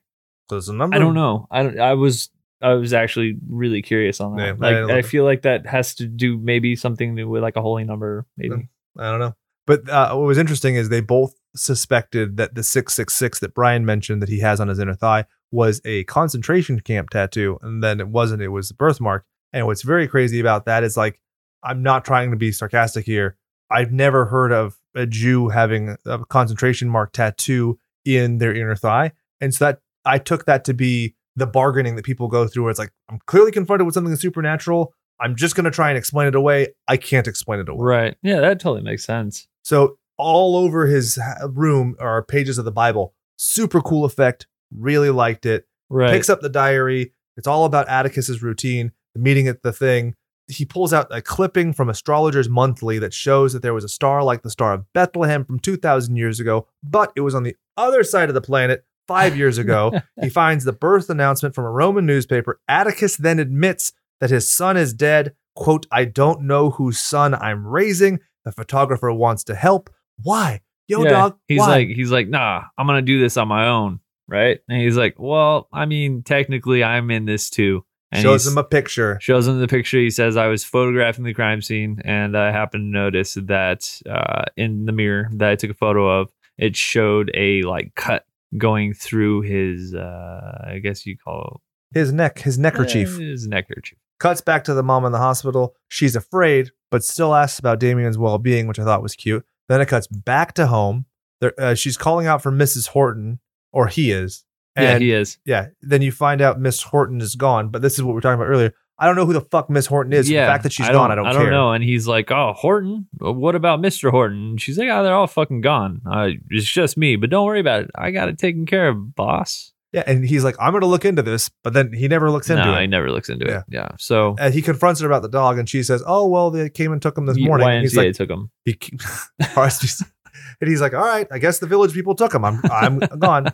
Speaker 1: There's a number.
Speaker 2: i don't know i don't i was I was actually really curious on
Speaker 1: Yeah, I
Speaker 2: that.
Speaker 1: didn't
Speaker 2: like, I
Speaker 1: look.
Speaker 2: feel like that has to do maybe something to- with like a holy number, maybe.
Speaker 1: I don't know. But uh, what was interesting is they both suspected that the 666 that Brian mentioned that he has on his inner thigh was a concentration camp tattoo. And then it wasn't, it was the birthmark. And what's very crazy about that is like, I'm not trying to be sarcastic here. I've never heard of a Jew having a concentration mark tattoo in their inner thigh. And so that I took that to be the bargaining that people go through where it's like, I'm clearly confronted with something supernatural. I'm just going to try and explain it away. I can't explain it away.
Speaker 2: Right. Yeah, that totally makes sense.
Speaker 1: So all over his ha- room are pages of the Bible. Super cool effect. Really liked it.
Speaker 2: Right.
Speaker 1: Picks up the diary. It's all about Atticus's routine, the meeting at the thing. He pulls out a clipping from Astrologer's Monthly that shows that there was a star like the Star of Bethlehem from 2,000 years ago, but it was on the other side of the planet five years ago. he finds the birth announcement from a Roman newspaper. Atticus then admits that his son is dead. Quote, I don't know whose son I'm raising. The photographer wants to help. Why? Yo,
Speaker 2: Yeah,
Speaker 1: dog.
Speaker 2: He's
Speaker 1: why?
Speaker 2: like, he's like, nah, I'm gonna do this on my own, right? And he's like, well, I mean, technically, I'm in this too. And
Speaker 1: Shows
Speaker 2: he's-
Speaker 1: him a picture.
Speaker 2: shows him the picture. He says, "I was photographing the crime scene, and I happened to notice that uh, in the mirror that I took a photo of, it showed a like cut going through his, uh, I guess you call
Speaker 1: His neck, his neckerchief.
Speaker 2: Eh, his neckerchief.
Speaker 1: Cuts back to the mom in the hospital. She's afraid, but still asks about Damien's well being, which I thought was cute. Then it cuts back to home. There, uh, she's calling out for Mrs. Horton, or he is.
Speaker 2: yeah,
Speaker 1: And
Speaker 2: he is.
Speaker 1: yeah, then you find out Miss Horton is gone. But this is what we were talking about earlier. I don't know who the fuck Miss Horton is.
Speaker 2: yeah,
Speaker 1: the fact that she's
Speaker 2: I
Speaker 1: gone, I don't,
Speaker 2: I
Speaker 1: care.
Speaker 2: don't know. And he's like, "Oh, Horton. What about Mister Horton?" And she's like, "Oh, they're all fucking gone. Uh, it's just me. But don't worry about it. I got it taken care of, boss."
Speaker 1: Yeah, and he's like, I'm gonna look into this, but then he never looks into
Speaker 2: no,
Speaker 1: it.
Speaker 2: he never looks into
Speaker 1: Yeah.
Speaker 2: it. Yeah. So
Speaker 1: And he confronts her about the dog, and she says, "Oh well, they came and took him this morning."
Speaker 2: YMCA
Speaker 1: And he's like,
Speaker 2: took him.
Speaker 1: he ke- RSVC. and he's like, "All right, I guess the village people took him. I'm I'm gone."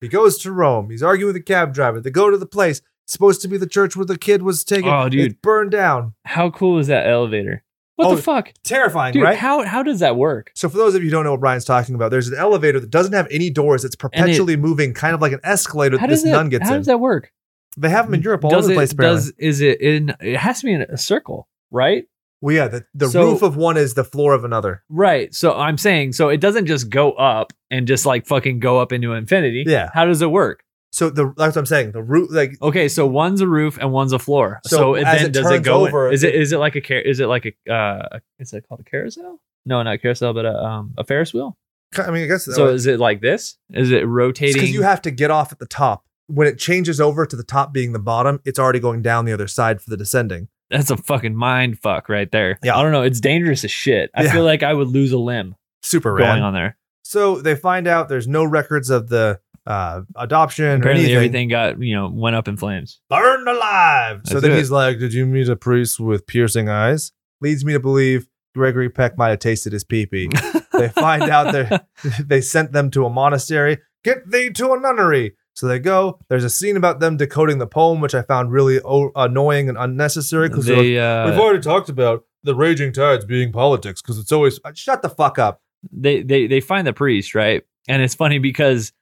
Speaker 1: He goes to Rome. He's arguing with the cab driver. They go to the place. It's supposed to be the church where the kid was taken.
Speaker 2: Oh, dude.
Speaker 1: It's burned down.
Speaker 2: How cool is that elevator? What
Speaker 1: Oh,
Speaker 2: the fuck?
Speaker 1: Terrifying,
Speaker 2: Dude,
Speaker 1: right?
Speaker 2: how how does that work?
Speaker 1: so for those of you who don't know what Brian's talking about, there's an elevator that doesn't have any doors. It's perpetually moving, kind of like an escalator
Speaker 2: How
Speaker 1: that
Speaker 2: does
Speaker 1: this
Speaker 2: that,
Speaker 1: nun gets
Speaker 2: How
Speaker 1: in.
Speaker 2: does that work?
Speaker 1: they have them in Europe all
Speaker 2: does
Speaker 1: over the
Speaker 2: it,
Speaker 1: place. Apparently,
Speaker 2: does is it in? It has to be in a circle, right?
Speaker 1: well, yeah, the, the
Speaker 2: So-
Speaker 1: roof of one is the floor of another.
Speaker 2: Right. So I'm saying, so it doesn't just go up and just like fucking go up into infinity.
Speaker 1: Yeah.
Speaker 2: How does it work?
Speaker 1: So the that's what I'm saying. The roof, like
Speaker 2: Okay, so one's a roof and one's a floor. So,
Speaker 1: So
Speaker 2: it
Speaker 1: as
Speaker 2: then
Speaker 1: it
Speaker 2: does it
Speaker 1: turns
Speaker 2: go?
Speaker 1: over,
Speaker 2: in, is it
Speaker 1: it-
Speaker 2: is it like a car? Is it like a uh? Is it called a carousel? No, not carousel, but a um a Ferris wheel.
Speaker 1: I mean, I guess
Speaker 2: So is it like this? Is it rotating?
Speaker 1: because you have to get off at the top. When it changes over to the top being the bottom, it's already going down the other side for the descending.
Speaker 2: that's a fucking mind fuck right there.
Speaker 1: Yeah.
Speaker 2: I don't know. It's dangerous as shit. I
Speaker 1: Yeah.
Speaker 2: feel like I would lose a limb
Speaker 1: Super
Speaker 2: going
Speaker 1: rad.
Speaker 2: on there.
Speaker 1: So they find out there's no records of the uh, adoption or
Speaker 2: Apparently
Speaker 1: anything.
Speaker 2: everything got you know went up in flames.
Speaker 1: Burned alive. so
Speaker 2: That's
Speaker 1: then
Speaker 2: it.
Speaker 1: he's like, "Did you meet a priest with piercing eyes?" Leads me to believe Gregory Peck might have tasted his pee-pee. they find out they they sent them to a monastery. Get thee to a nunnery. So they go. There's a scene about them decoding the poem, which I found really o- annoying and unnecessary because they're like,
Speaker 2: they
Speaker 1: We've
Speaker 2: uh,
Speaker 1: already talked about the raging tides being politics because it's always Uh, shut the fuck up.
Speaker 2: they they they find the priest right, and it's funny because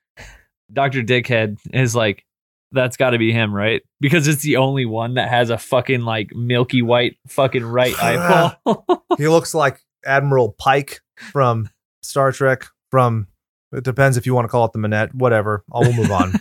Speaker 2: Doctor Dickhead is like. That's got to be him, right? Because it's the only one that has a fucking like milky white fucking right eyeball.
Speaker 1: he looks like Admiral Pike from Star Trek. From it depends if you want to call it the Manette, whatever. I'll we'll move on.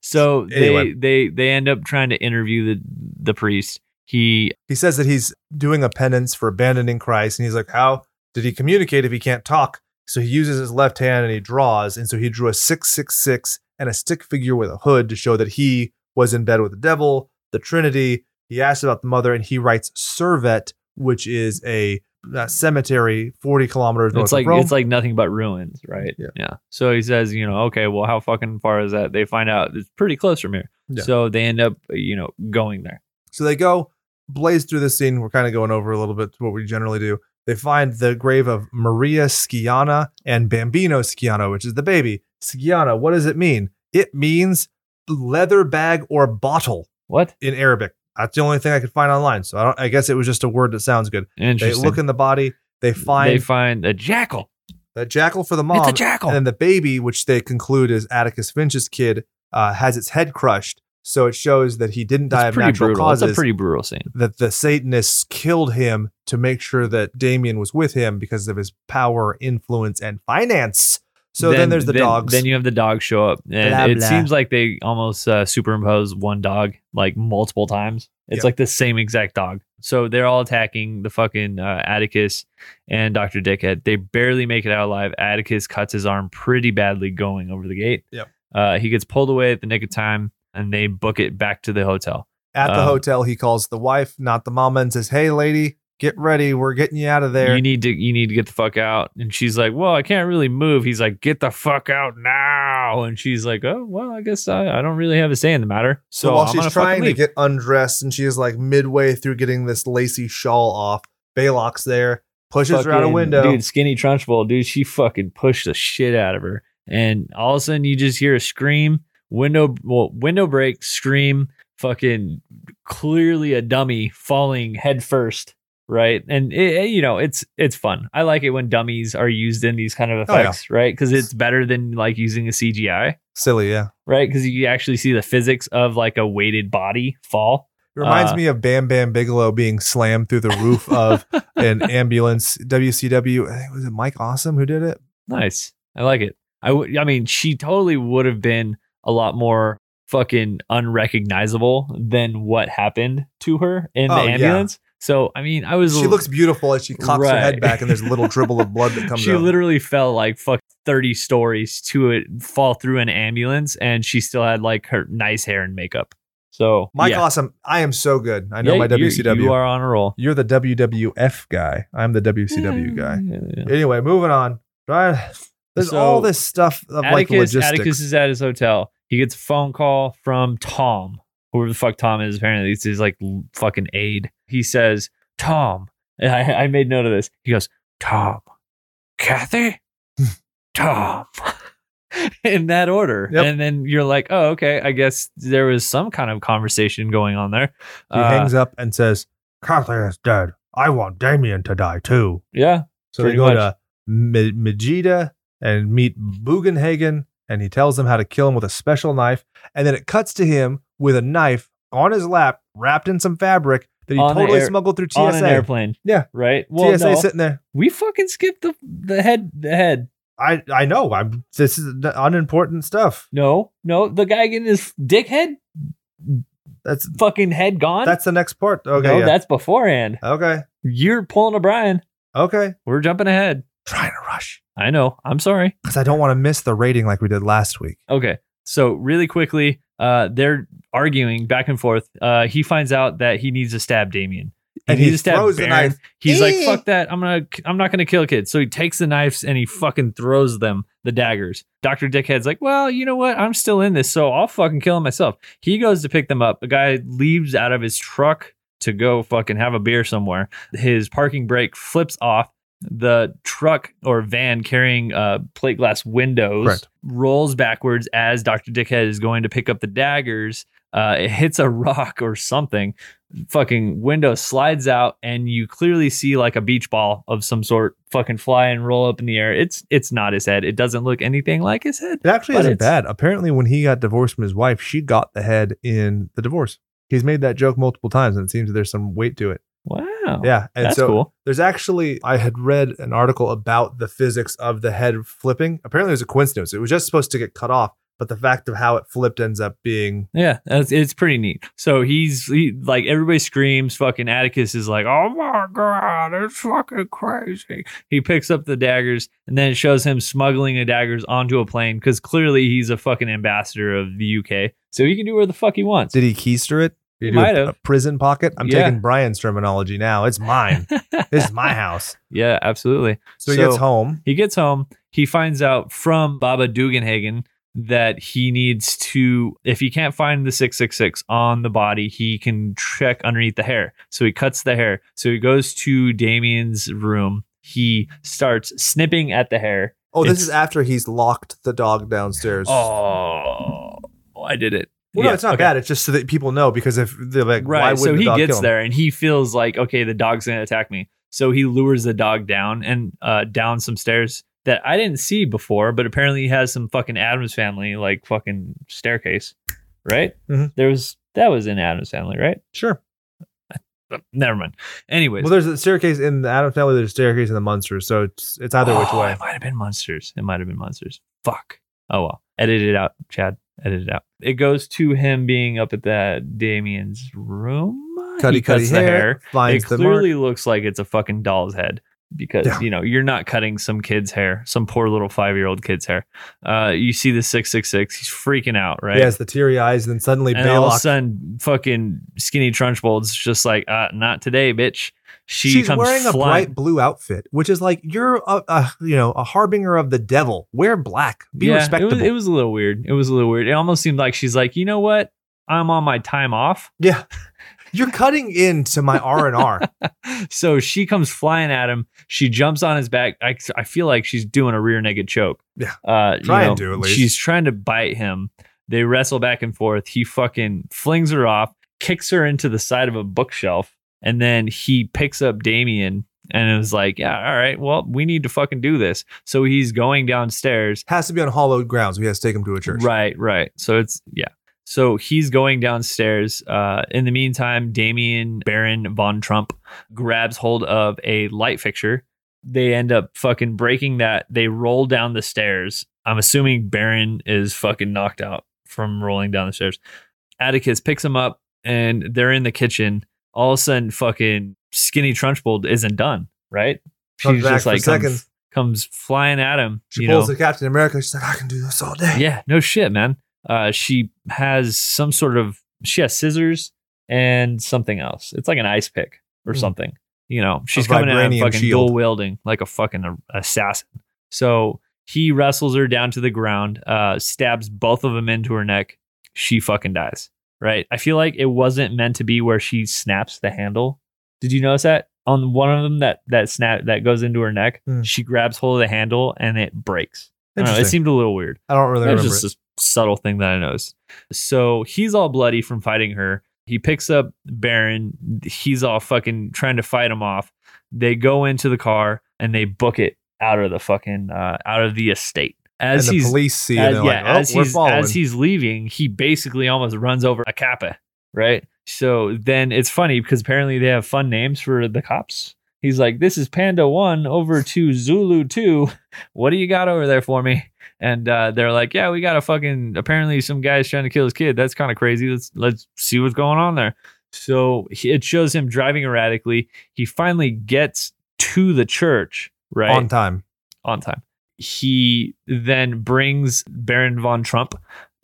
Speaker 2: so
Speaker 1: Anyway.
Speaker 2: they they they end up trying to interview the the priest. He
Speaker 1: he says that he's doing a penance for abandoning Christ, and he's like, "How did he communicate if he can't talk?" So he uses his left hand and he draws, and so he drew a six six six and a stick figure with a hood to show that he was in bed with the devil, the Trinity. He asks about the mother, and he writes Servet, which is a, uh cemetery forty kilometers north
Speaker 2: it's like
Speaker 1: of Rome.
Speaker 2: it's like nothing but ruins, right?
Speaker 1: Yeah.
Speaker 2: So he says, you know, okay, well, how fucking far is that? They find out it's pretty close from here.
Speaker 1: Yeah.
Speaker 2: So they end up, you know, going there.
Speaker 1: So they go blaze through this scene. We're kind of going over a little bit what we generally do. They find the grave of Maria Sciana and Bambino Sciano, which is the baby. Sciana, what does it mean? It means leather bag or bottle
Speaker 2: What?
Speaker 1: in Arabic. That's the only thing I could find online. So I, don't, I guess it was just a word that sounds good. They
Speaker 2: Interesting.
Speaker 1: look in the body. They
Speaker 2: they
Speaker 1: find
Speaker 2: find a jackal.
Speaker 1: the jackal for the mom.
Speaker 2: it's a jackal.
Speaker 1: And then the baby, which they conclude is Atticus Finch's kid, uh, has its head crushed. So it shows that he didn't die
Speaker 2: It's
Speaker 1: of
Speaker 2: pretty
Speaker 1: natural
Speaker 2: brutal.
Speaker 1: causes
Speaker 2: It's a pretty brutal scene.
Speaker 1: that the Satanists killed him to make sure that Damien was with him because of his power, influence, and finance. So then, there's the dogs.
Speaker 2: Then you have the dogs show up, and
Speaker 3: Blah,
Speaker 2: it
Speaker 3: blah.
Speaker 2: seems like they almost uh, superimpose one dog like multiple times. It's
Speaker 1: Yeah.
Speaker 2: like the same exact dog. So they're all attacking the fucking uh, Atticus and Doctor Dickhead. They barely make it out alive. Atticus cuts his arm pretty badly going over the gate.
Speaker 1: Yep.
Speaker 2: Uh, he gets pulled away at the nick of time, and they book it back to the hotel.
Speaker 1: At the
Speaker 2: um,
Speaker 1: hotel, he calls the wife, not the mama, and says, Hey, lady, get ready. We're getting you out of there.
Speaker 2: You need to you need to get the fuck out. And she's like, "Well, I can't really move." He's like, "Get the fuck out now!" And she's like, "Oh, well, I guess I, I don't really have a say in the matter." So,
Speaker 1: so while
Speaker 2: I'm
Speaker 1: she's
Speaker 2: gonna
Speaker 1: trying
Speaker 2: fucking
Speaker 1: to
Speaker 2: leave.
Speaker 1: get undressed and she is like midway through getting this lacy shawl off, Balok's there, pushes her out a
Speaker 2: Fucking-
Speaker 1: window.
Speaker 2: Dude, skinny trunchbull, dude, she fucking pushed the shit out of her. And all of a sudden you just hear a scream, window well, window break, scream, fucking clearly a dummy falling head first. Right. And it, it- you know, it's it's fun. I like it when dummies are used in these kind of
Speaker 1: Oh, yeah.
Speaker 2: effects, right? Because it's better than like using a CGI.
Speaker 1: Silly, yeah.
Speaker 2: right? Because you actually see the physics of like a weighted body fall.
Speaker 1: It reminds
Speaker 2: Uh,
Speaker 1: me of Bam Bam Bigelow being slammed through the roof of an ambulance. WCW, I think was it Mike Awesome who did it?
Speaker 2: Nice. I like it. I would. I mean, she totally would have been a lot more fucking unrecognizable than what happened to her in
Speaker 1: Oh,
Speaker 2: the
Speaker 1: yeah.
Speaker 2: ambulance. So I mean, I was.
Speaker 1: She looks beautiful as she cocks her head
Speaker 2: Right.
Speaker 1: back, and there's a little dribble of blood that comes
Speaker 2: She
Speaker 1: out.
Speaker 2: literally fell like fuck thirty stories to it, fall through an ambulance, and she still had like her nice hair and makeup. So
Speaker 1: Mike
Speaker 2: yeah.
Speaker 1: Awesome, I am so good. I know
Speaker 2: Yeah,
Speaker 1: my
Speaker 2: you-
Speaker 1: WCW.
Speaker 2: You are on a roll.
Speaker 1: You're the WWF guy. I'm the WCW guy.
Speaker 2: Yeah, Mm. yeah, yeah.
Speaker 1: Anyway, moving on. Right. There's
Speaker 2: So,
Speaker 1: all this stuff of like
Speaker 2: Atticus,
Speaker 1: logistics.
Speaker 2: Atticus is at his hotel. He gets a phone call from Tom, whoever the fuck Tom is. Apparently, it's his like l- fucking aide. He says, "Tom," and I, I made note of this. He goes, "Tom, Kathy, Tom." In that order,
Speaker 1: Yep.
Speaker 2: and then you're like, "Oh, okay. I guess there was some kind of conversation going on there."
Speaker 1: he
Speaker 2: Uh,
Speaker 1: hangs up and says, Kathy is dead. I want Damien to die too.
Speaker 2: yeah,
Speaker 1: So they
Speaker 2: Pretty
Speaker 1: go
Speaker 2: much.
Speaker 1: to M- Megiddo and meet Bugenhagen, and he tells them how to kill him with a special knife. And then it cuts to him with a knife on his lap, wrapped in some fabric that he
Speaker 2: On an
Speaker 1: totally
Speaker 2: air-
Speaker 1: smuggled through
Speaker 2: on an
Speaker 1: TSA.
Speaker 2: airplane.
Speaker 1: Yeah.
Speaker 2: right. Well,
Speaker 1: TSA
Speaker 2: no,
Speaker 1: sitting there.
Speaker 2: we fucking skipped the the head the head
Speaker 1: I I know. I'm. This is unimportant stuff.
Speaker 2: No, no, the guy getting his dickhead
Speaker 1: That's
Speaker 2: fucking head gone.
Speaker 1: that's the next part. Okay.
Speaker 2: no,
Speaker 1: yeah.
Speaker 2: that's beforehand.
Speaker 1: okay.
Speaker 2: You're pulling a Brian.
Speaker 1: Okay.
Speaker 2: We're jumping ahead.
Speaker 1: Trying to rush
Speaker 2: I know. I'm sorry.
Speaker 1: because I don't want to miss the rating like we did last week.
Speaker 2: Okay. So really quickly, uh, they're arguing back and forth. Uh, he finds out that he needs to stab Damien.
Speaker 1: And he
Speaker 2: needs to stab
Speaker 1: throws the
Speaker 2: Baron.
Speaker 1: knife.
Speaker 2: He's like,
Speaker 1: Eh.
Speaker 2: "Fuck that! I'm gonna, I'm not gonna kill kids." So he takes the knives and he fucking throws them, the daggers. Doctor Dickhead's like, "Well, you know what? I'm still in this, so I'll fucking kill him myself." He goes to pick them up. The guy leaves out of his truck to go fucking have a beer somewhere. His parking brake flips off. The truck or van carrying uh, plate glass windows
Speaker 1: Correct.
Speaker 2: rolls backwards as Doctor Dickhead is going to pick up the daggers. Uh, it hits a rock or something fucking window slides out and you clearly see like a beach ball of some sort fucking fly and roll up in the air. It's it's not his head. It doesn't look anything like his head.
Speaker 1: It actually
Speaker 2: But
Speaker 1: isn't
Speaker 2: it's-
Speaker 1: bad. Apparently, when he got divorced from his wife, she got the head in the divorce. He's made that joke multiple times, and it seems there's some weight to it.
Speaker 2: Wow.
Speaker 1: yeah, and
Speaker 2: Oh, That's
Speaker 1: so
Speaker 2: cool.
Speaker 1: there's actually I had read an article about the physics of the head flipping. Apparently, it was a coincidence. It was just supposed to get cut off, but the fact of how it flipped ends up being
Speaker 2: Yeah, that's, it's pretty neat. So he's he, like everybody screams. Fucking Atticus is like, "Oh my god, it's fucking crazy." He picks up the daggers, and then it shows him smuggling the daggers onto a plane because clearly he's a fucking ambassador of the UK, so he can do where the fuck he wants.
Speaker 1: did he keister it? Did
Speaker 2: He
Speaker 1: do a-
Speaker 2: might have.
Speaker 1: a prison pocket. I'm
Speaker 2: Yeah.
Speaker 1: taking Brian's terminology now. It's mine. this is my house.
Speaker 2: yeah, absolutely.
Speaker 1: So, he
Speaker 2: So-
Speaker 1: gets home.
Speaker 2: He gets home. He finds out from Baba Dugenhagen that he needs to, if he can't find the 666 on the body, he can check underneath the hair. So he cuts the hair. So he goes to Damien's room. He starts snipping at the hair.
Speaker 1: Oh, this
Speaker 2: It's-
Speaker 1: is after he's locked the dog downstairs.
Speaker 2: Oh, I did it.
Speaker 1: Well,
Speaker 2: Yeah,
Speaker 1: no, it's not
Speaker 2: okay.
Speaker 1: bad. It's just so that people know because if they're like, why
Speaker 2: Right.
Speaker 1: would
Speaker 2: So
Speaker 1: the
Speaker 2: he
Speaker 1: dog kill
Speaker 2: gets
Speaker 1: him?
Speaker 2: there and he feels like, okay, the dog's going to attack me. So he lures the dog down and uh, down some stairs that I didn't see before, but apparently he has some fucking Adams family, like fucking staircase, right?
Speaker 1: Mhm.
Speaker 2: There was, that was in Adams family, right?
Speaker 1: Sure.
Speaker 2: Uh, Never mind. Anyways.
Speaker 1: Well, there's a staircase in the Adam family. There's a staircase in the Munsters, so it's it's either which
Speaker 2: Oh,
Speaker 1: way.
Speaker 2: It might have been monsters. It might have been monsters. Fuck. Oh well. Edit it out, Chad. Edit it out. It goes to him being up at that Damien's room.
Speaker 1: Cutty
Speaker 2: he cuts
Speaker 1: cutty
Speaker 2: the
Speaker 1: hair, finds
Speaker 2: it
Speaker 1: the mark.
Speaker 2: clearly looks like it's a fucking doll's head because
Speaker 1: Yeah.
Speaker 2: you know you're not cutting some kid's hair, some poor little five year old kid's hair. Uh, you see the six six six, he's freaking out, right?
Speaker 1: He has the teary eyes, and then suddenly
Speaker 2: and all of a
Speaker 1: Baylock.
Speaker 2: sudden, fucking skinny Trunchbull's just like, uh, not today, bitch. She
Speaker 1: She's
Speaker 2: comes
Speaker 1: wearing a
Speaker 2: flying.
Speaker 1: bright blue outfit, which is like you're a, a you know a harbinger of the devil. Wear black, be
Speaker 2: yeah,
Speaker 1: respectable.
Speaker 2: It was, it was a little weird. It was a little weird. It almost seemed like she's like, you know what? I'm on my time off.
Speaker 1: yeah, you're cutting into my R and R.
Speaker 2: so she comes flying at him. She jumps on his back. I, I feel like she's doing a rear naked choke.
Speaker 1: Yeah.
Speaker 2: Uh, you
Speaker 1: Trying
Speaker 2: know,
Speaker 1: to, at least.
Speaker 2: She's trying to bite him. They wrestle back and forth. He fucking flings her off, kicks her into the side of a bookshelf, and then he picks up Damien And it was like, yeah, all right, well, we need to fucking do this. So he's going downstairs.
Speaker 1: Has to be on hallowed grounds. We has to take him to a church.
Speaker 2: Right, right. So it's yeah. So he's going downstairs. Uh, in the meantime, Damien Baron von Trump grabs hold of a light fixture. They end up fucking breaking that. They roll down the stairs. I'm assuming Baron is fucking knocked out from rolling down the stairs. Atticus picks him up and they're in the kitchen. All of a sudden, fucking skinny Trunchbull isn't done, right?
Speaker 1: Comes
Speaker 2: She's
Speaker 1: back
Speaker 2: just
Speaker 1: for a
Speaker 2: like
Speaker 1: second.
Speaker 2: comes, comes flying at him.
Speaker 1: She
Speaker 2: you know?
Speaker 1: pulls the Captain America. She's like, I can do this all day.
Speaker 2: Yeah, no shit, man. Uh, she has some sort of she has scissors and something else. It's like an ice pick or
Speaker 1: Hmm.
Speaker 2: something. You know, she's coming at him
Speaker 1: vibranium
Speaker 2: fucking
Speaker 1: shield.
Speaker 2: dual wielding like a fucking a- assassin. So he wrestles her down to the ground, uh, stabs both of them into her neck. She fucking dies. Right. I feel like it wasn't meant to be where she snaps the handle. Did you notice that on one of them that that snap that goes into her neck?
Speaker 1: Hmm.
Speaker 2: She grabs hold of the handle and it breaks. I don't know, it
Speaker 1: Interesting.
Speaker 2: seemed a little weird.
Speaker 1: I don't really
Speaker 2: That's
Speaker 1: remember.
Speaker 2: just
Speaker 1: it.
Speaker 2: a subtle thing that I noticed. So he's all bloody from fighting her. He picks up Baron. He's all fucking trying to fight him off. They go into the car and they book it out of the fucking uh, out of the estate.
Speaker 1: And
Speaker 2: As
Speaker 1: the
Speaker 2: he's
Speaker 1: police see
Speaker 2: as,
Speaker 1: and they're
Speaker 2: yeah,
Speaker 1: like, oh,
Speaker 2: as
Speaker 1: we're
Speaker 2: he's
Speaker 1: following.
Speaker 2: as he's leaving, he basically almost runs over a kappa, right? So then it's funny because apparently they have fun names for the cops. He's like, "This is Panda One over to Zulu Two. What do you got over there for me?" And uh, they're like, "Yeah, we got a fucking apparently some guys trying to kill his kid. That's kind of crazy. Let's let's see what's going on there." So he- it shows him driving erratically. He finally gets to the church, right?
Speaker 1: on time.
Speaker 2: on time. He then brings Baron von Trump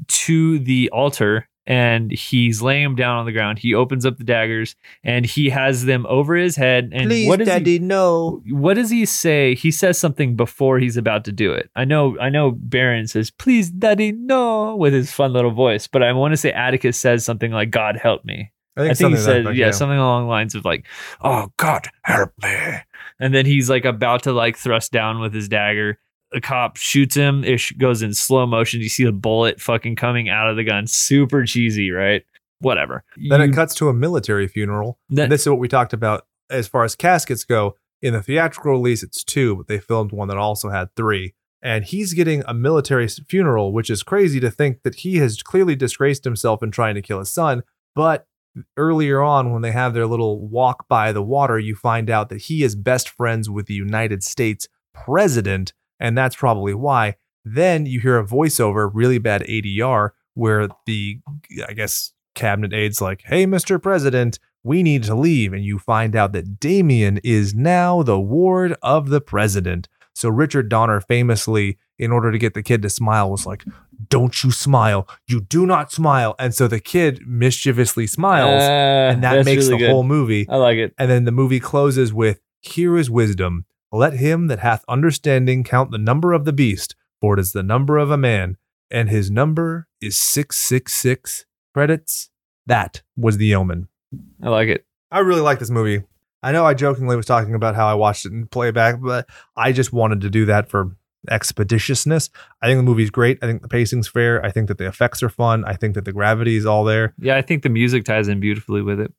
Speaker 2: to the altar and he's laying him down on the ground. He opens up the daggers and he has them over his head. And what does he,
Speaker 3: no.
Speaker 2: what does he say? He says something before he's about to do it. I know, I know. Baron says, "Please, Daddy, no," with his fun little voice. But I want to say Atticus says something like, "God help me." I think he
Speaker 1: something like
Speaker 2: said,
Speaker 1: that,
Speaker 2: yeah, something along the lines of like, "Oh God, help me!" And then he's like about to like thrust down with his dagger. The cop shoots him. It sh- goes in slow motion. You see the bullet fucking coming out of the gun. Super cheesy, right? Whatever.
Speaker 1: Then
Speaker 2: You-
Speaker 1: it cuts to a military funeral.
Speaker 2: then-
Speaker 1: this is what we talked about as far as caskets go. In the theatrical release, it's two, but they filmed one that also had three. And he's getting a military s- funeral, which is crazy to think that he has clearly disgraced himself in trying to kill his son. But earlier on, when they have their little walk by the water, you find out that he is best friends with the United States president. And that's probably why. Then you hear a voiceover, really bad ADR, where the, I guess, cabinet aide's like, hey, Mr. President, we need to leave. And you find out that Damien is now the ward of the president. So Richard Donner famously, in order to get the kid to smile, was like, Don't you smile. You do not smile. And so the kid mischievously smiles.
Speaker 2: Uh,
Speaker 1: and that
Speaker 2: that's
Speaker 1: makes
Speaker 2: really
Speaker 1: the
Speaker 2: good.
Speaker 1: whole movie.
Speaker 2: I like it.
Speaker 1: And then the movie closes with Here is wisdom. Let him that hath understanding count the number of the beast, for it is the number of a man, and his number is 666. Credits. That was the omen.
Speaker 2: I like it.
Speaker 1: I really like this movie. I know I jokingly was talking about how I watched it in playback, but I just wanted to do that for expeditiousness. I think the movie's great. I think the pacing's fair. I think that the effects are fun. I think that the gravity is all there.
Speaker 2: Yeah, I think the music ties in beautifully with it.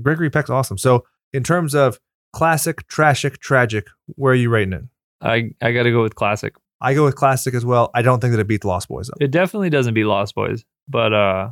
Speaker 1: Gregory Peck's awesome. So, in terms of classic, trashic, tragic, where are you rating it?
Speaker 2: I I got to go with classic.
Speaker 1: I go with classic as well. I don't think that it beat The Lost Boys. Though.
Speaker 2: It definitely doesn't beat Lost Boys, but uh,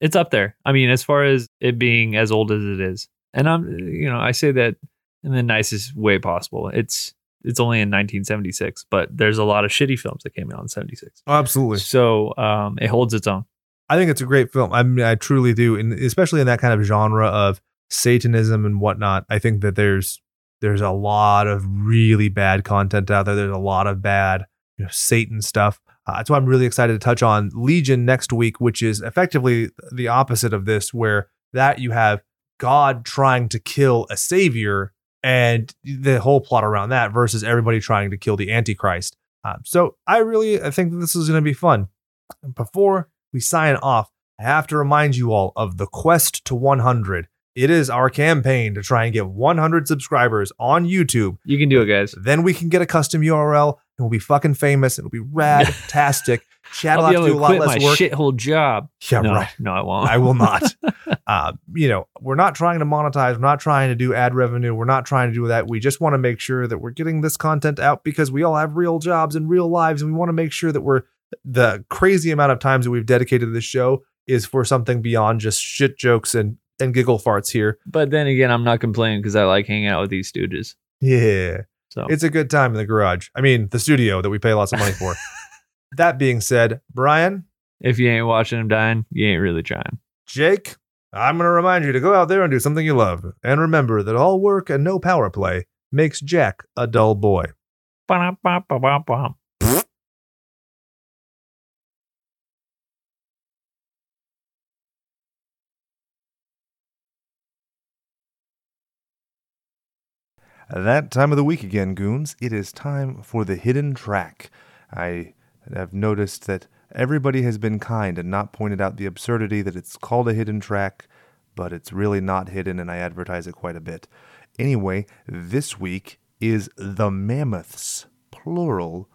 Speaker 2: it's up there. I mean, as far as it being as old as it is, and I'm you know I say that in the nicest way possible. It's it's only in 1976, but there's a lot of shitty films that came out in 76.
Speaker 1: Absolutely.
Speaker 2: So um, it holds its own.
Speaker 1: I think it's a great film. I mean, I truly do, and especially in that kind of genre of Satanism and whatnot. I think that there's there's a lot of really bad content out there. There's a lot of bad you know, Satan stuff. Uh, that's why I'm really excited to touch on Legion next week, which is effectively the opposite of this, where that you have God trying to kill a savior and the whole plot around that versus everybody trying to kill the Antichrist. Uh, so I really I think that this is going to be fun. Before we sign off, I have to remind you all of the quest to 100. It is our campaign to try and get 100 subscribers on YouTube.
Speaker 2: You can do it, guys.
Speaker 1: Then we can get a custom URL and we'll be fucking famous. and It'll be rad tastic. Chad will
Speaker 2: I'll be
Speaker 1: have to
Speaker 2: able
Speaker 1: do
Speaker 2: to
Speaker 1: a lot
Speaker 2: quit
Speaker 1: less
Speaker 2: my
Speaker 1: work.
Speaker 2: shithole job.
Speaker 1: Yeah,
Speaker 2: no,
Speaker 1: right.
Speaker 2: no, I won't.
Speaker 1: I will not. uh, you know, we're not trying to monetize. We're not trying to do ad revenue. We're not trying to do that. We just want to make sure that we're getting this content out because we all have real jobs and real lives, and we want to make sure that we're the crazy amount of times that we've dedicated to this show is for something beyond just shit jokes and and giggle farts here.
Speaker 2: But then again, I'm not complaining because I like hanging out with these stooges.
Speaker 1: Yeah,
Speaker 2: So
Speaker 1: it's a good time in the garage. I mean, the studio that we pay lots of money for. that being said, Brian,
Speaker 2: if you ain't watching them dying, you ain't really trying.
Speaker 1: Jake, I'm going to remind you to go out there and do something you love. And remember that all work and no power play makes Jack a dull boy.
Speaker 2: Ba-dum-ba-ba-ba-bum.
Speaker 1: That time of the week again, goons. It is time for the hidden track. I have noticed that everybody has been kind and not pointed out the absurdity that it's called a hidden track, but it's really not hidden, and I advertise it quite a bit. Anyway, this week is the Mammoths, plural,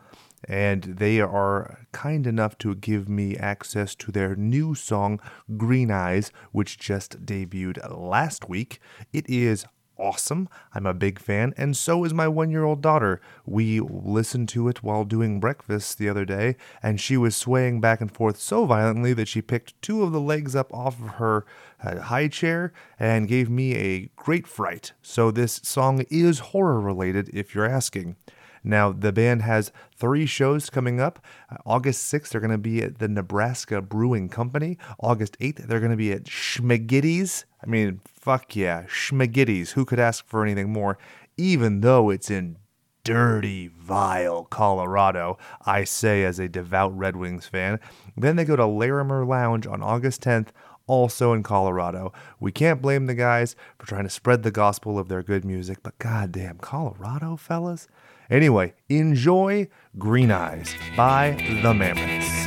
Speaker 1: and they are kind enough to give me access to their new song, Green Eyes, which just debuted last week. It is awesome. I'm a big fan, and so is my one year old daughter. We listened to it while doing breakfast the other day, and she was swaying back and forth so violently that she picked two of the legs up off of her uh, high chair and gave me a great fright. So, this song is horror related if you're asking. Now, the band has three shows coming up. Uh, August 6th, they're going to be at the Nebraska Brewing Company. August 8th, they're going to be at Schmagitty's. I mean, fuck yeah, Schmagitty's. Who could ask for anything more? Even though it's in dirty, vile Colorado, I say as a devout Red Wings fan. Then they go to Larimer Lounge on August 10th, also in Colorado. We can't blame the guys for trying to spread the gospel of their good music, but goddamn, Colorado, fellas. Anyway, enjoy Green Eyes by the Mammoths.